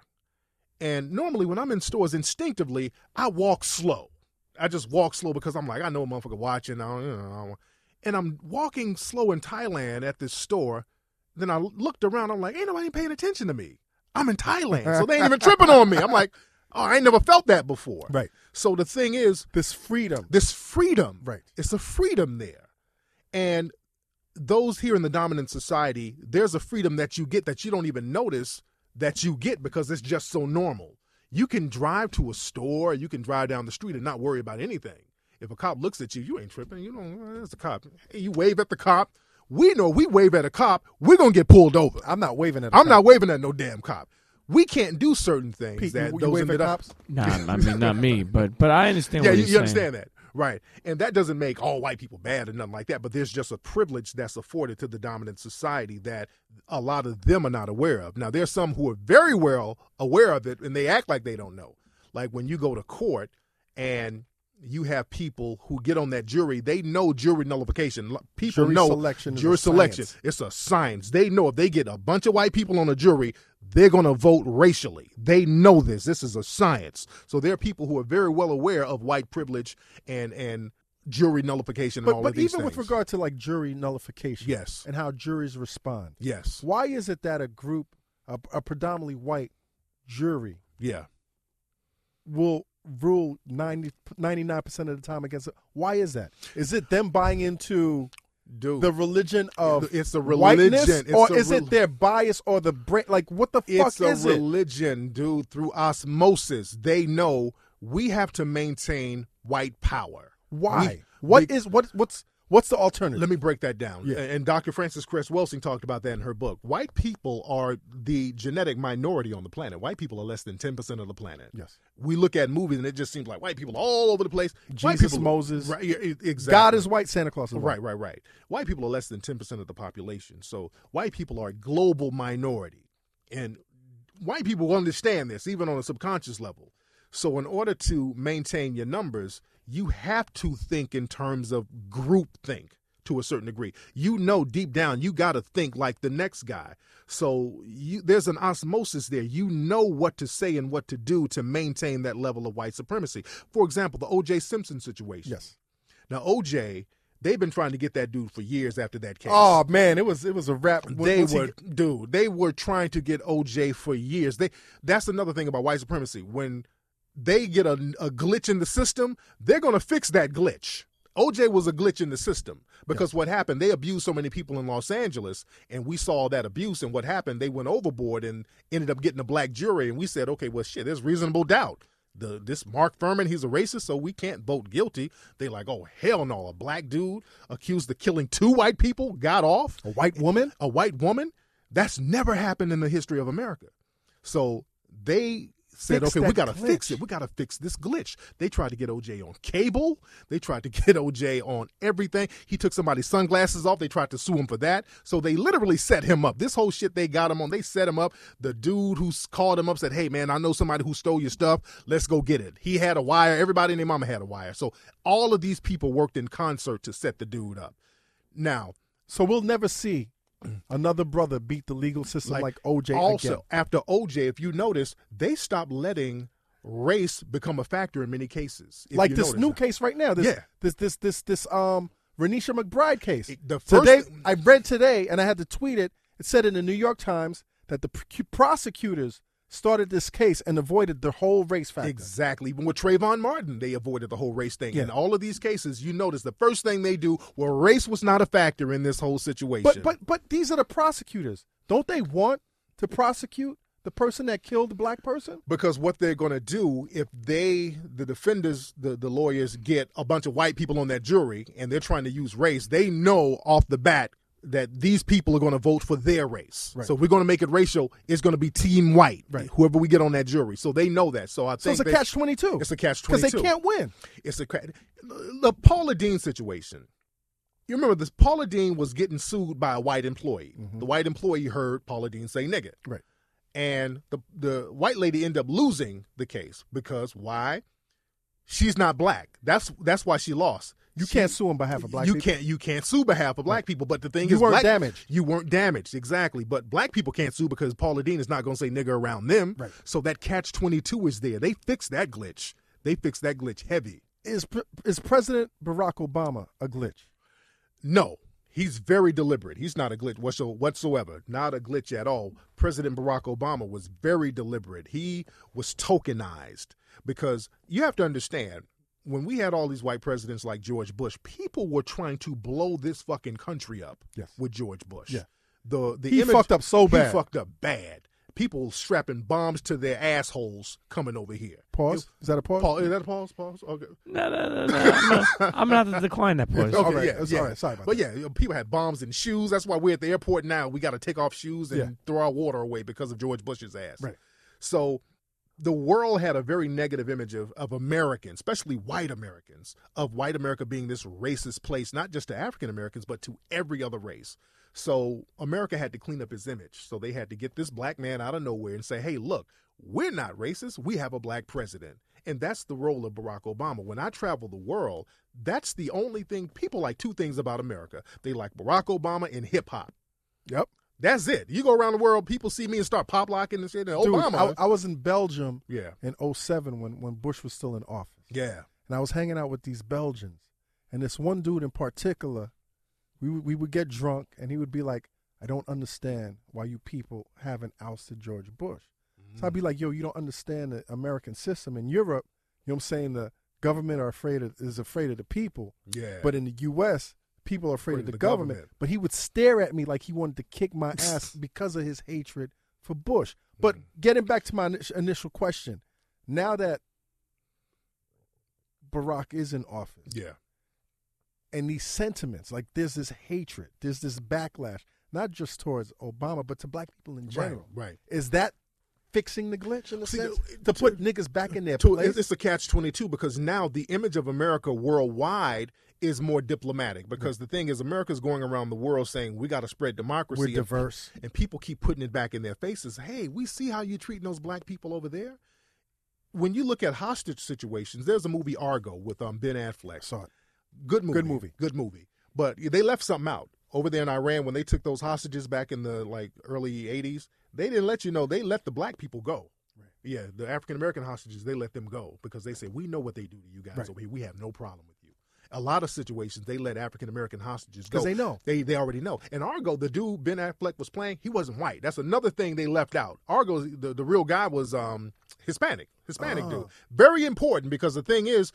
S3: and normally when I'm in stores, instinctively I walk slow. I just walk slow because I'm like I know a motherfucker watching. I don't, you know, I don't- and I'm walking slow in Thailand at this store. Then I looked around. I'm like, ain't nobody paying attention to me. I'm in Thailand, so they ain't even tripping on me. I'm like, oh, I ain't never felt that before.
S1: Right.
S3: So the thing is,
S1: This freedom.
S3: this freedom.
S1: Right.
S3: It's a freedom there. And those here in the dominant society, there's a freedom that you get that you don't even notice that you get because it's just so normal. You can drive to a store, you can drive down the street and not worry about anything. If a cop looks at you, you ain't tripping. You know, there's a cop. Hey, you wave at the cop. We know we wave at a cop, we're going to get pulled over.
S1: I'm not waving at. i
S3: I'm not waving at no damn cop. We can't do certain things
S1: Pete,
S3: that
S1: you, you
S3: those
S1: wave
S3: ended
S1: at
S3: up.
S1: cops.
S2: nah, I mean not me, but but I understand
S3: Yeah,
S2: what
S3: you,
S2: you're
S3: you
S2: saying.
S3: understand that. Right. And that doesn't make all white people bad or nothing like that, but there's just a privilege that's afforded to the dominant society that a lot of them are not aware of. Now, there's some who are very well aware of it and they act like they don't know. Like when you go to court and you have people who get on that jury, they know jury nullification. L- People
S1: Jury
S3: know
S1: selection is a
S3: jury selection.
S1: science.
S3: It's a science. They know if they get a bunch of white people on a jury, they're going to vote racially. They know this. This is a science. So there are people who are very well aware of white privilege and and jury nullification and
S1: But
S3: all
S1: but
S3: of these
S1: even with
S3: things.
S1: regard to like jury nullification,
S3: yes,
S1: and how juries respond,
S3: yes,
S1: why is it that a group, a, a predominantly white jury,
S3: yeah.
S1: will rule 90, 99% of the time against it. Why is that? Is it them buying into
S3: Dude,
S1: the religion of
S3: uh, it's a
S1: whiteness,
S3: religion, It's
S1: or
S3: a
S1: is
S3: rel-
S1: it their bias or the brain? Like, what the fuck
S3: It's
S1: is
S3: a
S1: it?
S3: religion, dude. Through osmosis, they know we have to maintain white power.
S1: Why?
S3: We-
S1: What
S3: we-
S1: is what? What's what's the alternative?
S3: Let me break that down.
S1: Yeah.
S3: And Dr. Francis Cress Welsing talked about that in her book. White people are the genetic minority on the planet. White people are less than 10% of the planet.
S1: yes,
S3: We look at movies and it just seems like white people are all over the place. White
S1: Jesus,
S3: people-
S1: Moses.
S3: Right, yeah, e- exactly.
S1: God is white. Santa Claus is white.
S3: Right, right, right. White people are less than 10% of the population. So white people are a global minority. And white people will understand this, even on a subconscious level. So, in order to maintain your numbers, you have to think in terms of group think to a certain degree. You know, deep down, you got to think like the next guy. So, you, there's an osmosis there. You know what to say and what to do to maintain that level of white supremacy. For example, the O.J. Simpson situation.
S1: Yes.
S3: Now, OJ, they've been trying to get that dude for years after that case.
S1: Oh man, it was it was a rap. When-
S3: they
S1: once he
S3: were,
S1: get-
S3: dude, they were trying to get OJ for years. They That's another thing about white supremacy. When they get a, a glitch in the system, they're going to fix that glitch. OJ was a glitch in the system because what happened, they abused so many people in Los Angeles, and we saw that abuse. And what happened, they went overboard and ended up getting a black jury. And we said, okay, well, shit, there's reasonable doubt. The, this Mark Furman, he's a racist, so we can't vote guilty. They like, oh hell no, a black dude accused of killing two white people got off
S1: a white woman.
S3: a white woman, that's never happened in the history of America. So they said,
S1: Fix
S3: okay, we
S1: that
S3: got to
S1: glitch.
S3: fix it. We got to fix this glitch. They tried to get OJ on cable. They tried to get OJ on everything. He took somebody's sunglasses off. They tried to sue him for that. So they literally set him up. This whole shit they got him on, they set him up. The dude who s- called him up said, hey, man, I know somebody who stole your stuff. Let's go get it. He had a wire. Everybody in their mama had a wire. So all of these people worked in concert to set the dude up. Now,
S1: So we'll never see another brother beat the legal system like, OJ
S3: also,
S1: again.
S3: after OJ, if you notice, they stopped letting race become a factor in many cases. If
S1: like
S3: you
S1: this
S3: notice
S1: new
S3: that.
S1: case right now. This,
S3: Yeah.
S1: This this this this um Renisha McBride case.
S3: It- the first-
S1: today I read today and I had to tweet it. It said in the New York Times that the pr- prosecutors started this case and avoided the whole race factor.
S3: Exactly. Even with Trayvon Martin, they avoided the whole race thing.
S1: Yeah.
S3: In all of these cases, you notice the first thing they do, well, race was not a factor in this whole situation.
S1: But but but these are the prosecutors. Don't they want to prosecute the person that killed the black person?
S3: because what they're going to do if they the defenders the, the lawyers get a bunch of white people on that jury and they're trying to use race they know off the bat that these people are going to vote for their race
S1: Right.
S3: so if we're going to make it racial it's going to be team white
S1: Right.
S3: whoever we get on that jury so they know that so i
S1: So
S3: think
S1: it's a
S3: they-
S1: catch twenty two.
S3: it's a catch
S1: because
S3: 22
S1: they can't win.
S3: it's a cra- the Paula Dean situation. You remember this? Paula Dean was getting sued by a white employee. The white employee heard Paula Dean say "nigga,"
S1: Mm-hmm. Right.
S3: And the the white lady ended up losing the case because why? she's not black. That's that's why she lost.
S1: You
S3: She-
S1: can't sue on behalf of black
S3: you
S1: people.
S3: can't you can't sue behalf of black people. But the thing
S1: You
S3: is,
S1: weren't
S3: black-
S1: damaged.
S3: You weren't damaged exactly. But black people can't sue because Paula Dean is not going to say nigger around them.
S1: Right.
S3: So that catch twenty two is there. They fixed that glitch. They fixed that glitch heavy.
S1: Is pre- is President Barack Obama a glitch?
S3: No, he's very deliberate. He's not a glitch whatso- whatsoever. Not a glitch at all. President Barack Obama was very deliberate. He was tokenized because you have to understand when we had all these white presidents like George Bush, people were trying to blow this fucking country up
S1: Yes.
S3: with George Bush.
S1: Yeah.
S3: The the
S1: He
S3: image-
S1: fucked up so bad.
S3: He fucked up bad. People strapping bombs to their assholes coming over here.
S1: Pause. Is that a pause?
S3: Pause. Is that a pause? Pause. Okay.
S2: No, no, no, no. I'm gonna, I'm gonna have to decline that pause.
S1: Okay.
S3: Okay,
S1: Alright,
S3: yeah,
S1: that's
S3: yeah.
S1: alright, sorry about
S3: but yeah, you know, people had bombs and shoes. That's why we're at the airport now. We got to take off shoes and
S1: Yeah.
S3: throw our water away because of George Bush's ass.
S1: Right.
S3: So the world had a very negative image of, of Americans, especially white Americans, of white America being this racist place, not just to African Americans, but to every other race. So America had to clean up his image. So they had to get this black man out of nowhere and say, hey, look, we're not racist. We have a black president. And that's the role of Barack Obama. When I travel the world, that's the only thing people like two things about America. They like Barack Obama and hip hop.
S1: Yep.
S3: That's it. You go around the world, people see me and start pop locking and shit. And
S1: Dude,
S3: Obama.
S1: I, I was in Belgium
S3: yeah.
S1: in 07 when, when Bush was still in office.
S3: Yeah.
S1: and I was hanging out with these Belgians, and this one dude in particular, we would- we would get drunk, and he would be like, "I don't understand why you people haven't ousted George Bush." So I'd be like, "Yo, you don't understand the American system in Europe. You know what I'm saying? The government are afraid of, is afraid of the people,
S3: Yeah.
S1: but in the U.S." People are afraid, of the, government.
S3: government.
S1: but he would stare at me like he wanted to kick my ass because of his hatred for Bush.
S3: Mm.
S1: But getting back to my ini- initial question, now that Barack is in office,
S3: yeah.
S1: and these sentiments. Like there's this hatred, there's this backlash, not just towards Obama, but to black people in general.
S3: Right.
S1: Is that fixing the glitch in a
S3: See,
S1: sense?
S3: it-
S1: To put niggas back in their
S3: To,
S1: place?
S3: it's a catch 22 because now the image of America worldwide is more diplomatic because the thing is America's going around the world saying we got to spread democracy
S1: We're
S3: and-
S1: diverse.
S3: and people keep putting it back in their faces. Hey, we see how you're treating those black people over there. When you look at hostage situations, there's a movie Argo with um, Ben Affleck.
S1: Saw it.
S3: Good movie.
S1: Good movie.
S3: Good movie. But they left something out over there in Iran when they took those hostages back in the like early '80s. They didn't let you know. They let the black people go. Yeah, the African American hostages. They let them go because they said we know what they do to you guys
S1: Right.
S3: over here. We have no problem with you. A lot of situations they let African American hostages go
S1: 'Cause they know.
S3: They they already know. And Argo, the dude Ben Affleck was playing, he wasn't white. That's another thing they left out. Argo, the, the real guy was um Hispanic, Hispanic
S1: Oh.
S3: dude. Very important because the thing is,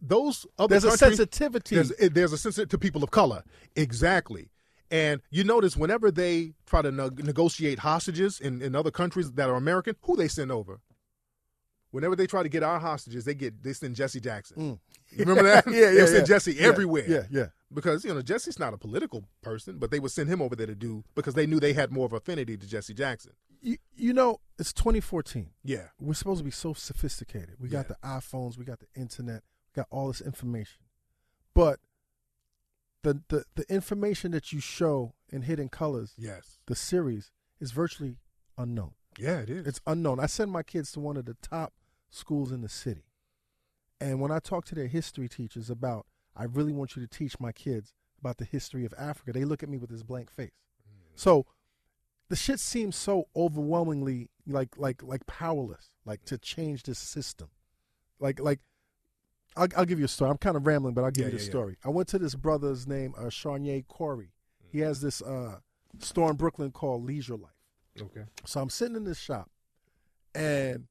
S3: those other
S1: There's a
S3: countries-
S1: sensitivity.
S3: there's, it- there's a sensitivity to people of color. Exactly. And you notice whenever they try to neg- negotiate hostages in, in other countries that are American, who they send over? Whenever they try to get our hostages, they get they send Jesse
S1: Mm.
S3: Jackson. You Remember that?
S1: Yeah, yeah,
S3: They send
S1: yeah.
S3: Jesse
S1: Yeah,
S3: everywhere.
S1: yeah, yeah.
S3: Because you know Jesse's not a political person, but they would send him over there to do because they knew they had more of affinity to Jesse Jackson.
S1: you, you know, it's 2014.
S3: Yeah.
S1: We're supposed to be so sophisticated. We got
S3: Yeah.
S1: the iPhones, we got the internet, we got all this information. But the, the, the information that you show in Hidden Colors,
S3: Yes.
S1: the series, is virtually unknown.
S3: Yeah, it is.
S1: It's unknown. I send my kids to one of the top schools in the city. And when I talk to their history teachers about, I really want you to teach my kids about the history of Africa, they look at me with this blank face.
S3: Mm.
S1: So the shit seems so overwhelmingly like like like powerless, like to change this system. Like like I'll, I'll give you a story. I'm kind of rambling, but I'll give
S3: Yeah,
S1: you the
S3: yeah, yeah.
S1: story. I went to this brother's name, uh, Charnier Corey. He
S3: Mm.
S1: has this uh, store in Brooklyn called Leisure Life.
S3: okay.
S1: So I'm sitting in this shop, and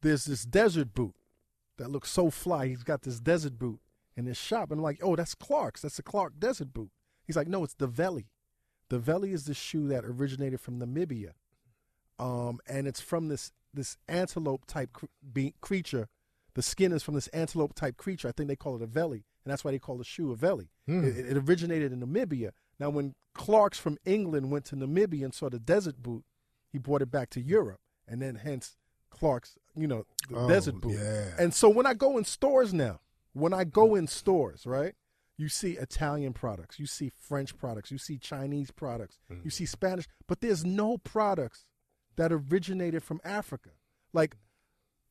S1: there's this desert boot that looks so fly. He's got this desert boot in his shop, and I'm like, oh, that's Clark's. That's the Clark desert boot. He's like, no, it's the Veli. The Veli is the shoe that originated from Namibia, um, and it's from this this antelope type cr- be- creature. The skin is from this antelope type creature. I think they call it a Veli, and that's why they call the shoe a Veli.
S3: Hmm.
S1: It, it originated in Namibia. Now, when Clark's from England went to Namibia and saw the desert boot, he brought it back to Europe, and then hence Clark's, you know, the
S3: Oh,
S1: desert boot.
S3: yeah.
S1: And so when I go in stores now, when I go in stores, right, you see Italian products, you see French products, you see Chinese products,
S3: Mm-hmm.
S1: you see Spanish, but there's no products that originated from Africa. Like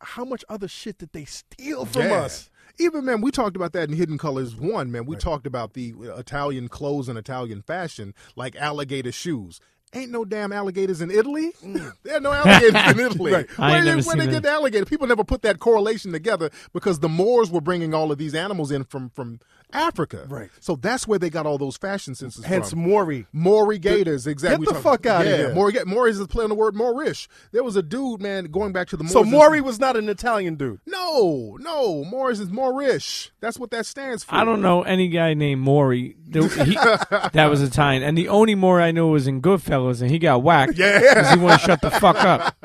S1: how much other shit did they steal from
S3: Yeah.
S1: us?
S3: Even man, we talked about that in Hidden Colors One. Man, we talked about the uh, Italian clothes and Italian fashion, like alligator shoes. Ain't no damn alligators in Italy. there are no alligators in Italy.
S1: Right.
S2: Mm. I
S3: Where
S2: ain't
S3: they,
S2: never
S3: where they
S2: seen
S3: get the alligator? People never put that correlation together because the Moors were bringing all of these animals in from from Africa.
S1: Right.
S3: So that's where they got all those fashion senses
S1: Hence
S3: from.
S1: Maury.
S3: Maury Gators, exactly.
S1: get
S3: we
S1: the
S3: talked-
S1: fuck outta
S3: yeah,
S1: here.
S3: Maury, Ga- Maury is a play on the word Moorish. There was a dude, man, going back to the Moors.
S1: So
S3: and-
S1: Maury was not an Italian dude.
S3: no, no, Morris is Moorish. That's what that stands for.
S2: I don't know any guy named Maury. There- he- that was Italian, and the only Maury I know was in Goodfellas, and he got whacked
S3: Yeah.
S2: he wouldn't shut the fuck up.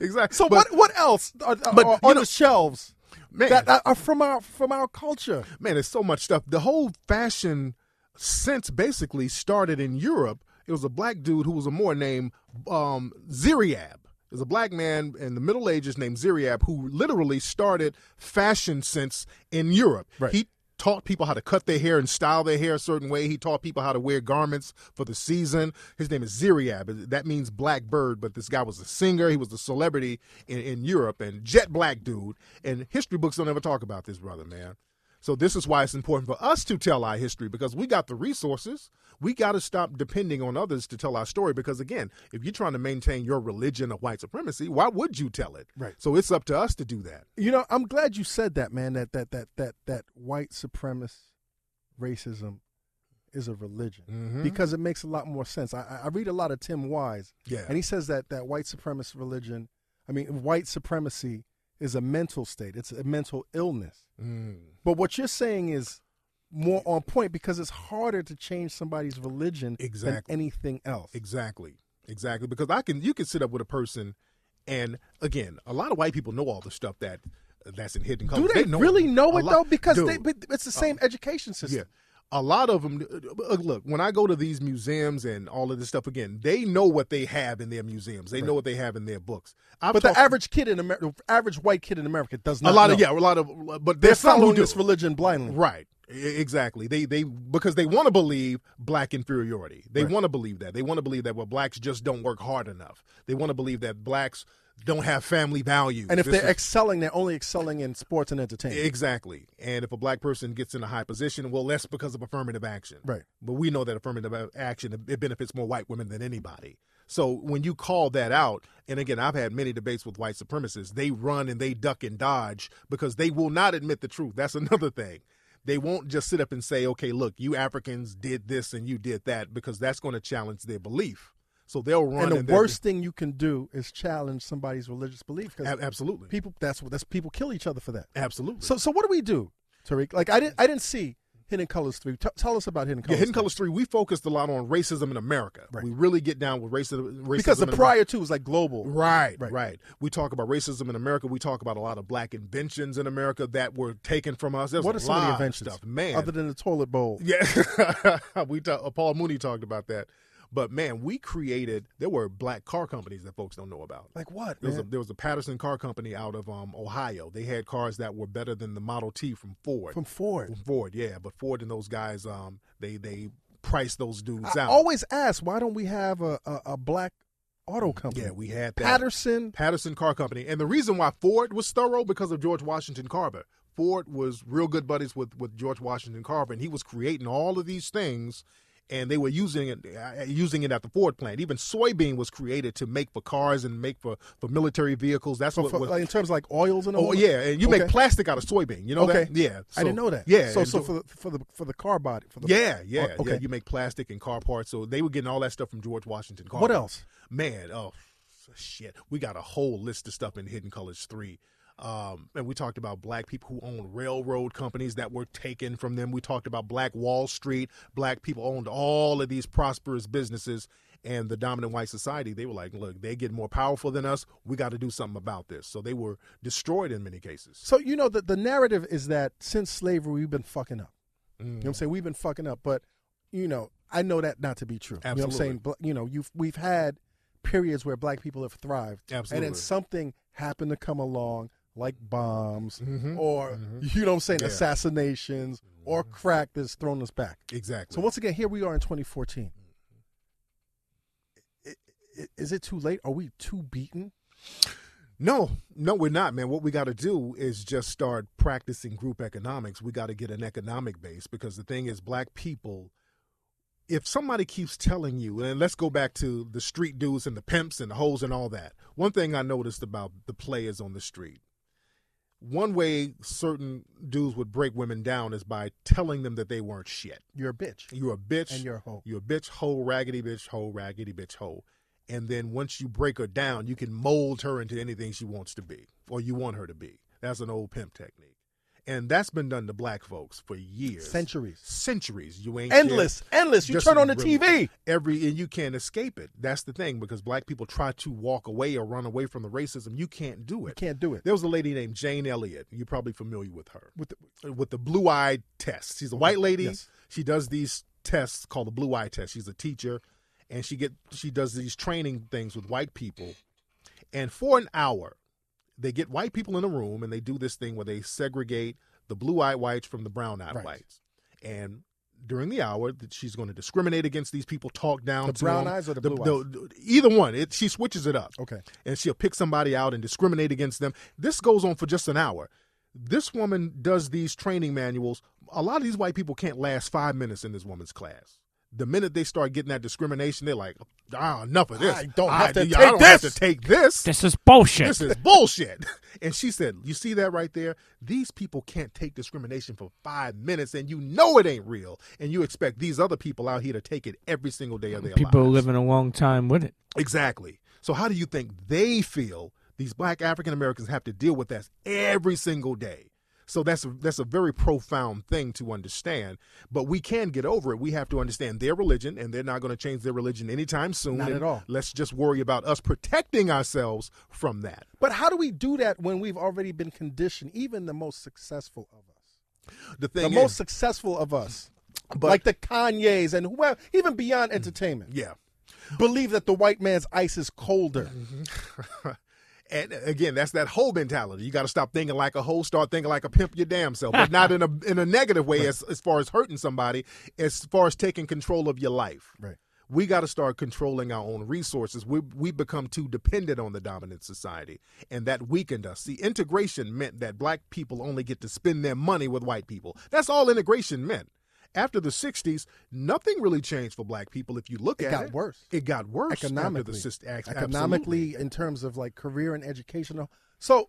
S3: exactly.
S1: So
S3: But,
S1: what what else are, are,
S3: but,
S1: are
S3: you
S1: on
S3: know-
S1: the shelves
S3: man,
S1: that are- are from our from our culture?
S3: man, there's so much stuff. The whole fashion sense basically started in Europe. It was a black dude who was a Moor named um, Ziriab. It was a black man in the Middle Ages named Ziriab who literally started fashion sense in Europe.
S1: Right.
S3: He taught people how to cut their hair and style their hair a certain way. He taught people how to wear garments for the season. His name is Ziriab. That means black bird, but this guy was a singer. He was a celebrity in, in Europe and jet black dude. And history books don't ever talk about this brother, man. So this is why it's important for us to tell our history because we got the resources. We got to stop depending on others to tell our story because again, if you're trying to maintain your religion of white supremacy, why would you tell it?
S1: Right.
S3: So it's up to us to do that.
S1: You know, I'm glad you said that, man. That that that that that white supremacist racism is a religion
S3: Mhm.
S1: because it makes a lot more sense. I, I- I read a lot of Tim Wise,
S3: Yeah.
S1: and he says that that white supremacist religion, I mean, white supremacy is a mental state. It's a mental illness.
S3: Mm.
S1: But what you're saying is more on point because it's harder to change somebody's religion
S3: Exactly.
S1: than anything else.
S3: Exactly. Exactly. Because I can you can sit up with a person and again, a lot of white people know all the stuff that that's in hidden
S1: Do
S3: colors.
S1: they,
S3: know
S1: really know
S3: a
S1: it
S3: lot-
S1: though? Because
S3: Dude. Oh.
S1: they, but it's the same education system.
S3: Yeah. A lot of them uh, look, when I go to these museums and all of this stuff again, they know what they have in their museums. They know what they have in their books. I've
S1: But
S3: talked-
S1: the average kid in America, average white kid in America, does
S3: a
S1: not.
S3: lot
S1: know.
S3: of yeah, a lot of uh, but
S1: they're
S3: there's some who
S1: following
S3: do.
S1: this religion blindly.
S3: Right. E- Exactly. They they because they want to believe black inferiority. They
S1: Right.
S3: want to believe that. They want to believe that well blacks just don't work hard enough. They want to believe that blacks don't have family values.
S1: And if
S3: This
S1: they're
S3: is-
S1: excelling, they're only excelling in sports and entertainment.
S3: Exactly. And if a black person gets in a high position, well, that's because of affirmative action.
S1: Right.
S3: But we know that affirmative action it benefits more white women than anybody. So when you call that out, and again, I've had many debates with white supremacists. They run and they duck and dodge because they will not admit the truth. That's another thing. They won't just sit up and say, "Okay, look, you Africans did this and you did that," because that's going to challenge their belief. So they'll run.
S1: and the
S3: they'll-
S1: worst thing you can do is challenge somebody's religious belief because
S3: Ab- absolutely,
S1: people that's what that's people kill each other for that.
S3: absolutely.
S1: So so what do we do, Tariq? Like I didn't I didn't see Hidden Colors three. T- tell us about Hidden
S3: Yeah,
S1: Colors.
S3: Hidden
S1: 3.
S3: Colors Three. We focused a lot on racism in America.
S1: Right.
S3: We really get down with racism. racism
S1: because the
S3: in
S1: prior two was like global.
S3: Right,
S1: Right.
S3: right, We talk about racism in America. We talk about a lot of black inventions in America that were taken from us. There's
S1: What
S3: a
S1: are some of
S3: lot
S1: the
S3: of
S1: inventions,
S3: stuff, man.
S1: other than the toilet bowl?
S3: yeah, we talk, uh, Paul Mooney talked about that. But man, we created. There were black car companies that folks don't know about.
S1: Like what?
S3: There was, a,
S1: man?
S3: there was a Patterson Car Company out of um, Ohio. They had cars that were better than the Model T from Ford.
S1: From Ford.
S3: Ford, yeah, but Ford and those guys, um, they they priced those dudes
S1: I
S3: out.
S1: always ask why don't we have a, a, a black auto company?
S3: Yeah, we had that.
S1: Patterson.
S3: Patterson Car Company. And the reason why Ford was thorough because of George Washington Carver. Ford was real good buddies with, with George Washington Carver, and he was creating all of these things, and they were using it uh, using it at the Ford plant. Even soybean was created to make for cars and make for, for military vehicles. That's
S1: For,
S3: what
S1: for-
S3: was.
S1: like, in terms of like oils and all.
S3: Oh
S1: that?
S3: yeah, and you make
S1: Okay.
S3: plastic out of soybean. You know
S1: Okay.
S3: that? Yeah,
S1: I didn't know that.
S3: Yeah,
S1: So
S3: and
S1: so
S3: Ge-
S1: for the for the for the car body. For the,
S3: yeah, yeah,
S1: Oh, okay.
S3: yeah. You make plastic and car parts. So they were getting all that stuff from George Washington Carver.
S1: What else?
S3: Man, oh shit. We got a whole list of stuff in Hidden Colors 3. Um, and we talked about black people who own railroad companies that were taken from them. We talked about black Wall Street. Black people owned all of these prosperous businesses. And the dominant white society, they were like, look, they get more powerful than us. We got to do something about this. So they were destroyed in many cases.
S1: So you know that the narrative is that since slavery we've been fucking up. You know
S3: Mm.
S1: what I'm saying? We've been fucking up, but you know, I know that not to be true. You know what I'm saying? But, you know, you've we've had periods where black people have thrived. And then
S3: Absolutely.
S1: something happened to come along like bombs
S3: Mhm.
S1: or
S3: Mhm.
S1: you know what I'm saying,
S3: Yeah. Mm-hmm.
S1: assassinations or crack that's thrown us back.
S3: Exactly.
S1: So once again, here we are in 2014. I- i- Is it too late? Are we too beaten?
S3: No, no, we're not, man. What we got to do is just start practicing group economics. We got to get an economic base because the thing is, black people, if somebody keeps telling you, and let's go back to the street dudes and the pimps and the hoes and all that. One thing I noticed about the players on the street, one way certain dudes would break women down is by telling them that they weren't shit.
S1: You're a bitch.
S3: You're a bitch.
S1: And you're a hoe.
S3: You're a bitch, hoe, raggedy bitch, hoe, raggedy bitch, hoe. And then once you break her down, you can mold her into anything she wants to be or you want her to be. That's an old pimp technique. And that's been done to black folks for years.
S1: Centuries.
S3: Centuries. You ain't shit.
S1: Endless, endless. You
S3: Just
S1: turn on the
S3: really-
S1: TV.
S3: Every and you can't escape it. That's the thing because black people try to walk away or run away from the racism. You can't do it.
S1: You can't do it.
S3: There was a lady named Jane Elliott. You're probably familiar with her. With the, with the blue eye test. She's a white lady.
S1: Yes.
S3: She does these tests called the blue eye test. She's a teacher and she get she does these training things with white people. And for an hour, they get white people in a room and they do this thing where they segregate the blue eyed whites from the brown eyed
S1: Right.
S3: whites. And during the hour, that she's going to discriminate against these people, talk down
S1: The
S3: to
S1: brown
S3: them.
S1: eyes or the blue
S3: Either one. It, she switches it up
S1: Okay.
S3: and she'll pick somebody out and discriminate against them. This goes on for just an hour. This woman does these training manuals. A lot of these white people can't last five minutes in this woman's class. The minute they start getting that discrimination, they're like, ah, enough of this.
S1: I don't
S3: I,
S1: have to
S3: I
S1: take
S3: don't have to
S1: this."
S3: take this.
S2: This is bullshit.
S3: This is bullshit. And she said, You see that right there? These people can't take discrimination for five minutes, and you know it ain't real. And you expect these other people out here to take it every single day of their
S2: People
S3: lives.
S2: living a long time with it.
S3: Exactly. So how do you think they feel these black African Americans have to deal with that every single day? So that's a, that's a very profound thing to understand, but we can get over it. We have to understand their religion, and they're not going to change their religion anytime soon.
S1: Not
S3: and
S1: at all.
S3: Let's just worry about us protecting ourselves from that.
S1: But how do we do that when we've already been conditioned, even the most successful of us?
S3: The
S1: The
S3: thing is,
S1: most successful of us.
S3: But- Mm.
S1: like the Kanye's and whoever, even beyond entertainment,
S3: yeah,
S1: believe that the white man's ice is colder.
S3: Mm-hmm. and uh, again, that's that whole mentality. You got to stop thinking like a hoe, start thinking like a pimp your damn self, but not in a in a negative way as as far as hurting somebody, as far as taking control of your life.
S1: Right.
S3: We got to start controlling our own resources. We we become too dependent on the dominant society, and that weakened us. See, integration meant that black people only get to spend their money with white people. That's all integration meant. After the '60s, nothing really changed for black people. If you look
S1: It
S3: at
S1: got
S3: it,
S1: worse.
S3: It got worse after the
S1: economically,
S3: sys- ac- absolutely.
S1: economically in terms of like career and educational. So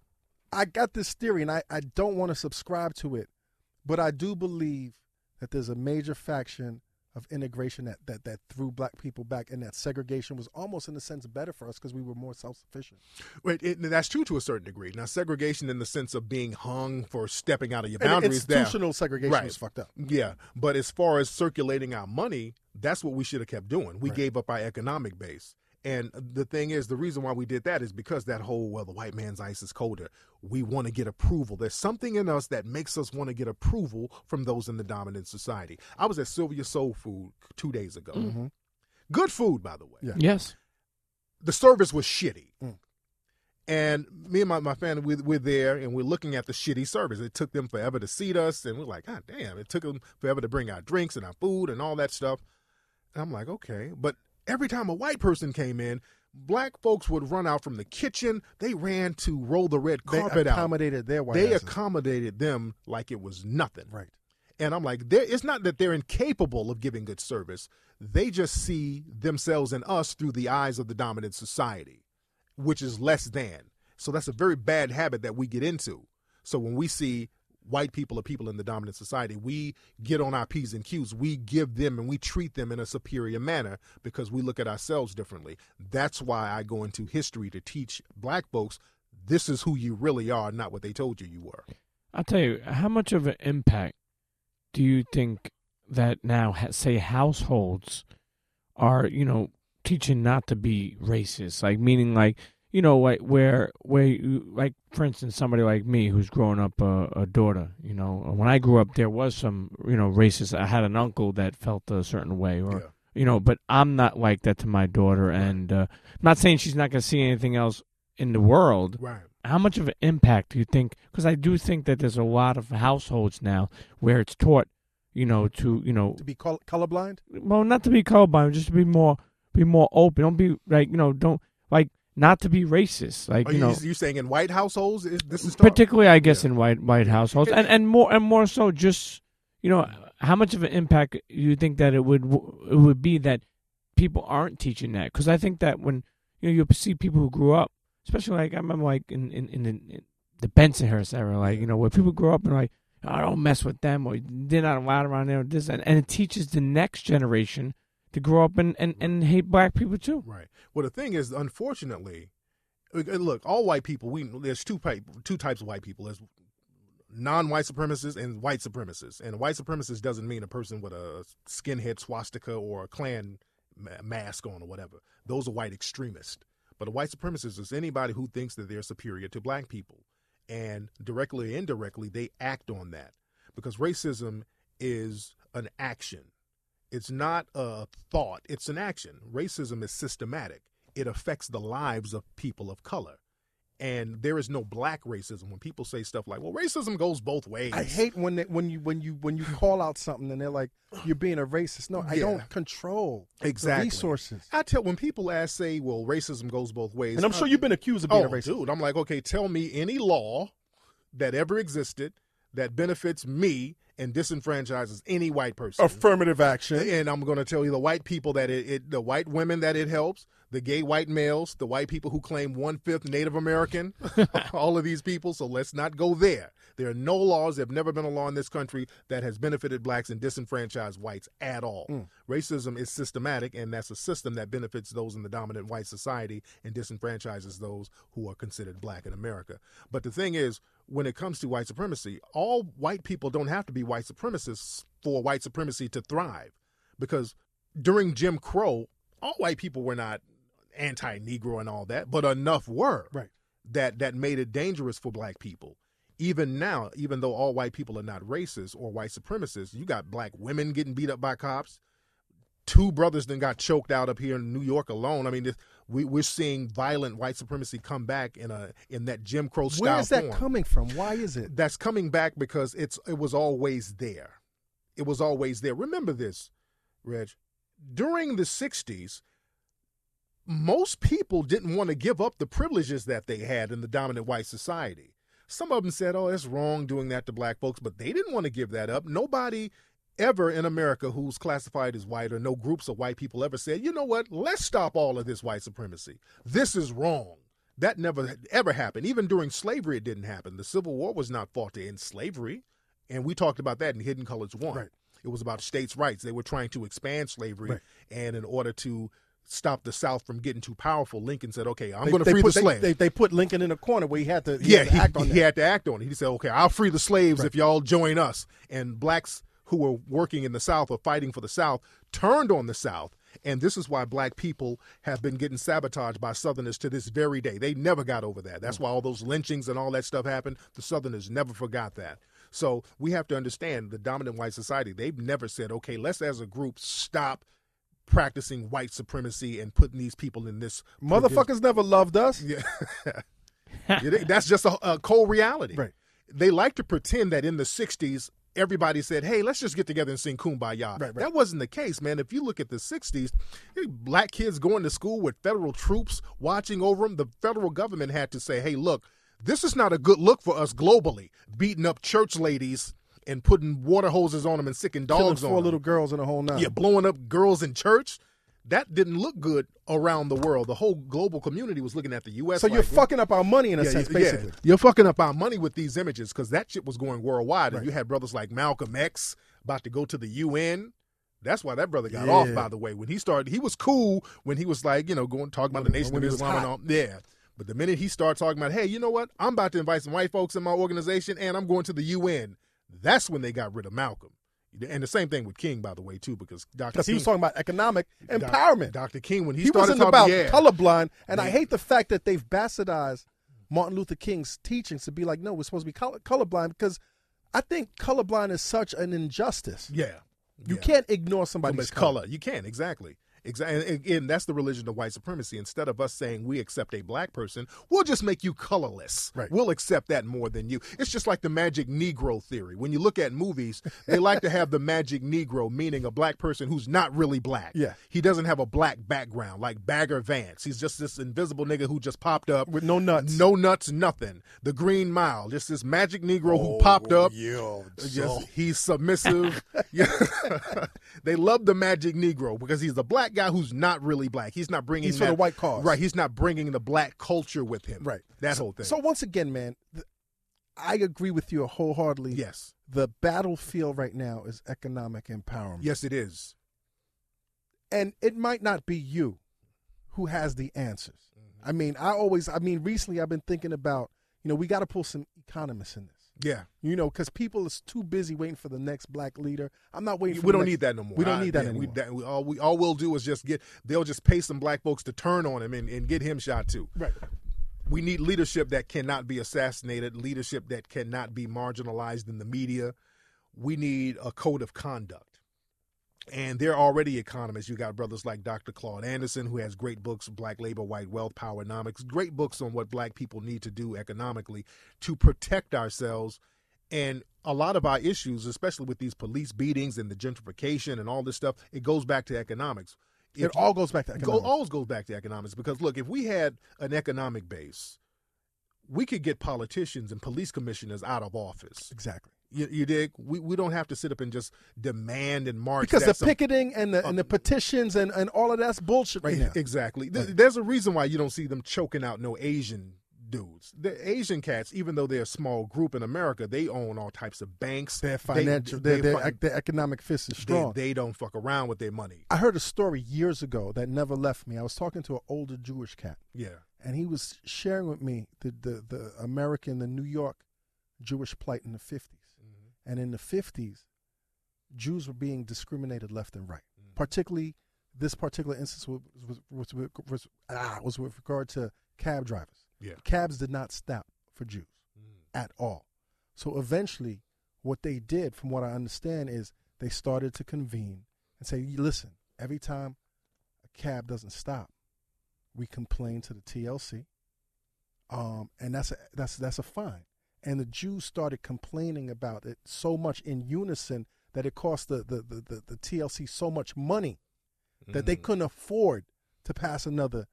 S1: I got this theory, and I, I don't want to subscribe to it, but I do believe that there's a major faction of integration that that that threw black people back, and that segregation was almost in a sense better for us because we were more self sufficient.
S3: Wait, it, that's true to a certain degree. Now, segregation in the sense of being hung for stepping out of your
S1: And
S3: boundaries, there.
S1: institutional segregation
S3: Right.
S1: was fucked up.
S3: Yeah, but as far as circulating our money, that's what we should have kept doing. We
S1: Right.
S3: gave up our economic base. And the thing is, the reason why we did that is because that whole, well, the white man's ice is colder. We want to get approval. There's something in us that makes us want to get approval from those in the dominant society. I was at Sylvia Soul Food two days ago.
S1: Mhm.
S3: Good food, by the way
S1: Yeah.
S2: Yes.
S3: the service was shitty.
S1: Mm.
S3: And me and my, my family, we, we're there and we're looking at the shitty service. It took them forever to seat us. And we're like, God damn, it took them forever to bring our drinks and our food and all that stuff. And I'm like, okay. But every time a white person came in, black folks would run out from the kitchen. They ran to roll the red
S1: They
S3: carpet out.
S1: accommodated their white.
S3: They
S1: asses.
S3: accommodated them like it was nothing.
S1: right.
S3: And I'm like, there, it's not that they're incapable of giving good service. They just see themselves and us through the eyes of the dominant society, which is less than. So that's a very bad habit that we get into. So when we see white people or people in the dominant society, we get on our P's and Q's. We give them and we treat them in a superior manner because we look at ourselves differently. That's why I go into history to teach black folks this is who you really are, not what they told you you were.
S2: I'll tell you, how much of an impact do you think that now, ha- say, households are, you know, teaching not to be racist? Like, meaning, like, you know, like where, where, you, like, for instance, somebody like me who's growing up a, a daughter. You know, when I grew up, there was some, you know, racist. I had an uncle that felt a certain way, or
S3: Yeah.
S2: you know, but I'm not like that to my daughter. And uh, I'm not saying she's not going to see anything else in the world,
S3: Right.
S2: how much of an impact do you think because i do think that there's a lot of households now where it's taught you know to you know
S1: To be col- colorblind.
S2: well not to be colorblind just to be more be more open don't be like you know don't like not to be racist. Like
S3: Are
S2: you
S3: you,
S2: know,
S3: you saying in white households is, this is tough?
S2: particularly I guess
S3: Yeah.
S2: in white white households, and and more and more so, just you know, how much of an impact you think that it would it would be that people aren't teaching that? Because I think that when you know you see people who grew up, especially like I remember like in in in, the- in the Bensonhurst era, like you know where people grew up and like I don't mess with them or they're not allowed around there or this and, and it teaches the next generation to grow up and, and, and hate black people too.
S3: Right. Well, the thing is, unfortunately, look- look, all white people. We there's two type, two types of white people. There's non-white supremacists and white supremacists. And white supremacist doesn't mean a person with a skinhead swastika or a Klan ma- mask on or whatever. Those are white extremists. But a white supremacist is anybody who thinks that they're superior to black people, and directly or indirectly, they act on that because racism is an action. It's not a thought, it's an action. Racism is systematic, it affects the lives of people of color. And there is no black racism. When people say stuff like, well, racism goes both ways.
S1: I hate when they, when you when you when you call out something and they're like you're being a racist. No, I
S3: Yeah.
S1: don't control the
S3: Exactly.
S1: resources.
S3: I tell when people ask, say, well, racism goes both ways.
S1: And I'm
S3: I-
S1: sure you've been accused of being
S3: oh,
S1: a racist.
S3: dude, I'm like, okay, tell me any law that ever existed that benefits me and disenfranchises any white person.
S1: Affirmative action.
S3: and I'm going to tell you the white people that it, it the white women that it helps, the gay white males, the white people who claim one fifth Native American, all of these people. So let's not go there. There are no laws. There have never been a law in this country that has benefited blacks and disenfranchised whites at all. Racism is systematic, and that's a system that benefits those in the dominant white society and disenfranchises those who are considered black in America. But the thing is, when it comes to white supremacy, all white people don't have to be white supremacists for white supremacy to thrive because during Jim Crow, all white people were not anti-Negro and all that, but enough were
S1: Right.
S3: that that made it dangerous for black people. Even now, even though all white people are not racist or white supremacists, you got black women getting beat up by cops. Two brothers then got choked out up here in New York alone. I mean, this, we, we're seeing violent white supremacy come back in a in that Jim Crow style.
S1: Where is that
S3: form
S1: coming from? Why is it?
S3: that's coming back because it's it was always there. It was always there. Remember this, Reg. During the 60s, most people didn't want to give up the privileges that they had in the dominant white society. Some of them said, "Oh, it's wrong doing that to black folks," but they didn't want to give that up. Nobody ever in America who's classified as white or no groups of white people ever said, "You know what? Let's stop all of this white supremacy. This is wrong." That never ever happened. Even during slavery, it didn't happen. The Civil War was not fought to end slavery, and we talked about that in Hidden Colors One.
S1: Right.
S3: It was about states' rights. They were trying to expand slavery,
S1: Right.
S3: and in order to stop the South from getting too powerful, Lincoln said, "Okay, I'm
S1: They-
S3: going to
S1: they
S3: free
S1: put,
S3: the
S1: they-
S3: slaves."
S1: They, they put Lincoln in a corner where he had to, he
S3: yeah,
S1: had to act
S3: he,
S1: on
S3: he
S1: that.
S3: had to act on it. He said, "Okay, I'll free the slaves
S1: Right.
S3: if y'all join us." And blacks who were working in the South or fighting for the South turned on the South, and this is why black people have been getting sabotaged by Southerners to this very day. They never got over that.
S1: Mm.
S3: That's why all those lynchings and all that stuff happened. The Southerners never forgot that. So we have to understand the dominant white society. They've never said, "Okay, let's as a group stop." Practicing white supremacy and putting these people in this
S1: Motherfuckers never loved us.
S3: yeah. You think- That's just a, a cold reality.
S1: Right.
S3: They like to pretend that in the 60s, everybody said, hey, let's just get together and sing Kumbaya.
S1: right.
S3: That wasn't the case, man. If you look at the 60s, black kids going to school with federal troops watching over them, the federal government had to say, hey, look, this is not a good look for us globally, beating up church ladies and putting water hoses on them and sicking
S1: Killing
S3: dogs on
S1: four
S3: them.
S1: little girls in a whole nine.
S3: Yeah, blowing up girls in church. That didn't look good around the world. The whole global community was looking at the U.S.
S1: so you're
S3: like,
S1: fucking up our money in a sense,
S3: yeah, yeah.
S1: basically.
S3: You're fucking up our money with these images because that shit was going worldwide. And you had brothers like Malcolm X about to go to the UN. That's why that brother got off,
S1: Yeah.
S3: by the way. When he started, he was cool when he was like, you know, going talking about the
S1: When-
S3: Nation of
S1: when he was
S3: Islam and
S1: hot.
S3: all. Yeah. But the minute he started talking about, hey, you know what? I'm about to invite some white folks in my organization and I'm going to the UN, that's when they got rid of Malcolm. And the same thing with King, by the way, too, because Dr.
S1: Because he
S3: King,
S1: was talking about economic
S3: Doc-
S1: empowerment.
S3: Dr. King, when he,
S1: he
S3: started
S1: wasn't
S3: talking
S1: about
S3: yeah.
S1: colorblind, and I
S3: Yeah.
S1: hate the fact that they've bastardized Martin Luther King's teachings to be like, no, we're supposed to be color- colorblind because I think colorblind is such an injustice.
S3: Yeah.
S1: You
S3: Yeah.
S1: can't ignore somebody's
S3: somebody's
S1: color.
S3: color. You can exactly. Exactly. And again, that's the religion of white supremacy. Instead of us saying we accept a black person, we'll just make you colorless.
S1: Right.
S3: We'll accept that more than you. It's just like the magic Negro theory. When you look at movies, they like to have the magic Negro, meaning a black person who's not really black.
S1: Yeah.
S3: He doesn't have a black background, like Bagger Vance. He's just this invisible nigga who just popped up
S1: With no nuts.
S3: No nuts, nothing. The Green Mile, just this magic Negro
S1: Oh,
S3: who popped up.
S1: Yeah,
S3: oh,
S1: so-
S3: Yes, he's submissive. Yeah. they love the magic Negro because he's a black guy who's not really black. He's not bringing
S1: He's for the
S3: that-
S1: white cause.
S3: right? He's not bringing the black culture with him,
S1: Right.
S3: That whole thing.
S1: So once again, man, th- I agree with you wholeheartedly.
S3: yes,
S1: The battlefield right now is economic empowerment.
S3: yes, it is.
S1: and it might not be you who has the answers.
S3: Mm-hmm.
S1: I mean, I always, I mean, recently I've been thinking about, you know, we got to pull some economists in this,
S3: Yeah,
S1: you know, because people is too busy waiting for the next black leader. I'm not waiting. for
S3: we
S1: the
S3: don't
S1: next-
S3: need that no more.
S1: We don't
S3: I-
S1: need that
S3: yeah,
S1: anymore.
S3: We, that, we, all we all we'll do is just get. They'll just pay some black folks to turn on him and, and get him shot too.
S1: right.
S3: we need leadership that cannot be assassinated, leadership that cannot be marginalized in the media. We need a code of conduct. And they're already economists. You got brothers like Dr. Claude Anderson, who has great books, Black Labor, White Wealth, Powernomics, great books on what black people need to do economically to protect ourselves. And a lot of our issues, especially with these police beatings and the gentrification and all this stuff, it goes back to economics.
S1: It
S3: If-
S1: all goes back to
S3: go,
S1: economics.
S3: always goes back to economics because look, if we had an economic base, we could get politicians and police commissioners out of office.
S1: exactly.
S3: You, you dig? We we don't have to sit up and just demand and march
S1: Because
S3: that
S1: the
S3: some-
S1: picketing and the and the petitions and, and all of that's bullshit right now.
S3: Exactly. Th- There's a reason why you don't see them choking out no Asian dudes. The Asian cats, even though they're a small group in America, they own all types of banks.
S1: Their financial,
S3: They, they,
S1: their, their,
S3: fin-
S1: their economic fist is
S3: they-
S1: strong.
S3: they don't fuck around with their money.
S1: I heard a story years ago that never left me. I was talking to an older Jewish cat.
S3: Yeah.
S1: and he was sharing with me the, the, the American, the New York Jewish plight in the 50s. And in the 50s, Jews were being discriminated left and right. Particularly, this particular instance was, was, was, was, was, ah, was with regard to cab drivers.
S3: Yeah.
S1: Cabs did not stop for Jews at all. So eventually, what they did, from what I understand, is they started to convene and say, listen, every time a cab doesn't stop, we complain to the TLC, um, and that's a, that's that's a fine. And the Jews started complaining about it so much in unison that it cost the the, the, the, the TLC so much money that they
S3: Mm.
S1: couldn't afford to pass another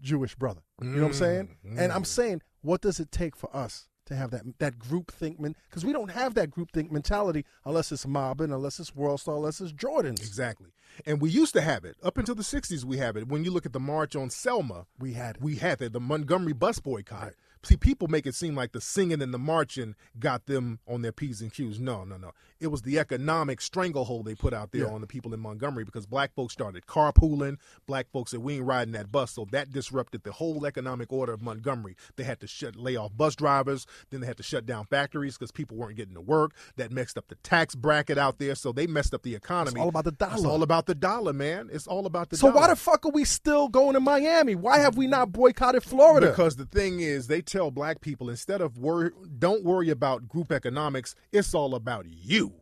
S1: Jewish brother. You know what I'm saying?
S3: Mm,
S1: And I'm
S3: mm.
S1: saying, what does it take for us to have that that group think men? Because we don't have that group think mentality unless it's Mobbin, unless it's World Star, unless it's Jordans.
S3: Exactly. And we used to have it. Up until the 60s, we have it. When you look at the march on Selma,
S1: We had it.
S3: we had that. The Montgomery bus boycott. See, people make it seem like the singing and the marching got them on their P's and Q's. No, no, no. It was the economic stranglehold they put out there
S1: Yeah.
S3: on the people in Montgomery because black folks started carpooling. Black folks said, we ain't riding that bus. So that disrupted the whole economic order of Montgomery. They had to shut, lay off bus drivers. Then they had to shut down factories because people weren't getting to work. That messed up the tax bracket out there. So they messed up the economy.
S1: all about the
S3: It's
S1: dollar.
S3: all about the dollar, man. It's all about the
S1: So
S3: dollar.
S1: why the fuck are we still going to Miami? Why have we not boycotted Florida?
S3: Because the thing is, they tell black people instead of worry, don't worry about group economics. It's all about you.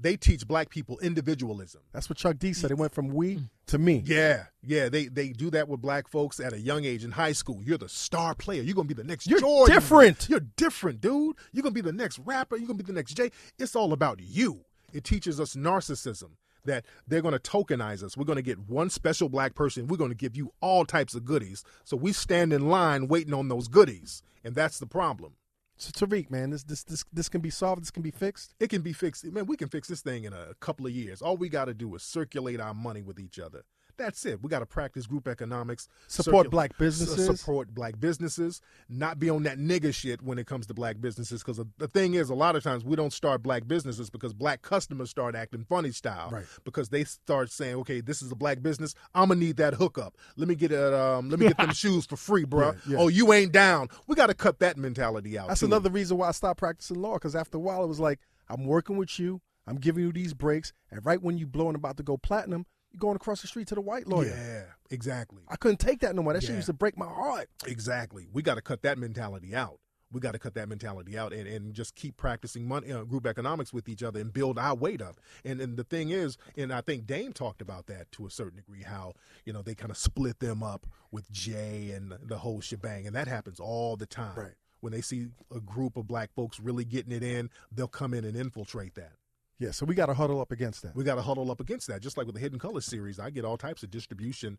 S3: They teach black people individualism.
S1: That's what Chuck D said. It went from we to me.
S3: Yeah, yeah. They they do that with black folks at a young age in high school. You're the star player. You're gonna be the next
S1: You're
S3: Jordan.
S1: different.
S3: You're different, dude. You're gonna be the next rapper. You're gonna be the next Jay. It's all about you. It teaches us narcissism. That they're going to tokenize us. We're going to get one special black person. We're going to give you all types of goodies. So we stand in line waiting on those goodies. And that's the problem.
S1: So Tariq, man, this this this this can be solved. This can be fixed.
S3: It can be fixed. Man, we can fix this thing in a couple of years. All we got to do is circulate our money with each other. That's it. We got to practice group economics.
S1: Support
S3: circu-
S1: black businesses.
S3: su- support black businesses. Not be on that nigga shit when it comes to black businesses. Because the thing is, a lot of times we don't start black businesses because black customers start acting funny style.
S1: Right.
S3: Because they start saying, "Okay, this is a black business. I'm gonna need that hookup. Let me get it. Um, let me get them shoes for free, bruh.
S1: Yeah, yeah.
S3: Oh, you ain't down. We got to cut that mentality out.
S1: That's
S3: too.
S1: another reason why I stopped practicing law. Because after a while, it was like I'm working with you. I'm giving you these breaks, and right when you blowing about to go platinum, you're going across the street to the white lawyer.
S3: Yeah, exactly.
S1: I couldn't take that no more. That shit
S3: Yeah.
S1: used to break my heart.
S3: Exactly. We got to cut that mentality out. we got to cut that mentality out and, and just keep practicing money, uh, group economics with each other and build our weight up. And and the thing is, and I think Dame talked about that to a certain degree, how you know they kind of split them up with Jay and the whole shebang, and that happens all the time.
S1: Right.
S3: When they see a group of black folks really getting it in, they'll come in and infiltrate that.
S1: Yeah, so we got to huddle up against that.
S3: We got to huddle up against that. Just like with the Hidden Colors series, I get all types of distribution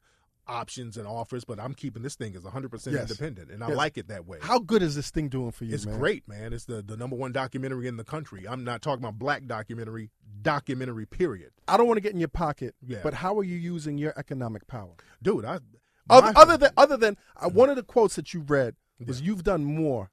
S3: options and offers, but I'm keeping this thing as 100%
S1: Yes.
S3: independent, and I
S1: Yes.
S3: like it that way.
S1: How good is this thing doing for you,
S3: it's
S1: man?
S3: great, man. It's the, the number one documentary in the country. I'm not talking about black documentary, documentary, period.
S1: I don't want to get in your pocket,
S3: Yeah.
S1: but how are you using your economic power?
S3: Dude, I.
S1: Other,
S3: my-
S1: other than other than uh, one of the quotes that you read was "You've done more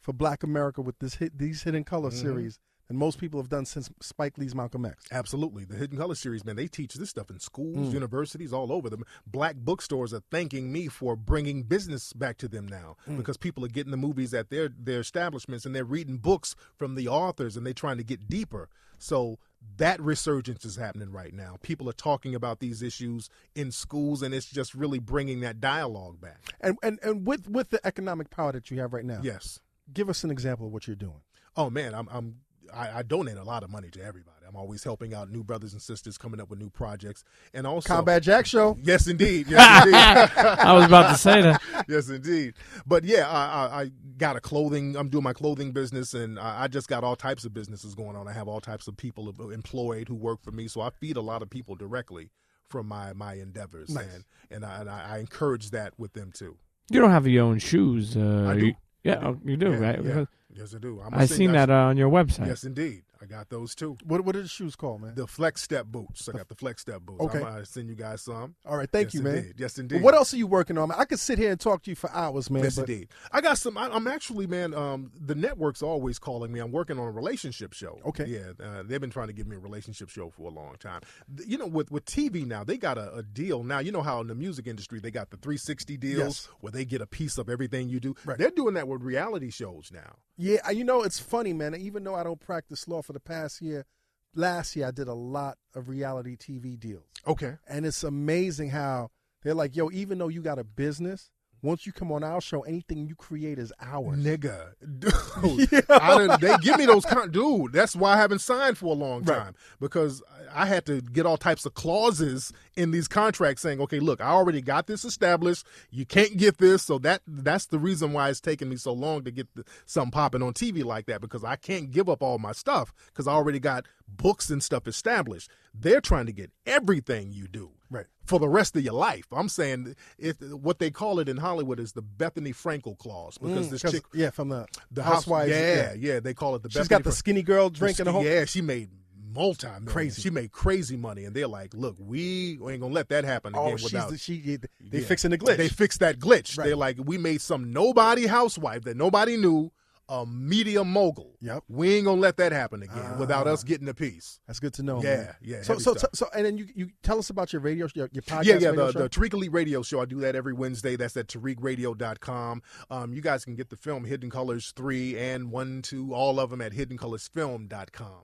S1: for Black America with this hit, these Hidden Color series than most people have done since Spike Lee's Malcolm X."
S3: Absolutely. The Hidden Color series, man, they teach this stuff in schools,
S1: Hmm.
S3: universities, all over them. Black bookstores are thanking me for bringing business back to them now
S1: Hmm.
S3: because people are getting the movies at their, their establishments and they're reading books from the authors and they're trying to get deeper. So that resurgence is happening right now. People are talking about these issues in schools and it's just really bringing that dialogue back.
S1: And and and with with the economic power that you have right now,
S3: Yes.
S1: give us an example of what you're doing.
S3: Oh man, I'm I'm I, I donate a lot of money to everybody. I'm always helping out new brothers and sisters coming up with new projects and also
S1: Combat Jack Show.
S3: Yes, indeed. Yes, indeed.
S2: I was about to say that.
S3: yes, indeed. But yeah, I, I, I got a clothing. I'm doing my clothing business, and I, I just got all types of businesses going on. I have all types of people em- employed who work for me, so I feed a lot of people directly from my my endeavors,
S1: Nice.
S3: and and I, and I I encourage that with them too.
S2: You don't have your own shoes. Uh,
S3: I do.
S2: You, yeah, oh, you do,
S3: Yeah,
S2: right?
S3: yeah.
S2: Because
S3: Yes, I do. I'm a
S2: I
S3: sing-
S2: seen that uh, on your website.
S3: Yes, indeed. I got those too.
S1: What what are the shoes called, man?
S3: The flex step boots. I got the flex step boots.
S1: Okay.
S3: I'm gonna send you guys some.
S1: All right, thank
S3: yes,
S1: you, man.
S3: Indeed. Yes,
S1: But
S3: indeed.
S1: what else are you working on? man? I could sit here and talk to you for hours, man.
S3: Yes,
S1: but
S3: indeed. I got some. I, I'm actually, man. Um, the network's always calling me. I'm working on a relationship show.
S1: Okay.
S3: Yeah, uh, they've been trying to give me a relationship show for a long time. Th- You know, with with TV now, they got a, a deal now. You know how in the music industry they got the 360 deals
S1: Yes.
S3: where they get a piece of everything you do.
S1: Right.
S3: They're doing that with reality shows now.
S1: Yeah, I- you know it's funny, man. Even though I don't practice law for the past year, last year I did a lot of reality TV deals,
S3: Okay.
S1: and it's amazing how they're like, "Yo, even though you got a business, once you come on our show, anything you create is ours."
S3: Nigga, dude, I done, they give me those kind, dude. That's why I haven't signed for a long
S1: Right.
S3: time because I I had to get all types of clauses in these contracts saying, okay, look, I already got this established. You can't get this, so that that's the reason why it's taking me so long to get the, something popping on TV like that because I can't give up all my stuff because I already got books and stuff established. They're trying to get everything you do
S1: Right.
S3: for the rest of your life. I'm saying if what they call it in Hollywood is the Bethany Frankel clause because
S1: Mm,
S3: this
S1: 'cause-
S3: chick
S1: yeah, from the
S3: the
S1: housewives,
S3: yeah, yeah, they call it the.
S1: she's
S3: Bethany
S1: got the
S3: Fra-
S1: skinny girl drink and the whole.
S3: Yeah, she made multi
S1: Crazy.
S3: crazy. She made crazy money, and they're like, "Look, we ain't gonna let that happen again."
S1: Oh, she's
S3: without
S1: the, she. yeah, They
S3: Yeah.
S1: fixing the glitch.
S3: They fixed that glitch.
S1: Right.
S3: They're like, "We made some nobody housewife that nobody knew, a media mogul.
S1: Yep.
S3: We ain't gonna let that happen again without
S1: Ah.
S3: us getting a piece."
S1: That's good to know.
S3: Yeah,
S1: man.
S3: yeah,
S1: So,
S3: heavy
S1: so, so,
S3: stuff.
S1: so, and then you, you tell us about your radio, your, your podcast.
S3: yeah, yeah,
S1: radio
S3: the,
S1: show.
S3: the Tariq Elite Radio Show. I do that every Wednesday. That's at tariqradio.com. Um, you guys can get the film Hidden Colors 3 and 1, 2, all of them at hiddencolorsfilm.com.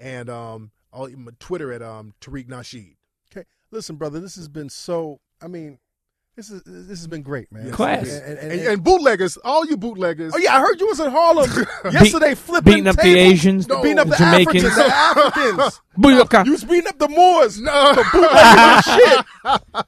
S3: And um, all, my Twitter at um, Tariq Nasheed.
S1: Okay, listen, brother, this has been so. I mean, this is this has been great, man.
S3: Yes,
S2: Class.
S1: And, and- and-
S3: And, and bootleggers, all you bootleggers.
S1: oh yeah, I heard you was in Harlem yesterday, flipping
S2: Beating up the
S1: tables.
S2: Asians,
S1: No, beating up the,
S2: the Jamaicans.
S1: Africans, the Africans.
S2: Booyaka.
S1: you was beating up the Moors.
S3: No,
S1: Bootlegging shit.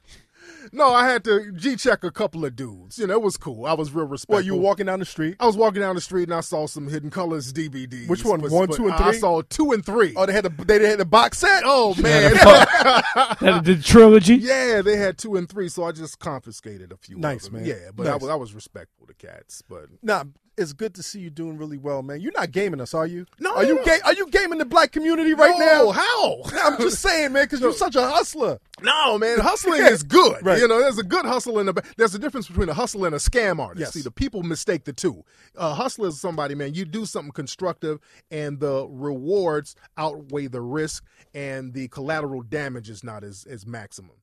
S3: no, I had to G check a couple of dudes. You know, it was cool. I was real respectful.
S1: Well, you were walking down the street.
S3: I was walking down the street and I saw some Hidden Colors DVDs.
S1: Which one?
S3: But-
S1: One,
S3: but
S1: two, and
S3: I
S1: three?
S3: saw two and three.
S1: Oh, they had the they had the box set.
S3: oh
S2: Yeah,
S3: man.
S2: the, fu- that- the trilogy.
S3: Yeah, they had two and three, so I just confiscated a few. of
S1: Nice,
S3: them.
S1: man.
S3: Yeah, but I
S1: Nice.
S3: was I was respectful to cats, but
S1: Nah, it's good to see you doing really well, man. You're not gaming us, are you?
S3: No,
S1: Are
S3: no,
S1: you
S3: no.
S1: ga- are you gaming the black community right
S3: No,
S1: now?
S3: how?
S1: I'm just saying, man, because you're such a hustler.
S3: no, man. Hustling is good.
S1: Right.
S3: You know, there's a good hustle and a ba- there's a difference between a hustler and a scam artist.
S1: Yes.
S3: See, the people mistake the two. A hustler is somebody, man. You do something constructive, and the rewards outweigh the risk, and the collateral damage is not as as maximum.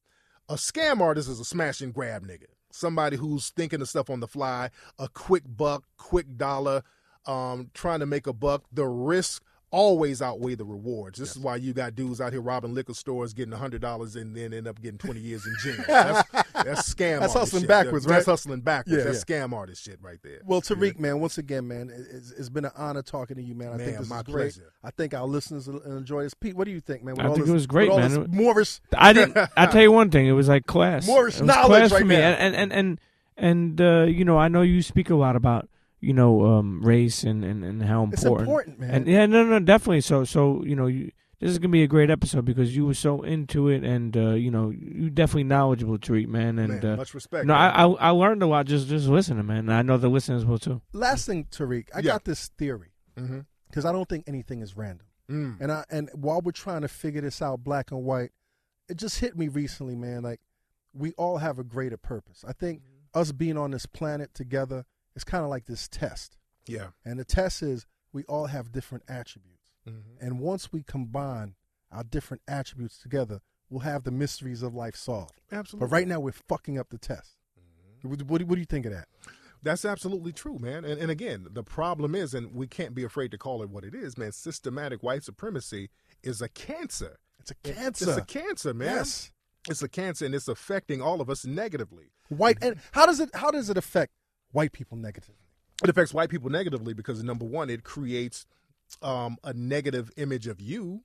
S3: A scam artist is a smash and grab nigga. Somebody who's thinking of stuff on the fly, a quick buck, quick dollar, um, trying to make a buck. The risk always outweigh the rewards. This is why you got dudes out here robbing liquor stores, getting hundred dollars, and then end up getting twenty years in jail. That's, that's scam.
S1: That's
S3: artist
S1: hustling
S3: shit.
S1: backwards,
S3: That's
S1: right?
S3: hustling backwards.
S1: Yeah,
S3: that's scam artist shit right there.
S1: Well, Tariq, man, once again, man, it- it's, it's been an honor talking to you, man. I
S3: Man,
S1: think this
S3: my
S1: is great.
S3: pleasure.
S1: I think our listeners will enjoy this. Pete, what do you think, man? With
S2: I
S1: all
S2: think
S1: this-
S2: it was great,
S1: with all
S2: man.
S1: this Morris,
S2: I didn't. I tell you one thing. It was like class.
S1: Morris
S2: it was
S1: knowledge
S2: class
S1: right
S2: for me.
S1: now.
S2: And and and and, and uh, you know, I know you speak a lot about you know um, race and, and and how important.
S1: it's important, man.
S2: And yeah, no, no, definitely. So so you know, you, this is gonna be a great episode because you were so into it, and uh, you know, you definitely knowledgeable, Tariq, man. And
S3: man,
S2: uh,
S3: much respect.
S2: no,
S3: man.
S2: I, I I learned a lot just just listening, man. And I know the listeners will too.
S1: Last thing, Tariq, I
S3: Yeah.
S1: got this theory
S3: Mhm.
S1: because I don't think anything is random.
S3: Mm.
S1: And I and while we're trying to figure this out, black and white, it just hit me recently, man. Like we all have a greater purpose. I think
S2: Mm-hmm.
S1: us being on this planet together is kind of like this test,
S3: yeah.
S1: and the test is we all have different attributes.
S3: Mhm.
S1: And once we combine our different attributes together, we'll have the mysteries of life solved.
S3: Absolutely.
S1: But right now, we're fucking up the test. What, what, do- what do you think of that?
S3: That's absolutely true, man. And, and again, the problem is, and we can't be afraid to call it what it is, man. Systematic white supremacy is a cancer.
S1: It's a
S3: It-
S1: cancer.
S3: It's a cancer, man.
S1: Yes.
S3: It's a cancer, and it's affecting all of us negatively.
S1: White and how does it how does it affect white people negatively?
S3: It affects white people negatively because number one, it creates um, a negative image of you,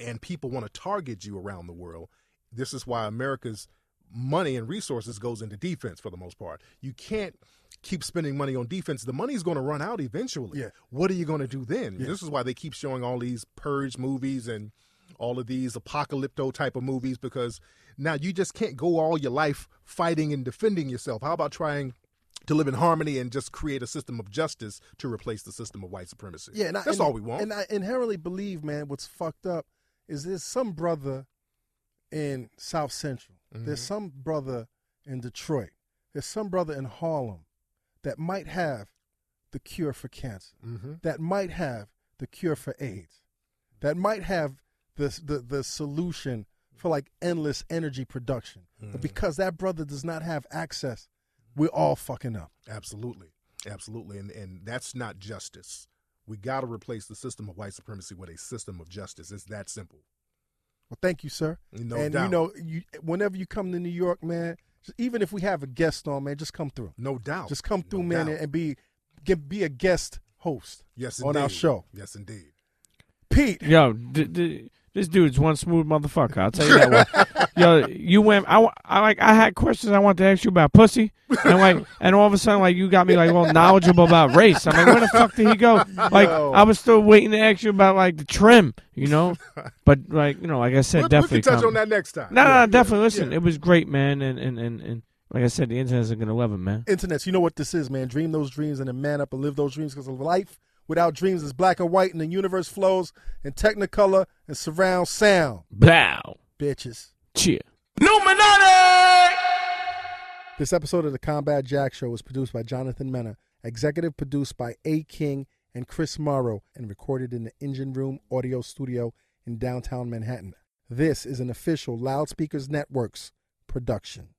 S3: and people want to target you around the world. This is why America's money and resources goes into defense for the most part. You can't keep spending money on defense. The money's going to run out eventually.
S1: Yeah.
S3: What are you going to do then?
S1: Yeah.
S3: This is why they keep showing all these purge movies and all of these apocalypto type of movies because now you just can't go all your life fighting and defending yourself. How about trying to live in harmony and just create a system of justice to replace the system of white supremacy?
S1: Yeah, and I-
S3: that's
S1: and-
S3: all we want.
S1: And I inherently believe, man, what's fucked up is there's some brother in South Central. There's some brother in Detroit. There's some brother in Harlem that might have the cure for cancer.
S3: mm-hmm.
S1: That might have the cure for AIDS. That might have the the, the solution for like endless energy production.
S3: Mm.
S1: But because that brother does not have access, we're all fucking up.
S3: Absolutely. Absolutely. And and that's not justice. We got to replace the system of white supremacy with a system of justice. It's that simple.
S1: Well, thank you, sir.
S3: No
S1: and
S3: doubt.
S1: you know, you whenever you come to New York, man, just, even if we have a guest on, man, just come through.
S3: No doubt.
S1: Just come through,
S3: No
S1: man,
S3: doubt.
S1: and be get, be a guest host
S3: yes,
S1: on our
S3: indeed.
S1: show.
S3: Yes, indeed.
S1: Pete,
S2: Yo, d- d- this dude's one smooth motherfucker. I'll tell you that one. Yo, you went. I, wa- I like. I had questions I wanted to ask you about pussy, and like, and all of a sudden, like, you got me like, well, knowledgeable about race. I'm like, where the fuck did he go? Like,
S3: Yo.
S2: I was still waiting to ask you about like the trim, you know. But like, you know, like I said,
S3: We'll-
S2: definitely
S3: we can touch
S2: come.
S3: on that next time.
S2: No, no,
S3: Yeah, yeah,
S2: no, definitely. Listen,
S3: yeah.
S2: it was great, man, and and and and like I said, the internet's gonna love it, man.
S1: internets, you know what this is, man. Dream those dreams and then man up and live those dreams because life without dreams is black and white, and the universe flows in technicolor and surround sound,
S2: Blow,
S1: bitches.
S2: cheer.
S1: This episode of the Combat Jack Show was produced by Jonathan Mena, executive produced by A. King and Chris Morrow, and recorded in the Engine Room Audio Studio in downtown Manhattan. This is an official Loudspeakers Networks production.